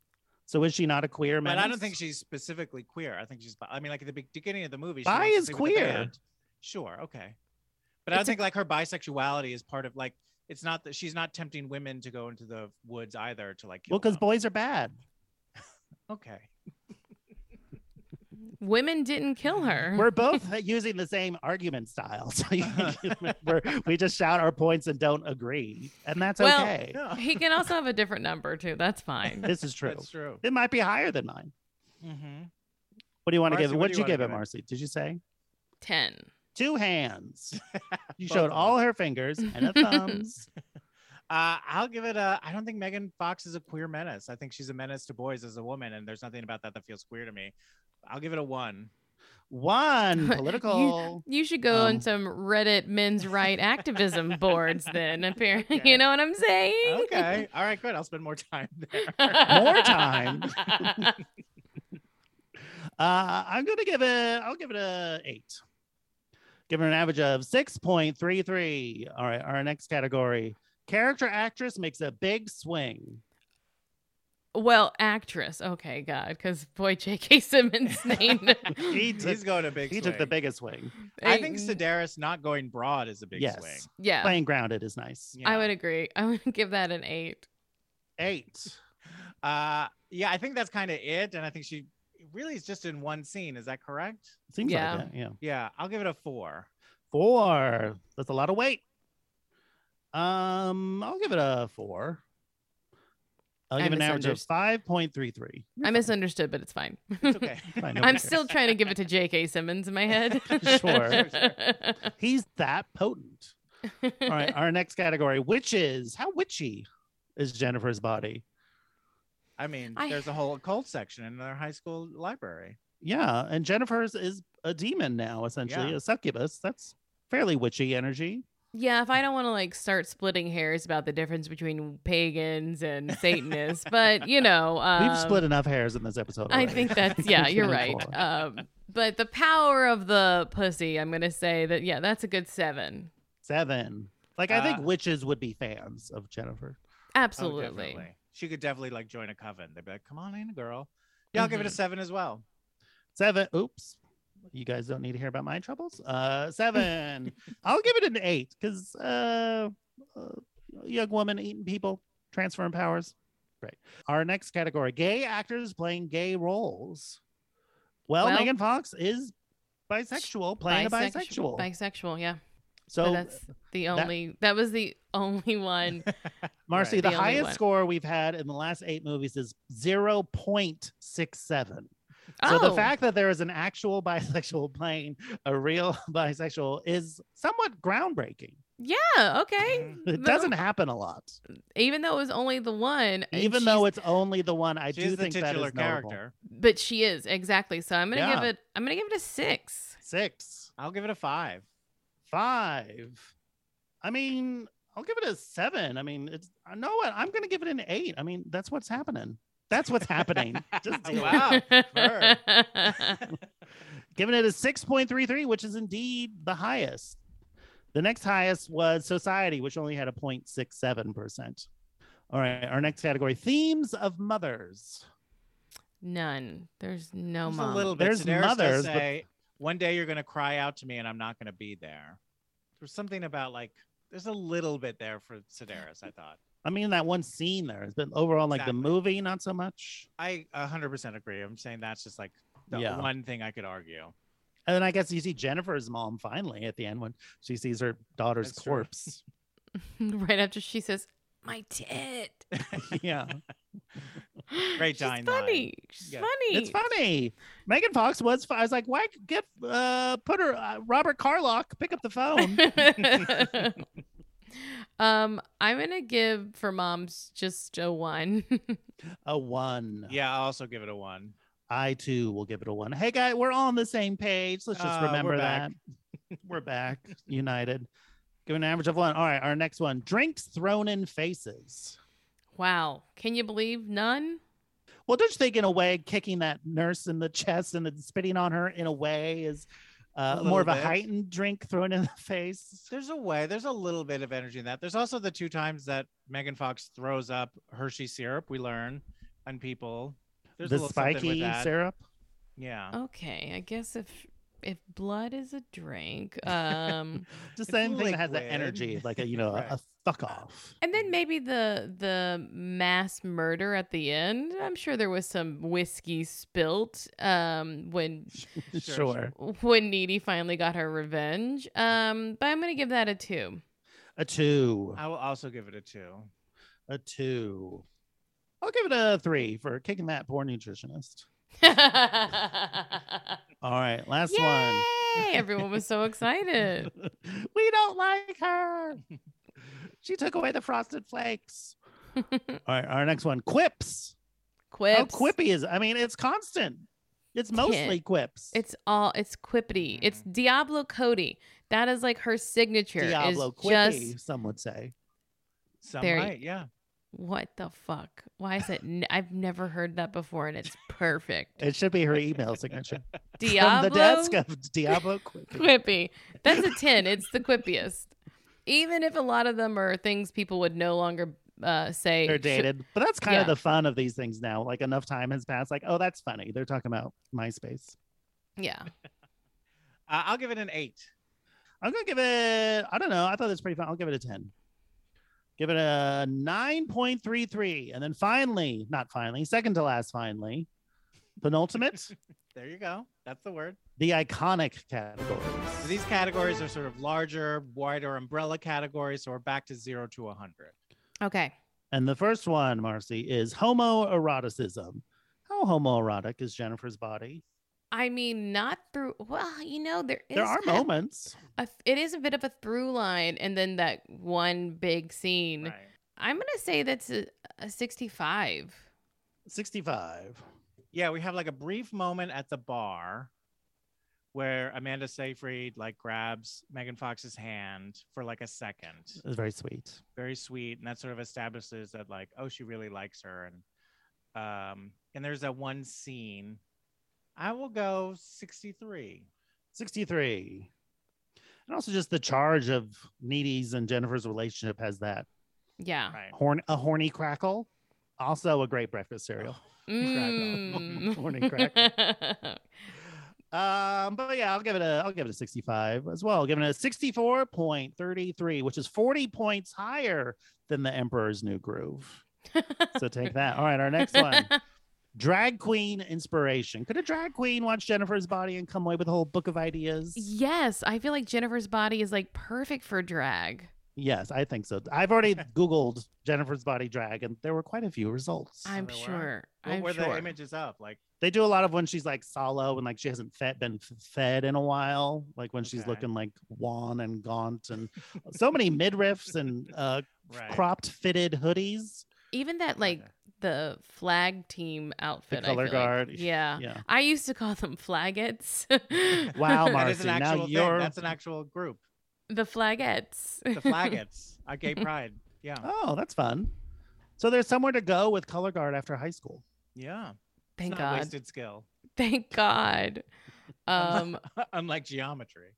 Speaker 4: So is she not a queer menace?
Speaker 5: But I don't think she's specifically queer. I think she's. bi- I mean, like at the be- beginning of the movie, she
Speaker 4: Bi
Speaker 5: wants to
Speaker 4: is
Speaker 5: sleep with the
Speaker 4: queer.
Speaker 5: band. Sure, okay, but I don't
Speaker 7: It's a-
Speaker 5: think like her bisexuality is part of like. It's not that she's not tempting women to go into the woods either to like. kill
Speaker 4: Well, because
Speaker 5: them.
Speaker 4: boys are bad.
Speaker 5: Okay.
Speaker 7: Women didn't kill her.
Speaker 4: We're both using the same argument style. So you, we're, we just shout our points and don't agree, and that's
Speaker 7: Well,
Speaker 4: okay.
Speaker 5: No,
Speaker 7: he can also have a different number too. That's fine.
Speaker 4: This is true.
Speaker 5: that's true.
Speaker 4: It might be higher than mine.
Speaker 5: Mm-hmm.
Speaker 4: What do you want to
Speaker 5: Marcy,
Speaker 4: give it?
Speaker 5: what
Speaker 4: What
Speaker 5: do you
Speaker 4: did you
Speaker 5: wanna
Speaker 4: give it,
Speaker 5: give it?
Speaker 4: Marcy? Did you say
Speaker 7: Ten.
Speaker 4: two hands? You
Speaker 5: Both
Speaker 4: showed
Speaker 5: of
Speaker 4: all her fingers and a thumbs.
Speaker 5: Uh, I'll give it a. I don't think Megan Fox is a queer menace. I think she's a menace to boys as a woman, and there's nothing about that that feels queer to me. I'll give it a one.
Speaker 4: One
Speaker 7: You-
Speaker 4: political.
Speaker 7: You should go
Speaker 5: Um.
Speaker 7: on some Reddit men's right activism boards then, apparently.
Speaker 5: Okay.
Speaker 7: You know what I'm saying?
Speaker 5: Okay. All right. Good. I'll spend more time there.
Speaker 4: More time. Uh, I'm gonna give it. I'll give it a eight. Give it an average of six point three three. All right, our next category: character actress makes a big swing.
Speaker 7: well, actress. Okay, God, because boy, J.K. Simmons named.
Speaker 4: He took,
Speaker 5: He's going a big.
Speaker 4: he took the
Speaker 5: swing.
Speaker 4: biggest swing.
Speaker 5: I think Sedaris not going broad is a big
Speaker 4: yes,
Speaker 5: swing.
Speaker 7: Yeah,
Speaker 4: playing grounded is nice.
Speaker 7: I
Speaker 5: Yeah.
Speaker 7: would agree. I would give that an eight.
Speaker 4: Eight.
Speaker 5: Uh, yeah, I think that's kind of it, and I think she really is just in one scene. Is that correct?
Speaker 4: Seems
Speaker 7: Yeah.
Speaker 4: like it. Yeah.
Speaker 5: Yeah, I'll give it a four.
Speaker 4: Four. That's a lot of weight. Um, I'll give it a four. I'll
Speaker 7: I
Speaker 4: give it an average of
Speaker 7: misunderst-
Speaker 4: five point three three.
Speaker 7: I misunderstood, but it's fine.
Speaker 5: It's okay.
Speaker 4: Fine, no
Speaker 7: I'm
Speaker 4: cares.
Speaker 7: still trying to give it to J.K. Simmons in my head.
Speaker 4: Sure, He's that potent. All right, our next category, witches. How witchy is Jennifer's body?
Speaker 5: I mean,
Speaker 7: I-
Speaker 5: there's a whole occult section in their high school library. Oh,
Speaker 4: Yeah, and Jennifer's is a demon now, essentially
Speaker 5: Yeah.
Speaker 4: a succubus. That's fairly witchy energy.
Speaker 7: Yeah, if I don't want to like start splitting hairs about the difference between pagans and Satanists, but you know, um,
Speaker 4: We've split enough hairs in this episode.
Speaker 7: I
Speaker 4: already.
Speaker 7: think that's yeah,
Speaker 4: It's
Speaker 7: you're
Speaker 4: really
Speaker 7: right.
Speaker 4: cool.
Speaker 7: Um, but the power of the pussy, I'm gonna say that yeah, that's a good seven.
Speaker 4: Oh, Seven. Like I
Speaker 5: Uh,
Speaker 4: think witches would be fans of Jennifer.
Speaker 5: Oh,
Speaker 7: Absolutely.
Speaker 5: definitely. she could definitely like join a coven. They'd be like, "Come on in, girl." Yeah, I'll give it a
Speaker 7: Mhm.
Speaker 5: seven as well.
Speaker 4: Seven. Oops. You guys don't need to hear about my troubles. Uh, seven. I'll give it an eight because uh, uh, young woman eating people, transferring powers. Great. Our next category: gay actors playing gay roles. Well,
Speaker 7: Well-
Speaker 4: Megan Fox is bisexual, playing a bisexual.
Speaker 7: Bisexual, yeah. but
Speaker 4: so, uh,
Speaker 7: that's the only that, was the only one.
Speaker 4: Marcy,
Speaker 7: right.
Speaker 4: the,
Speaker 7: the only
Speaker 4: highest
Speaker 7: one.
Speaker 4: score we've had in the last eight movies is zero point six seven. So
Speaker 7: oh,
Speaker 4: the fact that there is an actual bisexual playing a real bisexual is somewhat groundbreaking.
Speaker 7: yeah, okay.
Speaker 4: It
Speaker 7: No,
Speaker 4: doesn't happen a lot,
Speaker 7: even though it was only the one. and
Speaker 4: even though
Speaker 7: she's-
Speaker 4: it's only the one. I
Speaker 5: She's
Speaker 4: do
Speaker 5: the
Speaker 4: think that
Speaker 5: titular
Speaker 4: is notable.
Speaker 5: character.
Speaker 7: but she is exactly. So I'm gonna give
Speaker 4: Yeah.
Speaker 7: it. I'm gonna give it a six.
Speaker 4: Six,
Speaker 5: I'll give it a five.
Speaker 4: five. I mean, I'll give it a seven. I mean, it's I know what I'm going to give it an eight. I mean, that's what's happening. That's what's happening. Just do it.
Speaker 5: Wow, her.
Speaker 4: giving it a 6.33 which is indeed the highest the next highest was society which only had a 0.67% all right our next category themes of mothers
Speaker 7: None. There's no
Speaker 5: Just
Speaker 7: mom.
Speaker 5: a little bit.
Speaker 4: There's
Speaker 5: There's Sedaris
Speaker 4: mothers,
Speaker 5: mothers
Speaker 4: but-
Speaker 5: say, "One day you're gonna cry out to me, and I'm not gonna be there." There's something about like there's a little bit there for Sedaris. I thought
Speaker 4: i mean that one scene there has been overall like the
Speaker 5: Exactly.
Speaker 4: movie not so much
Speaker 5: I 100 percent agree. I'm saying that's just like the
Speaker 4: Yeah.
Speaker 5: one thing I could argue.
Speaker 4: and then i guess you see jennifer's mom finally at the end when she sees her daughter's
Speaker 5: That's true.
Speaker 4: corpse
Speaker 7: right after she says, "My tit."
Speaker 4: yeah
Speaker 5: Great
Speaker 7: She's
Speaker 5: dine line.
Speaker 7: funny. She's
Speaker 5: Yeah.
Speaker 7: funny.
Speaker 4: it's funny megan fox was fu- i was like why get uh put her uh, robert carlock pick up the phone
Speaker 7: um, I'm gonna give for moms just a one.
Speaker 4: a one
Speaker 5: Yeah, I'll also give it a one.
Speaker 4: I too will give it a one. Hey, guy, we're all on the same page. Let's just
Speaker 5: Uh, we're
Speaker 4: remember that.
Speaker 5: back.
Speaker 4: we're back, united. Give an average of one. All right, our next one drinks thrown in faces.
Speaker 7: wow. Can you believe none?
Speaker 4: Well, don't you think, in a way, kicking that nurse in the chest and then spitting on her, in a way, is uh,
Speaker 5: A
Speaker 4: more of
Speaker 5: little
Speaker 4: a
Speaker 5: bit.
Speaker 4: heightened drink thrown in the face?
Speaker 5: There's a way. There's a little bit of energy in that. There's also the two times that Megan Fox throws up Hershey syrup. We learn on people. There's a
Speaker 4: the
Speaker 5: little something with
Speaker 4: spiky
Speaker 5: that.
Speaker 4: syrup.
Speaker 5: Yeah.
Speaker 7: Okay, I guess if if blood is a drink, um,
Speaker 4: Just
Speaker 5: It's
Speaker 4: anything that has that
Speaker 5: liquid.
Speaker 4: energy, like a you know, a-
Speaker 5: Right.
Speaker 4: a fuck off.
Speaker 7: and then maybe the the mass murder at the end. I'm sure there was some whiskey spilt um, when
Speaker 4: Sure.
Speaker 7: when Needy finally got her revenge. Um, but I'm gonna give that a two.
Speaker 4: A two.
Speaker 5: I will also give it a two.
Speaker 4: A two. I'll give it a three for kicking that poor nutritionist. All right, last
Speaker 7: Yay! Everyone was so excited.
Speaker 4: one. we don't like her. She took away the frosted flakes. All right, our next one, quips.
Speaker 7: Quips.
Speaker 4: How quippy is? I mean, it's constant. It's mostly quips.
Speaker 7: It's all it's
Speaker 4: Mm-hmm.
Speaker 7: quippity. It's Diablo Cody. That is like her signature. is
Speaker 4: Diablo quippy.
Speaker 7: just
Speaker 4: Some would say.
Speaker 5: Some
Speaker 7: There you-
Speaker 5: might, yeah.
Speaker 7: what the fuck? Why is it? N- I've never heard that before, and it's perfect.
Speaker 4: It should be her email signature. From
Speaker 7: Diablo
Speaker 4: the desk of Diablo quippy.
Speaker 7: Quippy. That's a ten. It's the quippiest. Even if a lot of them are things people would no longer uh, say.
Speaker 4: They're
Speaker 7: should-
Speaker 4: dated, but that's kind
Speaker 7: yeah.
Speaker 4: of the fun of these things now. Like enough time has passed. Like, oh, that's funny. They're talking about MySpace.
Speaker 7: yeah.
Speaker 5: Uh, I'll give it an eight.
Speaker 4: I'm gonna give it. I don't know. I thought it's pretty fun. I'll give it a ten. Give it a nine point three three, and then finally, not finally, second to last, finally, penultimate,
Speaker 5: There you go. That's the word.
Speaker 4: the iconic categories.
Speaker 5: So these categories are sort of larger, wider umbrella categories. So we're back to zero to 100.
Speaker 7: Okay.
Speaker 4: And the first one, Marcy, is homoeroticism. How homoerotic is Jennifer's body?
Speaker 7: I mean, not through. Well, you know, there is
Speaker 4: there are
Speaker 7: kind of
Speaker 4: moments.
Speaker 7: a, it is a bit of a through line, and then that one big scene. I'm gonna say that's a, a 65.
Speaker 4: 65.
Speaker 5: Yeah, we have like a brief moment at the bar where Amanda Seyfried like grabs Megan Fox's hand for like a second.
Speaker 4: It's very sweet.
Speaker 5: Very sweet. And that sort of establishes that like, oh, she really likes her. And um, and there's that one scene. I will go 63.
Speaker 4: 63. And also just the charge of Needy's and Jennifer's relationship has that Ah,
Speaker 7: Yeah.
Speaker 5: Right.
Speaker 4: horn a horny crackle. Also a great breakfast cereal.
Speaker 7: Mm.
Speaker 4: Horny Um, but yeah, I'll give it a I'll give it a 65 as well. Giving it a 64.33, which is 40 points higher than the Emperor's New Groove. So take that. All right, our next one. Drag queen inspiration. Could a drag queen watch Jennifer's body and come away with a whole book of ideas?
Speaker 7: Yes, I feel like Jennifer's body is like perfect for drag.
Speaker 4: Yes, I think so. I've already Googled Jennifer's body drag, and there were quite a few results.
Speaker 7: I'm
Speaker 5: there were.
Speaker 7: sure.
Speaker 5: What
Speaker 7: I'm
Speaker 5: were
Speaker 7: sure.
Speaker 5: the images of? Like
Speaker 4: they do a lot of when she's like solo and like she hasn't fed, been f- fed in a while, like when she's
Speaker 5: Okay.
Speaker 4: looking like wan and gaunt, and so many midriffs and uh,
Speaker 5: right.
Speaker 4: cropped fitted hoodies.
Speaker 7: Even that like the flag team outfit. I
Speaker 4: color
Speaker 7: feel like.
Speaker 4: guard.
Speaker 7: Yeah.
Speaker 4: Yeah.
Speaker 7: I used to call them flagettes.
Speaker 4: Wow,
Speaker 5: That is
Speaker 4: Marcy.
Speaker 5: an
Speaker 4: Now
Speaker 5: actual thing.
Speaker 4: you're.
Speaker 5: That's an actual group.
Speaker 7: the flagettes.
Speaker 5: The flaggets. a gay pride. Yeah.
Speaker 4: oh, that's fun. So there's somewhere to go with color guard after high school.
Speaker 5: Yeah.
Speaker 7: Thank
Speaker 5: it's not
Speaker 7: God.
Speaker 5: wasted skill.
Speaker 7: Thank God. Um
Speaker 5: Unlike geometry.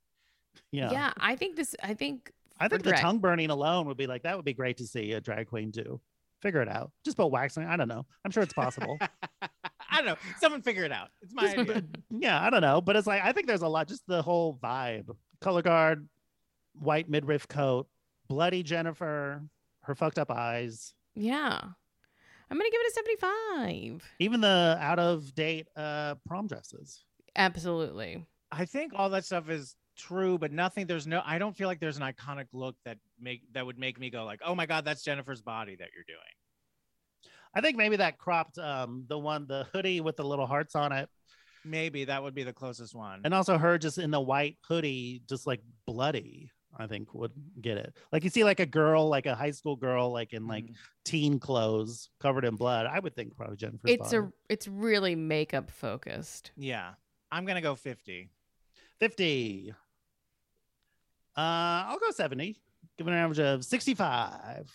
Speaker 4: Yeah.
Speaker 7: yeah. I think this I think
Speaker 4: I
Speaker 7: for
Speaker 4: think the
Speaker 7: drag-
Speaker 4: tongue burning alone would be like that would be great to see a drag queen do. Figure it out. Just put wax on. it. I don't know. I'm sure it's possible.
Speaker 5: I don't know. Someone figure it out. It's my
Speaker 4: Just-
Speaker 5: idea.
Speaker 4: yeah, I don't know, but it's like I think there's a lot. Just the whole vibe, color guard, white midriff coat, bloody Jennifer, her fucked up eyes,
Speaker 7: Yeah. I'm gonna give it a 75.
Speaker 4: even the out of date uh, prom dresses.
Speaker 7: Absolutely.
Speaker 5: I think all that stuff is true, but nothing. There's no. I don't feel like there's an iconic look that make that would make me go like, oh my god, that's Jennifer's body that you're doing.
Speaker 4: I think maybe that cropped um, the one, the hoodie with the little hearts on it,
Speaker 5: Maybe that would be the closest one.
Speaker 4: and also her just in the white hoodie, just like bloody. I think would get it. Like you see, like a girl, like a high school girl, like in like
Speaker 5: Mhm.
Speaker 4: teen clothes, covered in blood. I would think probably Jennifer's.
Speaker 7: it's a it's really makeup focused.
Speaker 5: yeah, I'm gonna go fifty.
Speaker 4: 50. Uh, I'll go 70. Give it an average of 65.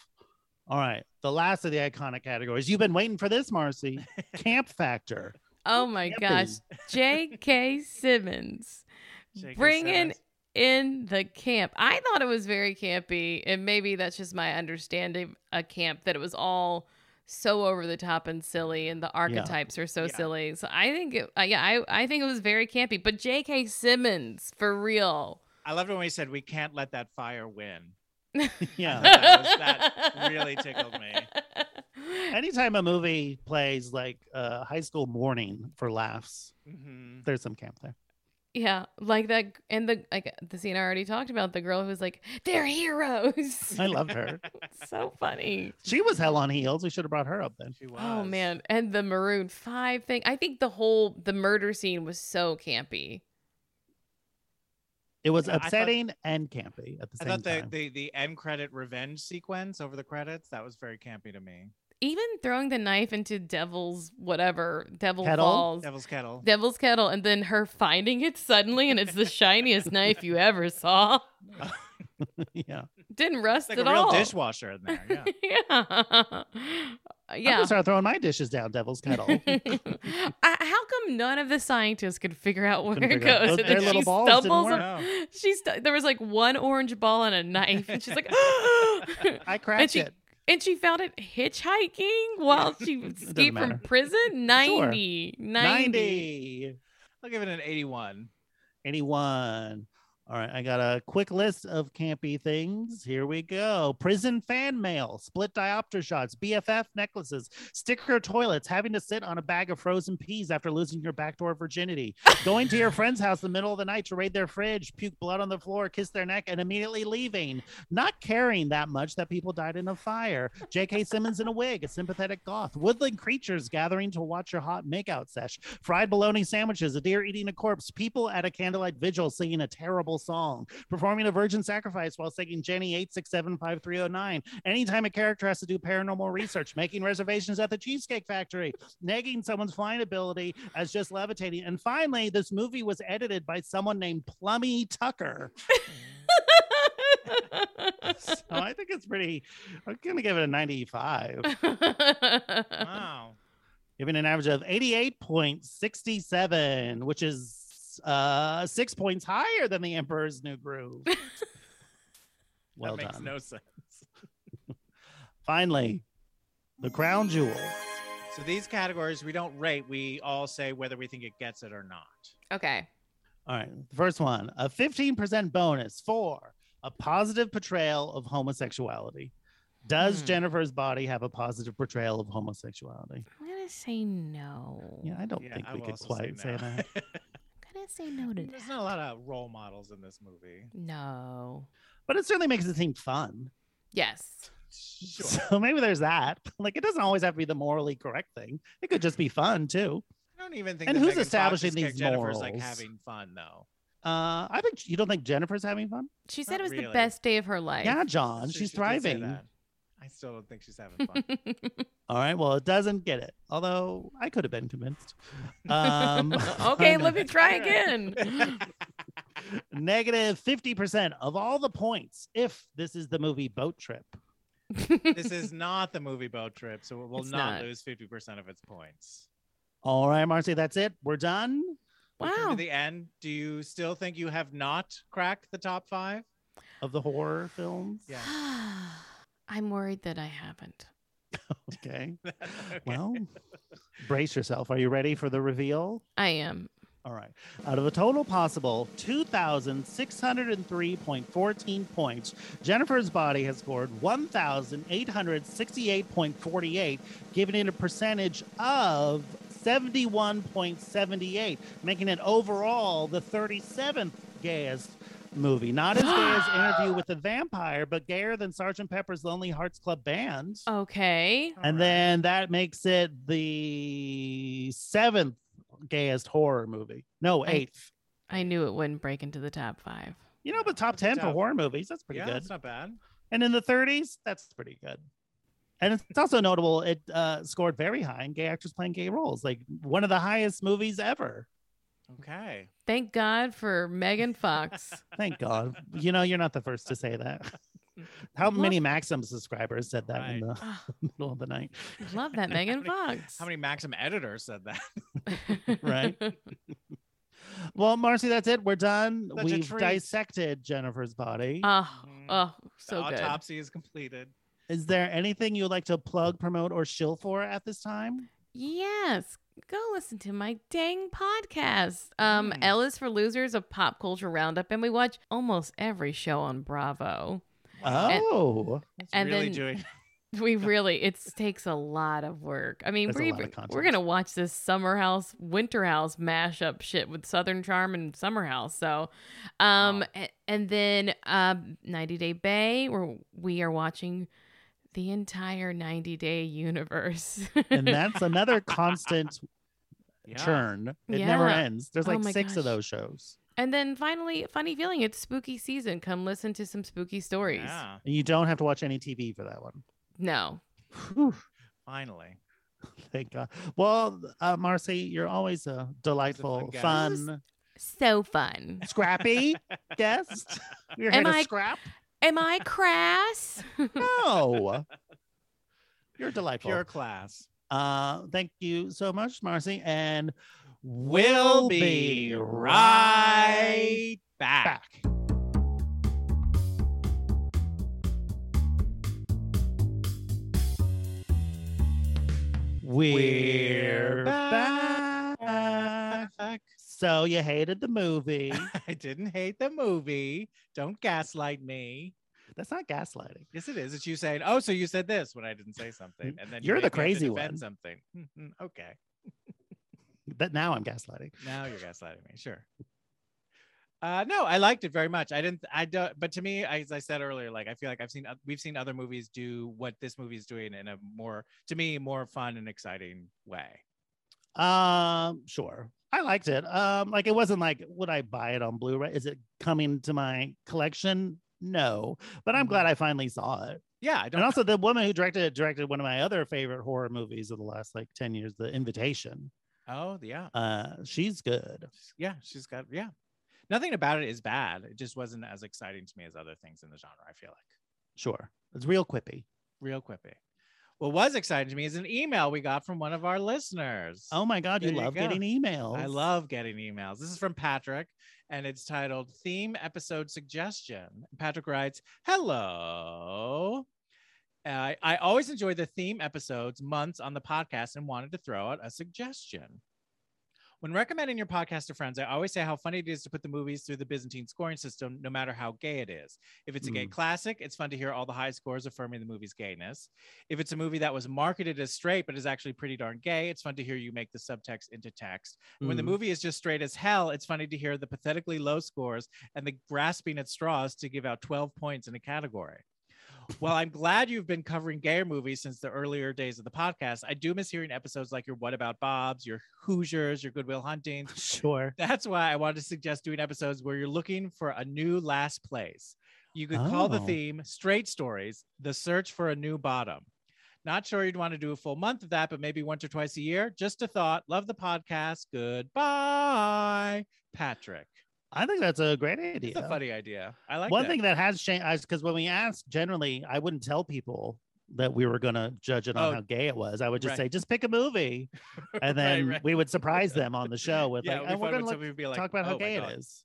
Speaker 4: All right. The last of the iconic categories. You've been waiting for this, Marcy. Camp factor.
Speaker 7: Oh my
Speaker 4: Camping.
Speaker 7: gosh. J.K. Simmons.
Speaker 5: J.K.
Speaker 7: Bringing
Speaker 5: Simmons.
Speaker 7: in the camp. I thought it was very campy, and maybe that's just my understanding a camp that it was all so over the top and silly, and the archetypes are so
Speaker 5: Yeah.
Speaker 7: silly. So I think it, uh, yeah, I I think it was very campy. But J.K. Simmons for real.
Speaker 5: I loved when we said we can't let that fire win.
Speaker 4: Yeah.
Speaker 5: That was- that really tickled me.
Speaker 4: Anytime a movie plays like uh, high school morning for laughs,
Speaker 5: hmm
Speaker 4: there's some camp there.
Speaker 7: Yeah, like that, and the like the scene I already talked about. The girl who's like, "They're heroes."
Speaker 4: I loved her.
Speaker 7: so funny.
Speaker 4: she was hell on heels. We should have brought her up then.
Speaker 5: She was.
Speaker 7: Oh man, and the Maroon Five thing. I think the whole the murder scene was so campy.
Speaker 4: It was
Speaker 5: I thought-
Speaker 4: upsetting and campy at the
Speaker 5: I
Speaker 4: same
Speaker 5: thought the,
Speaker 4: time.
Speaker 5: the the end credit revenge sequence over the credits that was very campy to me.
Speaker 7: Even throwing the knife into Devil's whatever, Devil
Speaker 4: Kettle?
Speaker 7: Falls,
Speaker 5: Devil's Kettle.
Speaker 7: Devil's Kettle, and then her finding it suddenly, and it's the shiniest knife you ever saw.
Speaker 4: yeah.
Speaker 7: Didn't rust
Speaker 5: it's like a
Speaker 7: at
Speaker 5: real
Speaker 7: all.
Speaker 5: dishwasher in there. Yeah.
Speaker 7: yeah.
Speaker 4: I'm
Speaker 7: Yeah.
Speaker 4: gonna start throwing my dishes down Devil's Kettle.
Speaker 7: I- how come none of the scientists could figure out where
Speaker 4: Couldn't
Speaker 7: it
Speaker 4: figure out-
Speaker 7: goes?
Speaker 4: those-
Speaker 7: And
Speaker 4: their
Speaker 7: then
Speaker 4: little
Speaker 7: she
Speaker 4: balls didn't
Speaker 7: stumbles.
Speaker 4: work.
Speaker 5: No.
Speaker 7: She stu- there was like one orange ball and a knife, and she's like,
Speaker 4: I
Speaker 7: and
Speaker 4: cracked
Speaker 7: she
Speaker 4: it.
Speaker 7: and she found it hitchhiking while she escaped
Speaker 4: matter.
Speaker 7: from prison. 90, 90.
Speaker 5: 90. I'll give it an 81.
Speaker 4: Anyone? All right, I got a quick list of campy things. Here we go. Prison fan mail, split diopter shots, BFF necklaces, sticker toilets, having to sit on a bag of frozen peas after losing your backdoor virginity, going to your friend's house in the middle of the night to raid their fridge, puke blood on the floor, kiss their neck, and immediately leaving, not caring that much that people died in a fire, J.K. Simmons in a wig, a sympathetic goth, woodland creatures gathering to watch your hot makeout sesh, fried bologna sandwiches, a deer eating a corpse, people at a candlelight vigil singing a terrible song, performing a virgin sacrifice while singing Jenny 8675309. Anytime a character has to do paranormal research, making reservations at the Cheesecake Factory, negging someone's flying ability as just levitating. And finally, this movie was edited by someone named Plummy Tucker. So I think it's pretty, I'm going to give it a 95.
Speaker 7: Uh,
Speaker 5: Wow.
Speaker 4: giving an average of 88.67, which is uh, six points higher than the Emperor's New Groove. well
Speaker 5: that makes
Speaker 4: done.
Speaker 5: no sense.
Speaker 4: Finally, the crown jewel.
Speaker 5: So these categories we don't rate. We all say whether we think it gets it or not.
Speaker 7: okay.
Speaker 4: All right, the first one a 15% bonus for a positive portrayal of homosexuality. Does
Speaker 7: Hmm.
Speaker 4: Jennifer's body have a positive portrayal of homosexuality?
Speaker 7: I'm gonna say no.
Speaker 4: Yeah, I don't
Speaker 5: Yeah,
Speaker 4: think
Speaker 5: I
Speaker 4: we
Speaker 5: will
Speaker 4: could
Speaker 5: also
Speaker 4: quite say
Speaker 5: no. Mm,
Speaker 4: that.
Speaker 7: I'm gonna say no to
Speaker 5: There's not a lot of role models in this movie.
Speaker 7: No.
Speaker 4: But it certainly makes it seem fun.
Speaker 7: Yes.
Speaker 5: Sure.
Speaker 4: So maybe there's that. Like, it doesn't always have to be the morally correct thing. It could just be fun too.
Speaker 5: I don't even think.
Speaker 4: And
Speaker 5: that
Speaker 4: who's
Speaker 5: Megan Fox
Speaker 4: establishing
Speaker 5: is kick-
Speaker 4: these
Speaker 5: Jennifer's like
Speaker 4: morals?
Speaker 5: having fun though.
Speaker 4: Uh, I think you don't think Jennifer's having fun.
Speaker 7: She said
Speaker 5: Not
Speaker 7: it was the
Speaker 5: really.
Speaker 7: best day of her life.
Speaker 4: Yeah, John,
Speaker 5: She-
Speaker 4: she's
Speaker 5: she did say
Speaker 4: thriving.
Speaker 5: that. I still don't think she's having fun.
Speaker 4: All right, well, it doesn't get it. Although I could have been convinced. Um,
Speaker 7: okay, let me try again.
Speaker 4: Negative fifty percent of all the points. If this is the movie Boat Trip,
Speaker 5: this is not the movie boat trip, so it will
Speaker 7: It's
Speaker 5: not,
Speaker 7: not.
Speaker 5: lose fifty percent of its points.
Speaker 4: all right, Marcy, that's it. We're done.
Speaker 5: We come
Speaker 7: Wow.
Speaker 5: To the end, do you still think you have not cracked the top five?
Speaker 4: Of the horror films.
Speaker 5: Yeah.
Speaker 7: I'm worried that I haven't.
Speaker 4: Okay.
Speaker 5: Okay.
Speaker 4: Well, brace yourself. Are you ready for the reveal?
Speaker 7: I am.
Speaker 4: All right. Out of a total possible 2,603.14 points, Jennifer's body has scored 1,868.48, giving it a percentage of 71.78, making it overall the 37th gayest movie. Not as gay as Interview with the Vampire, but gayer than Sgt. Pepper's Lonely Hearts Club Band.
Speaker 7: Oh, Okay.
Speaker 4: And then that makes it the seventh gayest horror movie. No,
Speaker 7: I-
Speaker 4: eighth.
Speaker 7: I knew it wouldn't break into the top five.
Speaker 4: You know, but top
Speaker 5: That's
Speaker 4: ten for
Speaker 5: tough.
Speaker 4: horror movies, that's pretty
Speaker 5: yeah,
Speaker 4: good.
Speaker 5: it's not bad.
Speaker 4: and in the 30s, that's pretty good. And it's it's also notable it uh, scored very high in gay actors playing gay roles, like one of the highest movies ever.
Speaker 5: Okay.
Speaker 7: Thank God for Megan Fox.
Speaker 4: Thank God. you know, you're not the first to say that. How
Speaker 7: Well-
Speaker 4: many Maxim subscribers said that in the
Speaker 7: Ah,
Speaker 4: middle of the night?
Speaker 7: Love that Megan
Speaker 5: How
Speaker 7: Fox.
Speaker 5: How many Maxim editors said that?
Speaker 4: Right. Well, Marcy, that's it. We're done.
Speaker 5: Such a
Speaker 4: We've
Speaker 5: treat.
Speaker 4: dissected Jennifer's body.
Speaker 7: oh, oh, so
Speaker 5: the
Speaker 7: good.
Speaker 5: autopsy is completed.
Speaker 4: Is there anything you'd like to plug, promote, or shill for at this time?
Speaker 7: Yes. Go listen to my dang podcast. Um,
Speaker 5: Mm.
Speaker 7: L is for Losers, a pop culture roundup, and we watch almost every show on Bravo. And-
Speaker 4: Oh,
Speaker 5: It's
Speaker 7: and
Speaker 5: really
Speaker 7: then-
Speaker 5: doing
Speaker 7: We really it takes a lot of work. I mean,
Speaker 4: That's a
Speaker 7: we,
Speaker 4: lot of
Speaker 7: we're
Speaker 4: content.
Speaker 7: gonna watch this summer house, winter house mashup shit with Southern Charm and Summer House. So, um,
Speaker 5: Wow.
Speaker 7: a- and then um, 90 Day Bay, where we are watching the entire 90 Day universe.
Speaker 4: and that's another constant
Speaker 5: yeah.
Speaker 4: churn. It never
Speaker 7: Yeah.
Speaker 4: ends. There's
Speaker 7: Oh
Speaker 4: like
Speaker 7: my
Speaker 4: six of
Speaker 7: gosh.
Speaker 4: those shows.
Speaker 7: And then finally, funny feeling. It's spooky season. Come listen to some spooky stories.
Speaker 5: Yeah,
Speaker 4: You don't have to watch any TV for that one.
Speaker 7: No.
Speaker 4: Whew,
Speaker 5: finally.
Speaker 4: thank God. Well, uh, Marcy, you're always a delightful,
Speaker 5: guest.
Speaker 4: fun,
Speaker 7: So fun.
Speaker 4: scrappy guest. You're here
Speaker 7: Am
Speaker 4: to
Speaker 7: I-
Speaker 4: scrap?
Speaker 7: Am I crass?
Speaker 4: No. You're delightful.
Speaker 5: Pure class.
Speaker 4: Uh, thank you so much, Marcy, and
Speaker 5: We'll be right back.
Speaker 4: back. We're back. So you hated the movie.
Speaker 5: I didn't hate the movie. Don't gaslight me.
Speaker 4: That's not gaslighting.
Speaker 5: Yes, it is. It's you saying, "Oh, so you said this when I didn't say something," and then you
Speaker 4: You're the
Speaker 5: make me have to
Speaker 4: crazy
Speaker 5: defend
Speaker 4: one.
Speaker 5: Something. Mhm. okay,
Speaker 4: But now I'm gaslighting.
Speaker 5: now you're gaslighting me. Sure. Uh, no, I liked it very much. I didn't. I don't. But to me, as I said earlier, like I feel like I've seen oth- we've seen other movies do what this movie is doing in a more to me more fun and exciting way.
Speaker 4: Um, sure. I liked it. Um, like it wasn't like would I buy it on Blu-ray? Is it coming to my collection? No, but I'm
Speaker 5: Mhm.
Speaker 4: glad I finally saw it.
Speaker 5: Yeah, I don't.
Speaker 4: And also, the woman who directed it directed one of my other favorite horror movies of the last like ten years, The Invitation.
Speaker 5: oh, yeah,
Speaker 4: Uh, she's good.
Speaker 5: yeah. She's got yeah. Nothing about it is bad. It just wasn't as exciting to me as other things in the genre. I feel like.
Speaker 4: Sure, it's real quippy.
Speaker 5: real quippy. What was exciting to me is an email we got from one of our listeners.
Speaker 4: Oh my god, you
Speaker 5: There you
Speaker 4: love
Speaker 5: go.
Speaker 4: getting emails.
Speaker 5: I love getting emails. This is from Patrick, and it's titled Theme Episode Suggestion. Patrick writes, Hello. I, I always enjoy the theme episodes months on the podcast and wanted to throw out a suggestion. When recommending your podcast to friends, I always say how funny it is to put the movies through the Byzantine scoring system, no matter how gay it is. If it's a gay classic, it's fun to hear all the high scores affirming the movie's gayness. If it's a movie that was marketed as straight but is actually pretty darn gay, it's fun to hear you make the subtext into text. And When the
Speaker 4: Mhm.
Speaker 5: movie is just straight as hell, it's funny to hear the pathetically low scores and the grasping at straws to give out 12 points in a category. Well, I'm glad you've been covering gay movies since the earlier days of the podcast. I do miss hearing episodes like your What About Bobs, your Hoosiers, your Goodwill Hunting.
Speaker 4: Sure.
Speaker 5: That's why I wanted to suggest doing episodes where you're looking for a new last place. You could call the
Speaker 4: Oh.
Speaker 5: theme Straight Stories, The Search for a New Bottom. Not sure you'd want to do a full month of that, but maybe once or twice a year. Just a thought. Love the podcast. Goodbye, Patrick.
Speaker 4: I think that's a great idea.
Speaker 5: It's a funny idea. I like
Speaker 4: One
Speaker 5: that.
Speaker 4: thing that has changed because when we asked, generally, I wouldn't tell people that we were gonna judge it on
Speaker 5: Oh,
Speaker 4: how gay it was. I would just
Speaker 5: right.
Speaker 4: say, just pick a movie,
Speaker 5: Right,
Speaker 4: and then
Speaker 5: right.
Speaker 4: we would surprise them on the show with
Speaker 5: yeah, we
Speaker 4: like, "And we're gonna look,
Speaker 5: would be like,
Speaker 4: talk about how
Speaker 5: "Oh my
Speaker 4: gay
Speaker 5: God."
Speaker 4: it is.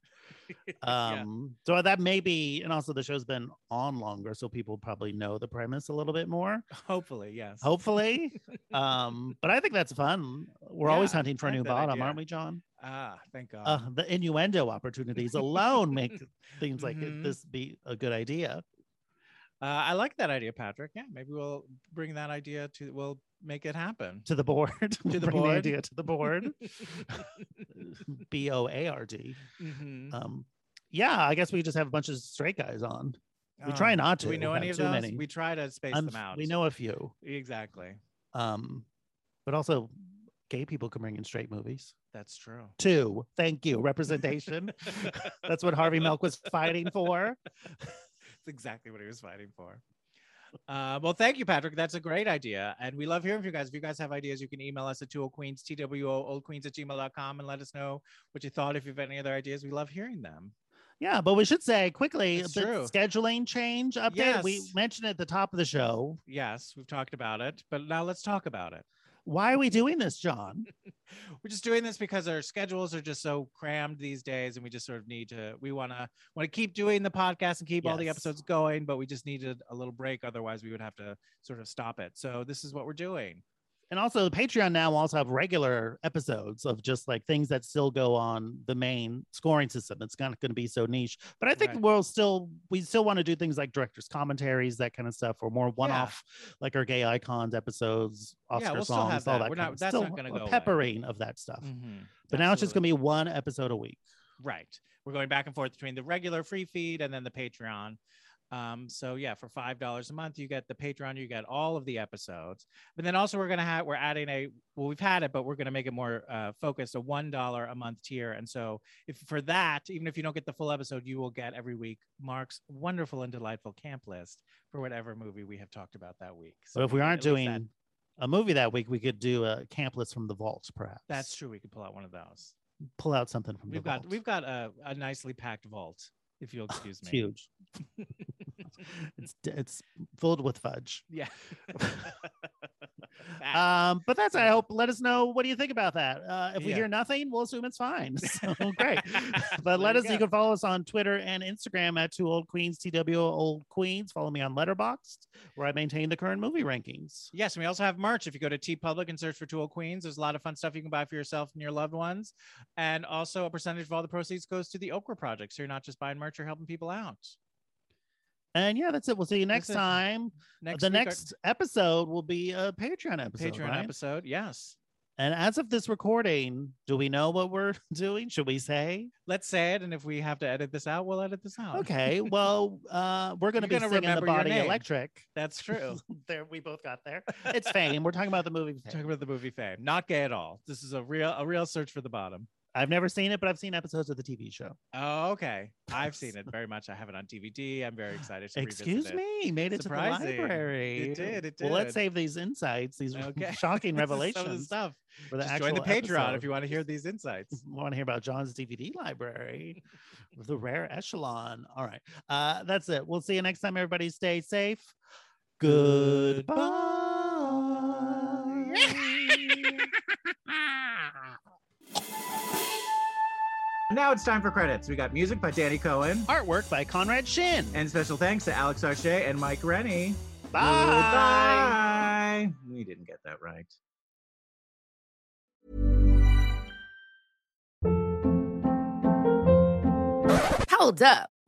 Speaker 4: um so that may be and also the show's been on longer so people probably know the premise a little bit more
Speaker 5: yeah. Hopefully, yes.
Speaker 4: hopefully um but i think that's fun we're always
Speaker 5: Yeah,
Speaker 4: hunting for
Speaker 5: I
Speaker 4: a new
Speaker 5: like that
Speaker 4: bottom
Speaker 5: idea.
Speaker 4: aren't we john
Speaker 5: Ah, thank God.
Speaker 4: uh the innuendo opportunities alone make things like
Speaker 5: Mhm.
Speaker 4: this be a good idea
Speaker 5: Uh, I like that idea, Patrick. Yeah, maybe we'll bring that idea to. We'll make it happen.
Speaker 4: to the board to
Speaker 5: the
Speaker 4: the
Speaker 5: board.
Speaker 4: idea to the board b-o-a-r-d
Speaker 5: Mhm.
Speaker 4: um yeah i guess we just have a bunch of straight guys on we
Speaker 5: Oh,
Speaker 4: try not
Speaker 5: do
Speaker 4: to
Speaker 5: we know
Speaker 4: have
Speaker 5: any of
Speaker 4: too
Speaker 5: those?
Speaker 4: many.
Speaker 5: We try to space
Speaker 4: Unf-
Speaker 5: them out.
Speaker 4: we know a few
Speaker 5: exactly.
Speaker 4: Um, but also, gay people can bring in straight movies
Speaker 5: That's true.
Speaker 4: too. Thank you. Representation. That's what Harvey Milk was fighting for.
Speaker 5: That's exactly what he was fighting for. Uh, well, thank you, Patrick. That's a great idea. And we love hearing from you guys. If you guys have ideas, you can email us at 20 queens, TWO old queens at gmail.com and let us know what you thought. If you have any other ideas, we love hearing them.
Speaker 4: Yeah, but we should say quickly
Speaker 5: It's
Speaker 4: the
Speaker 5: true.
Speaker 4: scheduling change update. We
Speaker 5: Yes.
Speaker 4: mentioned at the top of the show.
Speaker 5: Yes, we've talked about it, but now let's talk about it.
Speaker 4: Why are we doing this, John?
Speaker 5: we're just doing this because our schedules are just so crammed these days and we just sort of need to we want to want to keep doing the podcast and keep all the
Speaker 4: Yes.
Speaker 5: episodes going but we just needed a little break otherwise we would have to sort of stop it so this is what we're doing
Speaker 4: And also, Patreon now will also have regular episodes of just like things that still go on the main scoring system. It's not going to be so niche, but I think
Speaker 5: Right.
Speaker 4: we'll still we still want to do things like directors' commentaries, that kind of stuff, or more one-off like our gay icons episodes, Oscar
Speaker 5: we'll still have
Speaker 4: songs,
Speaker 5: that.
Speaker 4: all that.
Speaker 5: We're
Speaker 4: kind
Speaker 5: not-
Speaker 4: of-
Speaker 5: that's
Speaker 4: still
Speaker 5: not gonna
Speaker 4: a
Speaker 5: go away. Mm,
Speaker 4: peppering of that stuff. But now it's just going to be one episode a week.
Speaker 5: right we're going back and forth between the regular free feed and then the patreon Um, so yeah, for five dollars a month, you get the Patreon, you get all of the episodes. But then also we're gonna have we're adding a well, we've had it, but we're gonna make it more uh, focused, a one dollar a month tier. And so if for that, even if you don't get the full episode, you will get every week Mark's wonderful and delightful camp list for whatever movie we have talked about that week.
Speaker 4: So if we aren't
Speaker 5: at least that-
Speaker 4: doing a movie that week, we could do a camp list from the vault, perhaps.
Speaker 5: that's true, we could pull out one of those.
Speaker 4: Pull out something from
Speaker 5: We've
Speaker 4: the
Speaker 5: got
Speaker 4: vault.
Speaker 5: we've got a, a nicely packed vault, if you'll excuse
Speaker 4: it's
Speaker 5: me.
Speaker 4: huge. it's it's filled with fudge.
Speaker 5: Yeah. That-
Speaker 4: Um, but that's I hope. Let us know what do you think about that. Uh, if we
Speaker 5: Yeah.
Speaker 4: hear nothing, we'll assume it's fine. So great. But let
Speaker 5: There
Speaker 4: us
Speaker 5: you
Speaker 4: you
Speaker 5: go.
Speaker 4: can follow us on Twitter and Instagram at Two Old Queens TW Old Queens. Follow me on Letterboxd where I maintain the current movie rankings.
Speaker 5: Yes, and we also have merch. If you go to T Public and search for Tool Queens, there's a lot of fun stuff you can buy for yourself and your loved ones. And also, a percentage of all the proceeds goes to the Okra Project. So you're not just buying merch, you're helping people out.
Speaker 4: And yeah, that's it. We'll see you next
Speaker 5: That's it.
Speaker 4: time.
Speaker 5: Next
Speaker 4: the
Speaker 5: week, our
Speaker 4: next episode will be a Patreon episode.
Speaker 5: Patreon
Speaker 4: right?
Speaker 5: episode. Yes.
Speaker 4: And as of this recording, do we know what we're doing? Should we say?
Speaker 5: Let's say it. And if we have to edit this out, we'll edit this out.
Speaker 4: Okay. Well, uh, we're going to
Speaker 5: You're
Speaker 4: be
Speaker 5: Oh. gonna
Speaker 4: singing the
Speaker 5: remember your
Speaker 4: body
Speaker 5: name.
Speaker 4: electric.
Speaker 5: That's true.
Speaker 4: there, we both got there. It's fame. We're talking about the movie. Fame.
Speaker 5: Talk about the movie fame. Not gay at all. This is a real a real search for the bottom.
Speaker 4: I've never seen it, but I've seen episodes of the TV show.
Speaker 5: Oh, okay. I've seen it very much. I have it on DVD. I'm very excited to revisit
Speaker 4: Excuse
Speaker 5: it.
Speaker 4: me, you made it to
Speaker 5: Surprising.
Speaker 4: the library.
Speaker 5: It did, it
Speaker 4: Well, let's
Speaker 5: did.
Speaker 4: save these insights, these
Speaker 5: Okay.
Speaker 4: shocking
Speaker 5: This is Some of the
Speaker 4: revelations
Speaker 5: stuff.
Speaker 4: for the
Speaker 5: Just
Speaker 4: actual
Speaker 5: join the Patreon
Speaker 4: episode.
Speaker 5: if you want to hear these insights.
Speaker 4: want to hear about John's DVD library, the rare echelon. All right, uh, that's it. We'll see you next time, everybody. Stay safe. Goodbye.
Speaker 5: Now it's time for credits. We got music by Danny Cohen.
Speaker 4: Artwork by Conrad Shin.
Speaker 5: And special thanks to Alex Arche and Mike Rennie.
Speaker 4: Bye.
Speaker 5: Goodbye. We didn't get that right.
Speaker 2: Hold up.